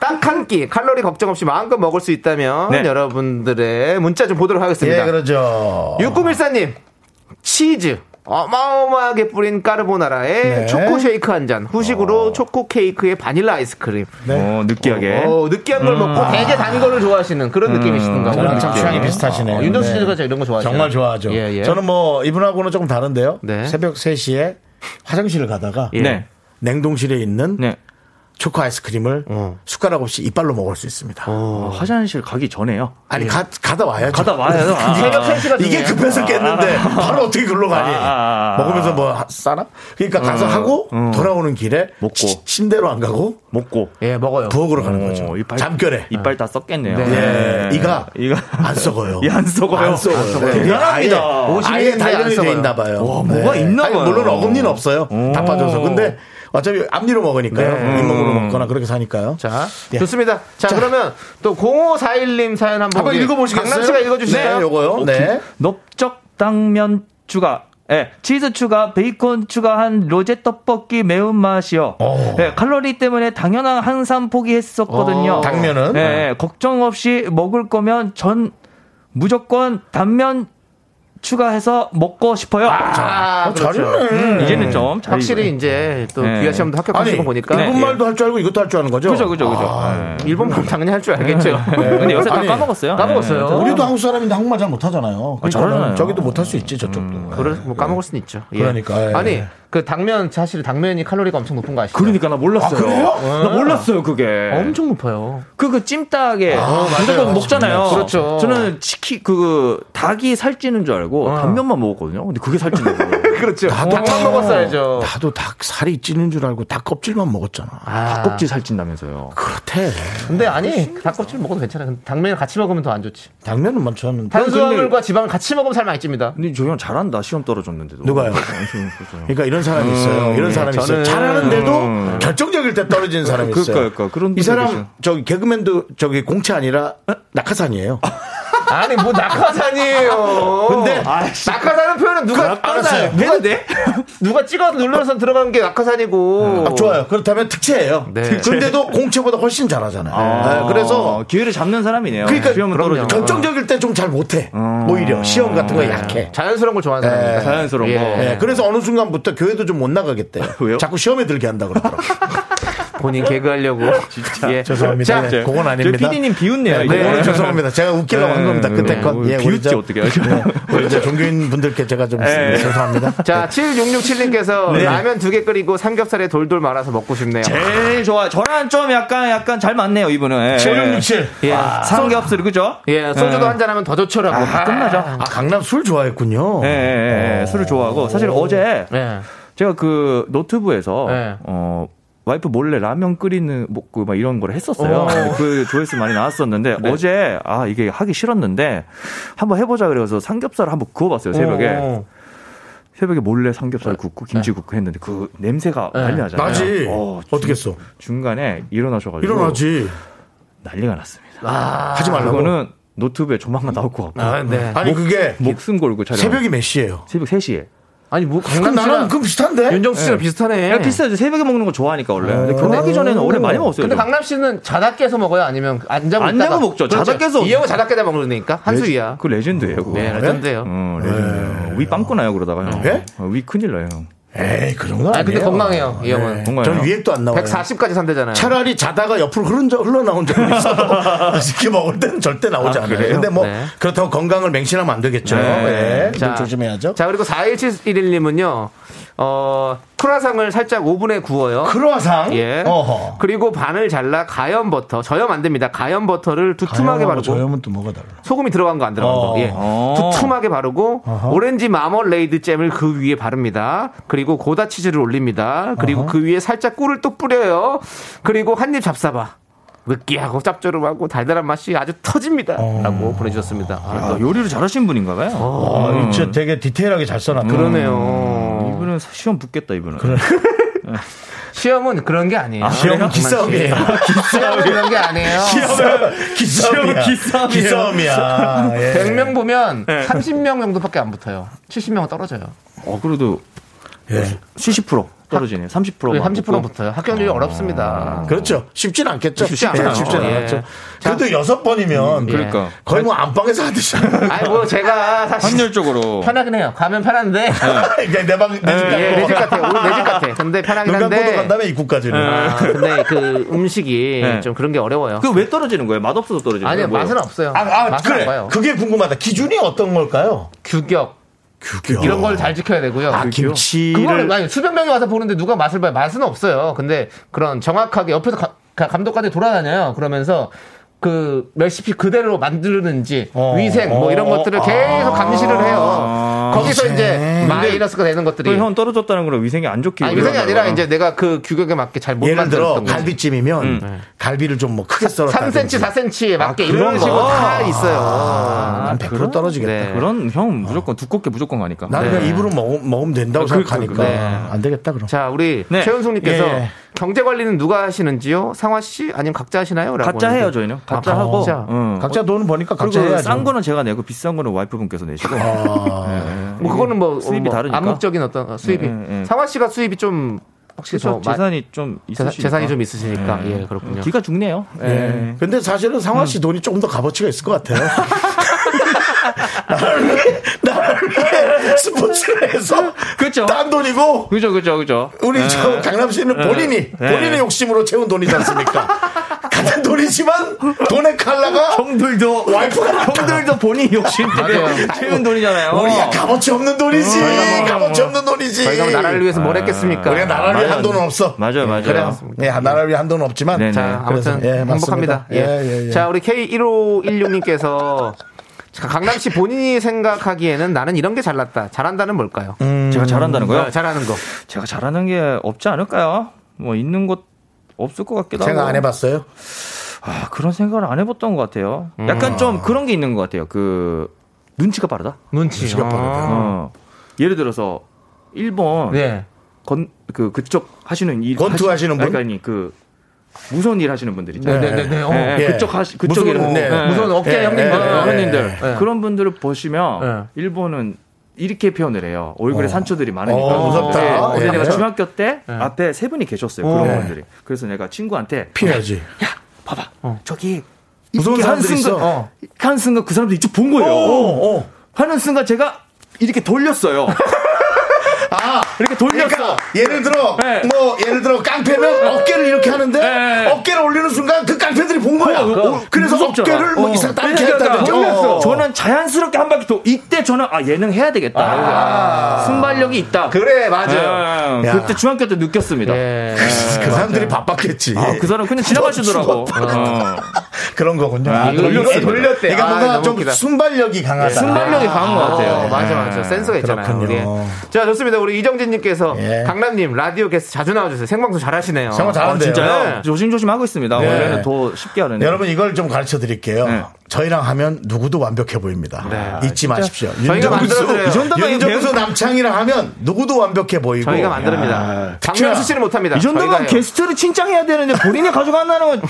Speaker 2: 딱 한 끼 칼로리 걱정 없이 마음껏 먹을 수 있다면
Speaker 5: 네.
Speaker 2: 여러분들의 문자 좀 보도록
Speaker 1: 예,
Speaker 2: 하겠습니다.
Speaker 1: 그러죠.
Speaker 2: 6914님 치즈 어마어마하게 뿌린 까르보나라에
Speaker 1: 네. 어.
Speaker 2: 초코 쉐이크 한 잔 후식으로 초코 케이크에 바닐라 아이스크림
Speaker 1: 네.
Speaker 5: 어, 느끼하게.
Speaker 2: 어, 느끼한 걸 먹고 되게 단 거를 좋아하시는 그런 느낌이신가
Speaker 1: 음. 저랑
Speaker 2: 보다
Speaker 1: 참 취향이 비슷하시네요.
Speaker 2: 어, 윤정수
Speaker 1: 네.
Speaker 2: 씨가 저 이런 거 좋아하죠
Speaker 1: 정말 좋아하죠.
Speaker 2: 예, 예.
Speaker 1: 저는 뭐 이분하고는 조금 다른데요.
Speaker 2: 네.
Speaker 1: 새벽 3시에 화장실을 가다가
Speaker 2: 예.
Speaker 5: 네.
Speaker 1: 냉동실에 있는
Speaker 5: 네.
Speaker 1: 초코 아이스크림을 숟가락 없이 이빨로 먹을 수 있습니다.
Speaker 5: 어, 화장실 가기 전에요.
Speaker 1: 아니 가, 예. 가다 와야죠.
Speaker 5: 가다 와요. 아,
Speaker 2: 새벽 3시가
Speaker 1: 이게 그 급해서 깼는데 바로 어떻게 글로 가니?
Speaker 5: 아, 아.
Speaker 1: 먹으면서 뭐 하- 싸나? 그러니까 가서 하고 돌아오는 길에
Speaker 5: 먹고.
Speaker 1: 치- 침대로 안 가고
Speaker 5: 먹고.
Speaker 2: 예 먹어요
Speaker 1: 부엌으로 가는
Speaker 5: 어,
Speaker 1: 거죠.
Speaker 5: 이빨-
Speaker 1: 잠결에.
Speaker 5: 이빨 다 썩겠네요.
Speaker 1: 예, 이가
Speaker 5: 이가
Speaker 1: 안 썩어요.
Speaker 5: 이안 썩어요.
Speaker 1: 안 썩어요. 네.
Speaker 5: 대단합니다.
Speaker 1: 아예, 아예
Speaker 2: 오십일인데 안
Speaker 1: 단련이 돼
Speaker 2: 썩어요.
Speaker 1: 있나 봐요. 네.
Speaker 5: 와, 뭐가 있나
Speaker 1: 아니,
Speaker 5: 봐요.
Speaker 1: 물론 어금니는 없어요. 다 빠져서. 근데 어차피 앞니로 먹으니까요.
Speaker 5: 네.
Speaker 1: 잇몸으로
Speaker 5: 음.
Speaker 1: 먹거나 그렇게 사니까요.
Speaker 2: 자,
Speaker 1: 예.
Speaker 2: 좋습니다. 자, 그러면 또 0541님 사연 한번,
Speaker 1: 한번
Speaker 2: 우리
Speaker 1: 읽어보시겠어요?
Speaker 2: 강남 씨가 읽어주세요.
Speaker 1: 네, 요거요. 네.
Speaker 5: 넓적 당면 추가. 예, 치즈 추가, 베이컨 추가한 로제 떡볶이 매운맛이요.
Speaker 1: 오.
Speaker 5: 예, 칼로리 때문에 당연한 한삼 포기했었거든요.
Speaker 2: 어.
Speaker 1: 당면은?
Speaker 5: 예, 예, 걱정 없이 먹을 거면 전 무조건 당면 추가해서 먹고 싶어요.
Speaker 2: 아,
Speaker 1: 어, 잘했네.
Speaker 5: 그렇죠. 음, 이제는 좀 잘-
Speaker 2: 확실히 이제 또
Speaker 5: 네.
Speaker 2: 귀하 시험도 합격하신 거 보니까 네.
Speaker 1: 일본 말도 할 줄 알고 이것도 할 줄 아는 거죠?
Speaker 5: 예. 그죠, 그죠, 그죠. 예.
Speaker 2: 일본말 당연히 할 줄 알겠죠.
Speaker 5: 네. 근데 요새 다
Speaker 1: 네. 아니,
Speaker 5: 까먹었어요.
Speaker 2: 까먹었어요.
Speaker 5: 예.
Speaker 1: 우리도 한국 사람인데 한국말 잘 못하잖아요. 그러니까
Speaker 5: 잘하잖아요. 어, 음,
Speaker 1: 저기도 못할 수 있지, 저쪽도. 네.
Speaker 2: 그래, 뭐 까먹을 수는 있죠. 예.
Speaker 1: 그러니까, 예.
Speaker 2: 아니, 그 당면, 사실 당면이 칼로리가 엄청 높은 거 아시죠? 네.
Speaker 5: 그러니까 나 몰랐어요. 나 몰랐어요 그게.
Speaker 2: 엄청 높아요.
Speaker 5: 그거 찜닭에 어, 무조건 먹잖아요.
Speaker 2: 그렇죠.
Speaker 5: 저는 치킨 그 닭이 살찌는 줄 알고 단면만 먹었거든요. 근데 그게 살찌는 거예요.
Speaker 2: 그렇죠. 밥 먹었어야죠.
Speaker 1: 나도 닭 살이 찌는 줄 알고 닭 껍질만 먹었잖아.
Speaker 5: 닭껍질 살찐다면서요.
Speaker 1: 그렇대.
Speaker 2: 근데 아니 닭껍질 먹어도 괜찮아. 근데 당면을 같이 먹으면 더 안 좋지.
Speaker 1: 당면은 많지 않은데.
Speaker 2: 탄수화물과 지방을 같이 먹으면 살 많이 찝니다.
Speaker 5: 근데 조형 잘한다. 시험 떨어졌는데도.
Speaker 1: 누가요?
Speaker 5: 엄청 웃었어요.
Speaker 1: 그러니까 이런 사람이 있어요. 이런 사람이 있어요.
Speaker 5: 음, 예, 저는- 음.
Speaker 1: 잘하는데도 결정적일 때 떨어지는 사람이 있어요.
Speaker 5: 그러니까, 그러니까. 그런
Speaker 1: 이 사람
Speaker 5: 분들
Speaker 1: 저기 개그맨도 저기 공채 아니라
Speaker 5: 어?
Speaker 1: 낙하산이에요.
Speaker 2: 아니 뭐 낙하산이에요.
Speaker 1: 근데
Speaker 5: 아,
Speaker 2: 낙하산은 표현은 누가
Speaker 1: 알았어요. 네?
Speaker 2: 알았어요. 누가 데 누가 찍어 눌러서 들어간 게 낙하산이고.
Speaker 5: 어.
Speaker 1: 아, 좋아요. 그렇다면 특채예요.
Speaker 2: 네.
Speaker 1: 특채. 근데도 공채보다 훨씬 잘하잖아요. 네,
Speaker 5: 그래서
Speaker 1: 그래서
Speaker 5: 기회를 잡는 사람이네요.
Speaker 1: 그러니까
Speaker 5: 어, 시험은 어.
Speaker 2: 그럼요.
Speaker 5: 떨어져.
Speaker 1: 결정적일 때 좀 잘 못해. 오히려 시험 같은
Speaker 5: 네.
Speaker 1: 거 약해.
Speaker 2: 자연스러운 걸 좋아하는 사람이니까. 뭐.
Speaker 5: 자연스러운 거.
Speaker 1: 예, 그래서 어느 순간부터 교회도 좀 못 나가겠대요.
Speaker 5: 네. 왜요?
Speaker 1: 자꾸 시험에 들게 한다 그러더라고.
Speaker 2: 본인 개그하려고. 진짜.
Speaker 1: 죄송합니다. 예, 그건 아닙니다.
Speaker 5: 피디님 비웃네요.
Speaker 1: 네,
Speaker 5: 이거. 네.
Speaker 1: 그거는 죄송합니다. 제가 웃기려고 한 겁니다. 그때 건. 예, 우리
Speaker 5: 비웃지
Speaker 1: 저-
Speaker 5: 어떻게 하죠?
Speaker 1: 우리 저 종교인 분들께 제가 좀
Speaker 5: 네.
Speaker 1: 네, 죄송합니다.
Speaker 2: 자, 7667님께서
Speaker 1: 네.
Speaker 2: 라면 두 개 끓이고 삼겹살에 돌돌 말아서 먹고 싶네요.
Speaker 5: 제일 좋아. 저랑 좀 약간 약간 잘 맞네요 이분은. 예.
Speaker 1: 7667.
Speaker 2: 예.
Speaker 5: 삼겹살 그죠?
Speaker 2: 예, 소주도 한잔 하면 더 좋죠라고.
Speaker 5: 끝나죠.
Speaker 1: 아, 강남 술 좋아했군요.
Speaker 5: 예, 예, 예. 술을 좋아하고 사실 어제
Speaker 1: 네.
Speaker 2: 예.
Speaker 5: 제가 그 노트부에서
Speaker 2: 네.
Speaker 5: 어 와이프 몰래 라면 끓이는 먹고 막 이런 걸 했었어요.
Speaker 2: 오.
Speaker 5: 그 조회수 많이 나왔었는데 어제 아 이게 하기 싫었는데 한번 해보자 그래서 삼겹살을 한번 구워봤어요 새벽에
Speaker 2: 오.
Speaker 5: 새벽에 몰래 삼겹살 굽고 김치 굽고 했는데 그 냄새가
Speaker 2: 네.
Speaker 5: 난리 나잖아요.
Speaker 1: 나지.
Speaker 5: 어,
Speaker 1: 어, 떻게 했어?
Speaker 5: 중간에 일어나셔가지고
Speaker 1: 일어나지.
Speaker 5: 난리가 났습니다.
Speaker 1: 하지 말라고.
Speaker 5: 아, 그거는 노트부에 조만간 나올 것 같고
Speaker 2: 아, 네.
Speaker 1: 아니, 그게
Speaker 5: 목숨 걸고 촬영.
Speaker 1: 새벽이 몇 시예요?
Speaker 5: 새벽 3시에.
Speaker 2: 아니, 뭐
Speaker 1: 그럼
Speaker 2: 강남
Speaker 1: 나랑
Speaker 2: 씨랑
Speaker 1: 그 비슷한데?
Speaker 2: 윤정수 씨랑 비슷하네.
Speaker 5: 야, 비싸죠. 새벽에 먹는 거 좋아하니까 원래. 근데 그 결혼하기 전에는 원래 많이 먹었어요.
Speaker 2: 근데
Speaker 5: 저.
Speaker 2: 강남 씨는 자다 깨서 먹어요? 아니면 안 자고
Speaker 5: 안
Speaker 2: 있다가?
Speaker 5: 자고 먹죠.
Speaker 2: 그렇죠.
Speaker 5: 자다 깨서.
Speaker 2: 이 형은 자다 깨다 먹으니까 한수이야.
Speaker 5: 그 레전드예요. 그거.
Speaker 2: 네, 레전드예요.
Speaker 5: 어, 레전드예요.
Speaker 2: 네.
Speaker 5: 위 빵꾸 나요 그러다가 형.
Speaker 1: 예?
Speaker 5: 어, 위 큰일 나요. 형.
Speaker 1: 에이, 그런 거 아니에요.
Speaker 2: 아 근데 건강해요. 이 형은.
Speaker 1: 네.
Speaker 5: 건강해요?
Speaker 1: 저는 위액도 안 나와요.
Speaker 2: 140까지 산대잖아요.
Speaker 1: 차라리 자다가 옆으로 흘러, 흘러나온 적이 있어도 이렇게 먹을 때는 절대 나오지 않아요. 근데 뭐
Speaker 2: 네.
Speaker 1: 그렇다고 건강을 맹신하면 안 되겠죠.
Speaker 5: 네.
Speaker 1: 예, 자, 조심해야죠.
Speaker 2: 자, 그리고 41711님은요, 어, 크라상을 살짝 오븐에 구워요.
Speaker 1: 크로아상.
Speaker 2: 예.
Speaker 1: 어허.
Speaker 2: 그리고 반을 잘라 가염 버터, 저염 안 됩니다. 가염 버터를 두툼하게 바르고
Speaker 1: 아, 저염은 또 뭐가 달라.
Speaker 2: 소금이 들어간 거 안 들어간
Speaker 1: 어.
Speaker 2: 거. 예.
Speaker 5: 어.
Speaker 2: 두툼하게 바르고 오렌지 마멀레이드 잼을 그 위에 바릅니다. 그리고 고다 치즈를 올립니다. 그리고 그 위에 살짝 꿀을 또 뿌려요. 그리고 한 입 잡숴봐. 느끼하고 짭조름하고 달달한 맛이 아주 터집니다.
Speaker 1: 어.
Speaker 2: 라고 보내주셨습니다. 아, 어.
Speaker 5: 아, 요리를 잘하시는 분인가 봐요.
Speaker 1: 아, 진짜 되게 디테일하게 잘 써놨다.
Speaker 2: 그러네요.
Speaker 5: 어,
Speaker 1: 음.
Speaker 5: 이분은 시험 붙겠다 이분은.
Speaker 2: 시험은 그런 게 아니에요.
Speaker 1: 시험은 기싸움이에요. 아,
Speaker 2: 시험은 그런 게 아니에요.
Speaker 1: 기싸움이야. 기싸움이야. 기싸움이야. 예.
Speaker 2: 100명 보면 30명 정도밖에 안 붙어요. 70명은 떨어져요.
Speaker 5: 어 그래도
Speaker 1: 예.
Speaker 5: 70% 떨어지네요. 30%.
Speaker 2: 거의
Speaker 5: 만
Speaker 2: 30% 붙어요. 학교연율이 어렵습니다.
Speaker 1: 그렇죠. 쉽진 않겠죠.
Speaker 2: 쉽지 않아요.
Speaker 1: 예, 쉽진
Speaker 2: 예.
Speaker 1: 않았죠.
Speaker 2: 자.
Speaker 1: 그래도 여섯 번이면
Speaker 5: 그러니까.
Speaker 1: 거의 뭐 안방에서 하듯이잖아요.
Speaker 2: 아니 뭐 제가 사실
Speaker 5: 확률적으로.
Speaker 2: 편하긴 해요. 가면 편한데
Speaker 1: 네. 그냥 내 방, 내집
Speaker 2: 예, 내 집
Speaker 1: 가고.
Speaker 2: 같아. 오늘 내 집 같아. 근데 편하긴
Speaker 1: 어. 눈 감고도 간
Speaker 2: 한데.
Speaker 1: 다음에 입구까지는.
Speaker 2: 아, 근데 그 음식이
Speaker 5: 네.
Speaker 2: 좀 그런 게 어려워요.
Speaker 5: 그왜 떨어지는 거예요? 맛 없어서 떨어지는
Speaker 2: 아니요
Speaker 5: 거예요? 뭐예요?
Speaker 2: 맛은 없어요.
Speaker 1: 아, 아
Speaker 2: 맛은
Speaker 1: 그래.
Speaker 2: 없어요.
Speaker 1: 그게 궁금하다. 기준이 어떤 걸까요?
Speaker 2: 규격
Speaker 1: 규격.
Speaker 2: 이런 걸 잘 지켜야 되고요.
Speaker 1: 아,
Speaker 2: 그거를
Speaker 1: 김치를.
Speaker 2: 아니 수백 명이 와서 보는데 누가 맛을 봐요? 맛은 없어요. 근데 그런 정확하게 옆에서 가- 가- 감독관이 돌아다녀요. 그러면서 그 레시피 그대로 만드는지
Speaker 1: 어. 아.
Speaker 2: 위생 뭐 이런 것들을 계속 감시를 해요. 거기서 이제
Speaker 1: 위생.
Speaker 2: 마이너스가 되는 것들이
Speaker 5: 그 또형 떨어졌다는 거는 위생이 안 좋기.
Speaker 2: 아니 위생이 아니라 이제 내가 그 규격에 맞게 잘 못
Speaker 1: 예를 들어
Speaker 2: 만들었던 거지. 음.
Speaker 1: 갈비찜이면 갈비를 좀 뭐 크게 썰었다. 아,
Speaker 2: 3cm, 4cm에 맞게 이런
Speaker 5: 그런 거.
Speaker 2: 식으로 다 있어요.
Speaker 1: 난100% 떨어지겠다.
Speaker 2: 아, 네.
Speaker 5: 그런 형 무조건 두껍게 무조건 가니까.
Speaker 1: 나는 그냥 입으로 먹, 먹으면 된다고
Speaker 5: 그러니까,
Speaker 1: 생각하니까
Speaker 2: 네.
Speaker 1: 안 되겠다 그럼.
Speaker 2: 자, 우리
Speaker 5: 네.
Speaker 2: 최은숙님께서
Speaker 1: 예, 예.
Speaker 2: 경제 관리는 누가 하시는지요? 상화 씨 아니면 각자 하시나요? 라고
Speaker 5: 가짜 해요
Speaker 2: 하는데.
Speaker 5: 저희는. 가짜
Speaker 2: 아,
Speaker 5: 하고. 음.
Speaker 2: 각자.
Speaker 5: 응.
Speaker 1: 각자 돈 버니까 각자
Speaker 5: 그리고
Speaker 1: 해야죠. 아.
Speaker 5: 싼 거는 제가 내고 비싼 거는 와이프분께서 내시고.
Speaker 2: 뭐 그거는 뭐
Speaker 5: 수입이
Speaker 2: 뭐
Speaker 5: 다르니까.
Speaker 2: 암묵적인 어떤 어, 수입이
Speaker 5: 예, 예, 예.
Speaker 2: 상화 씨가 수입이 좀 확실히
Speaker 5: 그래서
Speaker 2: 더 마-
Speaker 5: 재산이 좀
Speaker 2: 재산,
Speaker 5: 있으시니까. 음.
Speaker 2: 재산이 좀 있으시니까 예, 그렇군요.
Speaker 5: 기가 죽네요. 예.
Speaker 1: 예. 근데 사실은 상화 씨 돈이 조금 더 값어치가 있을 것 같아요. 나를 위해, 나를 위해 스포츠를 해서
Speaker 5: 그쵸.
Speaker 1: 딴 돈이고
Speaker 5: 그죠, 그죠, 그죠.
Speaker 1: 우리 저 강남 씨는 본인이 본인의 욕심으로 채운 돈이지 않습니까? 같은 돈이지만 돈의 칼라가
Speaker 5: 형들도
Speaker 1: 와이프가
Speaker 5: 형들도 본인 욕심 때문에 채운 돈이잖아요.
Speaker 1: 우리야 값어치 없는 돈이지 값어치 없는 돈이지
Speaker 2: 저희가 뭐 나라를 위해서 뭘 했겠습니까?
Speaker 1: 아,
Speaker 2: 네.
Speaker 1: 우리가 나라를 위해 한 돈은 없어
Speaker 5: 맞아요, 맞아요.
Speaker 1: 그래요 예, 나라를 위해 한 돈은 없지만
Speaker 5: 네네.
Speaker 2: 자,
Speaker 1: 그래서,
Speaker 2: 아무튼
Speaker 1: 예, 맞습니다.
Speaker 2: 행복합니다. 예.
Speaker 1: 예, 예, 예.
Speaker 2: 자, 우리 K1516님께서 자, 강남 씨 본인이 생각하기에는 나는 이런 게 잘났다. 잘한다는 뭘까요?
Speaker 1: 음,
Speaker 5: 제가 잘한다는 거요?
Speaker 2: 어, 잘하는 거.
Speaker 5: 제가 잘하는 게 없지 않을까요? 뭐 있는 곳 없을 것 같기도 하고.
Speaker 1: 생각 안 해봤어요?
Speaker 5: 아, 그런 생각을 안 해봤던 것 같아요.
Speaker 1: 음.
Speaker 5: 약간 좀 그런 게 있는 것 같아요. 그 눈치가 빠르다.
Speaker 2: 눈치.
Speaker 1: 시간 빠르다.
Speaker 5: 어. 예를 들어서 일본
Speaker 2: 네.
Speaker 5: 건 그 그쪽 하시는 일
Speaker 1: 권투
Speaker 5: 하시-
Speaker 1: 하시는 분?
Speaker 5: 아니, 아니 그 무서운 일 하시는 분들 있잖아요.
Speaker 1: 네, 네,
Speaker 2: 네, 어.
Speaker 5: 예,
Speaker 1: 예.
Speaker 5: 그쪽 하시 그쪽
Speaker 1: 무서운,
Speaker 5: 일
Speaker 1: 네.
Speaker 5: 예.
Speaker 2: 무서운 어깨
Speaker 1: 예,
Speaker 2: 형님들.
Speaker 1: 예, 예,
Speaker 2: 어,
Speaker 1: 예,
Speaker 2: 형님들. 예.
Speaker 5: 그런 분들을 보시면
Speaker 2: 예.
Speaker 5: 일본은 이렇게 표현을 해요. 얼굴에
Speaker 1: 네. 어.
Speaker 5: 상처들이 많으니까.
Speaker 1: 어, 무섭다.
Speaker 5: 네. 근데
Speaker 1: 예.
Speaker 5: 내가 중학교 때 앞에 세 분이 네. 계셨어요. 네. 그런
Speaker 1: 어.
Speaker 5: 분들이. 그래서 내가 친구한테
Speaker 1: 피해야지.
Speaker 5: 봐봐. 저기
Speaker 1: 무서운
Speaker 5: 이렇게 한
Speaker 1: 사람들이
Speaker 5: 순간
Speaker 1: 있어.
Speaker 5: 어. 한 순간 그 사람들 이쪽 본 거예요.
Speaker 1: 어, 어.
Speaker 5: 하는 순간 제가 이렇게 돌렸어요.
Speaker 1: 아,
Speaker 5: 이렇게 돌렸어.
Speaker 1: 그러니까 예를 들어
Speaker 5: 네.
Speaker 1: 뭐 예를 들어 깡패면 어깨를 이렇게 하는데
Speaker 5: 네.
Speaker 1: 어깨를 올리는 순간 그 깡패들이 본 거야. 그래서
Speaker 5: 무섭잖아.
Speaker 1: 어깨를 뭐
Speaker 5: 어.
Speaker 1: 이상
Speaker 5: 그러니까
Speaker 1: 따르게 했다든지.
Speaker 5: 돌렸어.
Speaker 1: 어.
Speaker 5: 저는 자연스럽게 한 바퀴 도 이때 저는 아 예능 해야 되겠다. 아. 순발력이 있다.
Speaker 1: 그래 맞아.
Speaker 5: 예,
Speaker 1: 야.
Speaker 5: 그때 중학교 때 느꼈습니다.
Speaker 2: 예.
Speaker 1: 그 사람들이 바빴겠지.
Speaker 5: 아, 그 사람 그냥 지나가시더라고. 어.
Speaker 1: 그런 거군요. 아,
Speaker 2: 이거
Speaker 1: 돌렸어.
Speaker 2: 이거 돌렸대.
Speaker 1: 그러니까
Speaker 2: 아,
Speaker 1: 뭔가
Speaker 2: 너무
Speaker 1: 좀
Speaker 2: 웃기다.
Speaker 1: 순발력이 강하다.
Speaker 5: 순발력이 강한 것 같아요.
Speaker 2: 어, 맞아, 맞아. 센스가 있잖아요.
Speaker 1: 그렇군요.
Speaker 2: 예. 자, 좋습니다. 우리 이정진님께서
Speaker 1: 예.
Speaker 2: 강남님 라디오 게스트 자주 나와주세요. 생방송 잘하시네요.
Speaker 1: 정말 잘한대요.
Speaker 5: 네.
Speaker 2: 진짜요?
Speaker 5: 조심조심 하고 있습니다.
Speaker 1: 네.
Speaker 5: 원래는 더 쉽게 하는데.
Speaker 1: 여러분 이걸 좀 가르쳐 드릴게요.
Speaker 5: 네.
Speaker 1: 저희랑 하면 누구도 완벽해 보입니다.
Speaker 2: 네.
Speaker 1: 잊지 마십시오.
Speaker 2: 저희가 만들어드려요.
Speaker 1: 윤정수,
Speaker 2: 이
Speaker 5: 정도면
Speaker 1: 윤정수 남창이랑 하면 누구도 완벽해 보이고.
Speaker 2: 저희가 만듭니다. 장명수 씨는 못합니다.
Speaker 5: 이 정도면
Speaker 2: 저희가 해요.
Speaker 5: 게스트를 칭찬해야 되는데 본인이 가져간다는 건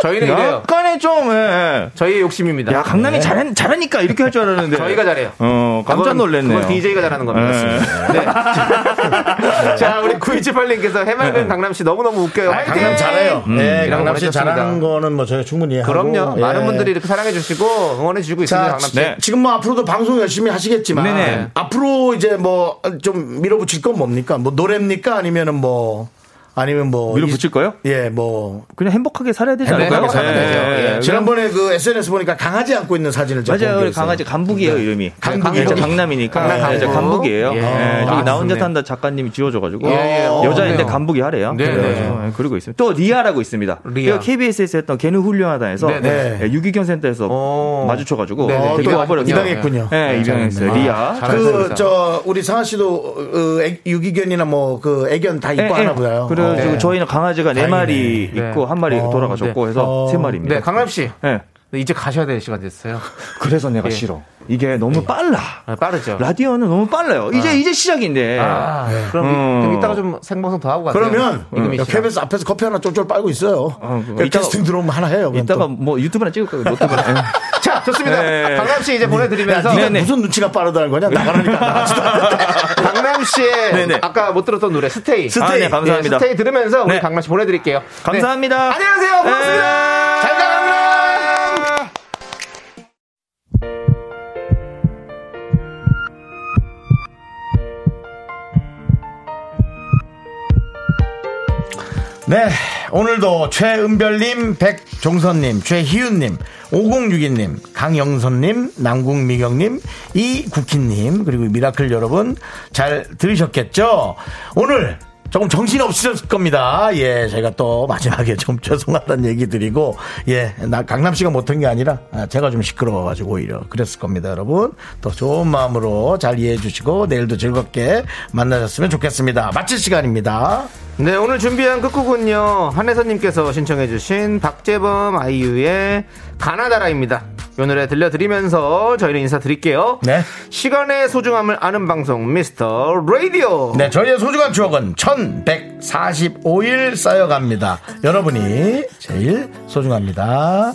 Speaker 2: 저희는 이래요.
Speaker 5: 약간의 좀, 예.
Speaker 2: 저희의 욕심입니다.
Speaker 5: 야, 강남이 잘한, 잘하니까 이렇게 할 줄 알았는데.
Speaker 2: 저희가 잘해요.
Speaker 5: 어, 깜짝
Speaker 2: 그건-
Speaker 5: 놀랐네요.
Speaker 2: 그건 DJ가 잘하는 겁니다.
Speaker 5: 예.
Speaker 2: 네. 자, 우리 9278님께서 해맑은 강남씨 너무너무 웃겨요.
Speaker 1: 아,
Speaker 2: 화이팅! 음,
Speaker 1: 강남 잘해요. 네,
Speaker 2: 이라고
Speaker 1: 강남 씨
Speaker 2: 보내셨습니다.
Speaker 1: 잘하는 거는 뭐 저희가 충분히 이해하고.
Speaker 2: 그럼요. 많은
Speaker 1: 예.
Speaker 2: 분들이 이렇게 사랑해주시고 응원해주시고 있습니다,
Speaker 1: 자,
Speaker 2: 강남씨.
Speaker 1: 네. 지금 뭐 앞으로도 방송 열심히 하시겠지만
Speaker 5: 네네.
Speaker 1: 앞으로 이제 뭐 좀 밀어붙일 건 뭡니까? 뭐 노래입니까? 아니면은 뭐 아니면 뭐
Speaker 5: 밀어붙일 거예요?
Speaker 1: 예, 뭐
Speaker 5: 그냥 행복하게 살아야 되지
Speaker 2: 행복하게
Speaker 5: 않을까요?
Speaker 2: 살면 되죠. 예.
Speaker 1: 지난번에 그 SNS 보니까 강아지 안고 있는 사진을 제가
Speaker 5: 맞아요.
Speaker 1: 본
Speaker 5: 우리
Speaker 1: 게 있어요.
Speaker 5: 강아지
Speaker 2: 네.
Speaker 5: 간북이에요, 이름이. 예,
Speaker 1: 강북이요?
Speaker 5: 저 강남이니까.
Speaker 2: 강남
Speaker 5: 예, 저
Speaker 2: 강북.
Speaker 5: 간북이에요.
Speaker 2: 예.
Speaker 5: 예, 저기
Speaker 2: 아,
Speaker 5: 나 혼자
Speaker 2: 좋네.
Speaker 5: 탄다 작가님이 지어줘가지고.
Speaker 1: 예, 예. 어,
Speaker 5: 여자인데
Speaker 2: 그래요.
Speaker 5: 간북이 하래요.
Speaker 2: 네,
Speaker 5: 그래가지고, 예, 그리고 있습니다. 또 리아라고 있습니다.
Speaker 2: 리아.
Speaker 5: 리아. KBS에서 했던 걔는 훌륭하다에서
Speaker 2: 네,
Speaker 1: 네.
Speaker 5: 예, 유기견 센터에서
Speaker 2: 오.
Speaker 5: 마주쳐가지고
Speaker 2: 네, 네.
Speaker 1: 어,
Speaker 5: 어,
Speaker 1: 또
Speaker 5: 입양해버렸죠.
Speaker 1: 입양했군요.
Speaker 5: 예, 입양했어요. 리아.
Speaker 2: 잘- 잘했어요.
Speaker 1: 그 저 우리 상아 씨도 어, 애- 유기견이나 뭐 그 애견 다
Speaker 5: 예,
Speaker 1: 이뻐하나
Speaker 5: 예.
Speaker 1: 보다요.
Speaker 5: 그래서
Speaker 1: 어.
Speaker 5: 저희는 강아지가 네
Speaker 1: 다행이네.
Speaker 5: 마리
Speaker 2: 네.
Speaker 5: 있고 한 마리
Speaker 1: 어,
Speaker 5: 돌아가셨고
Speaker 2: 네.
Speaker 5: 해서
Speaker 1: 어.
Speaker 5: 세 마리입니다.
Speaker 2: 네, 강남씨.
Speaker 5: 예.
Speaker 2: 이제 가셔야 될 시간 됐어요.
Speaker 5: 그래서 내가
Speaker 2: 예.
Speaker 5: 싫어. 이게 너무
Speaker 1: 예.
Speaker 5: 빨라.
Speaker 2: 아, 빠르죠.
Speaker 5: 라디오는 너무 빨라요. 이제 이제 시작인데.
Speaker 2: 아, 그럼
Speaker 5: 음.
Speaker 2: 이, 따가좀 생방송 더
Speaker 5: 아,
Speaker 2: 하고 가세요.
Speaker 1: 그러면
Speaker 2: 이금희
Speaker 1: 음,
Speaker 2: 씨랑.
Speaker 1: KBS 앞에서 커피 하나 쫄쫄 빨고 있어요.
Speaker 5: 아, 그거
Speaker 1: 그
Speaker 5: 이따가-
Speaker 1: 캐스팅 들어오면 하나 해요. 그럼
Speaker 5: 이따가
Speaker 1: 또.
Speaker 5: 뭐 유튜브나 찍을 예. 거고 노트브나.
Speaker 2: 자, 좋습니다.
Speaker 5: 네.
Speaker 2: 강남 씨 이제
Speaker 1: 야,
Speaker 2: 보내드리면서
Speaker 1: 네가
Speaker 5: 네네.
Speaker 1: 아, 무슨 눈치가 빠르다는 거냐? 나가라니까 나가지도 않는다.
Speaker 2: 강남 씨의
Speaker 5: 네네.
Speaker 2: 아까 못 들었던 노래 스테이.
Speaker 1: 스테이.
Speaker 5: 아, 네, 감사합니다.
Speaker 2: 예, 스테이 들으면서 우리
Speaker 5: 네. 아.
Speaker 2: 강남 씨 보내드릴게요. 네.
Speaker 5: 감사합니다. 네.
Speaker 2: 안녕하세요. 고맙습니다. 잘 가요.
Speaker 1: 네. 오늘도 최은별님, 백종선님, 최희윤님, 5062님, 강영선님, 남궁미경님, 이국희님, 그리고 미라클 여러분 잘 들으셨겠죠? 오늘 조금 정신 없으셨을 겁니다. 예, 제가 또 마지막에 좀 죄송하다는 얘기 드리고, 예, 나 강남 씨가 못한 게 아니라, 아, 제가 좀 시끄러워가지고 오히려 그랬을 겁니다, 여러분. 또 좋은 마음으로 잘 이해해 주시고, 내일도 즐겁게 만나셨으면 좋겠습니다. 마칠 시간입니다.
Speaker 2: 네, 오늘 준비한 끝곡은요. 한혜선님께서 신청해주신 박재범 아이유의 가나다라입니다. 이 노래 들려드리면서 저희는 인사드릴게요.
Speaker 1: 네.
Speaker 2: 시간의 소중함을 아는 방송, 미스터 라디오.
Speaker 1: 네, 저희의 소중한 추억은 1145일 쌓여갑니다. 여러분이 제일 소중합니다.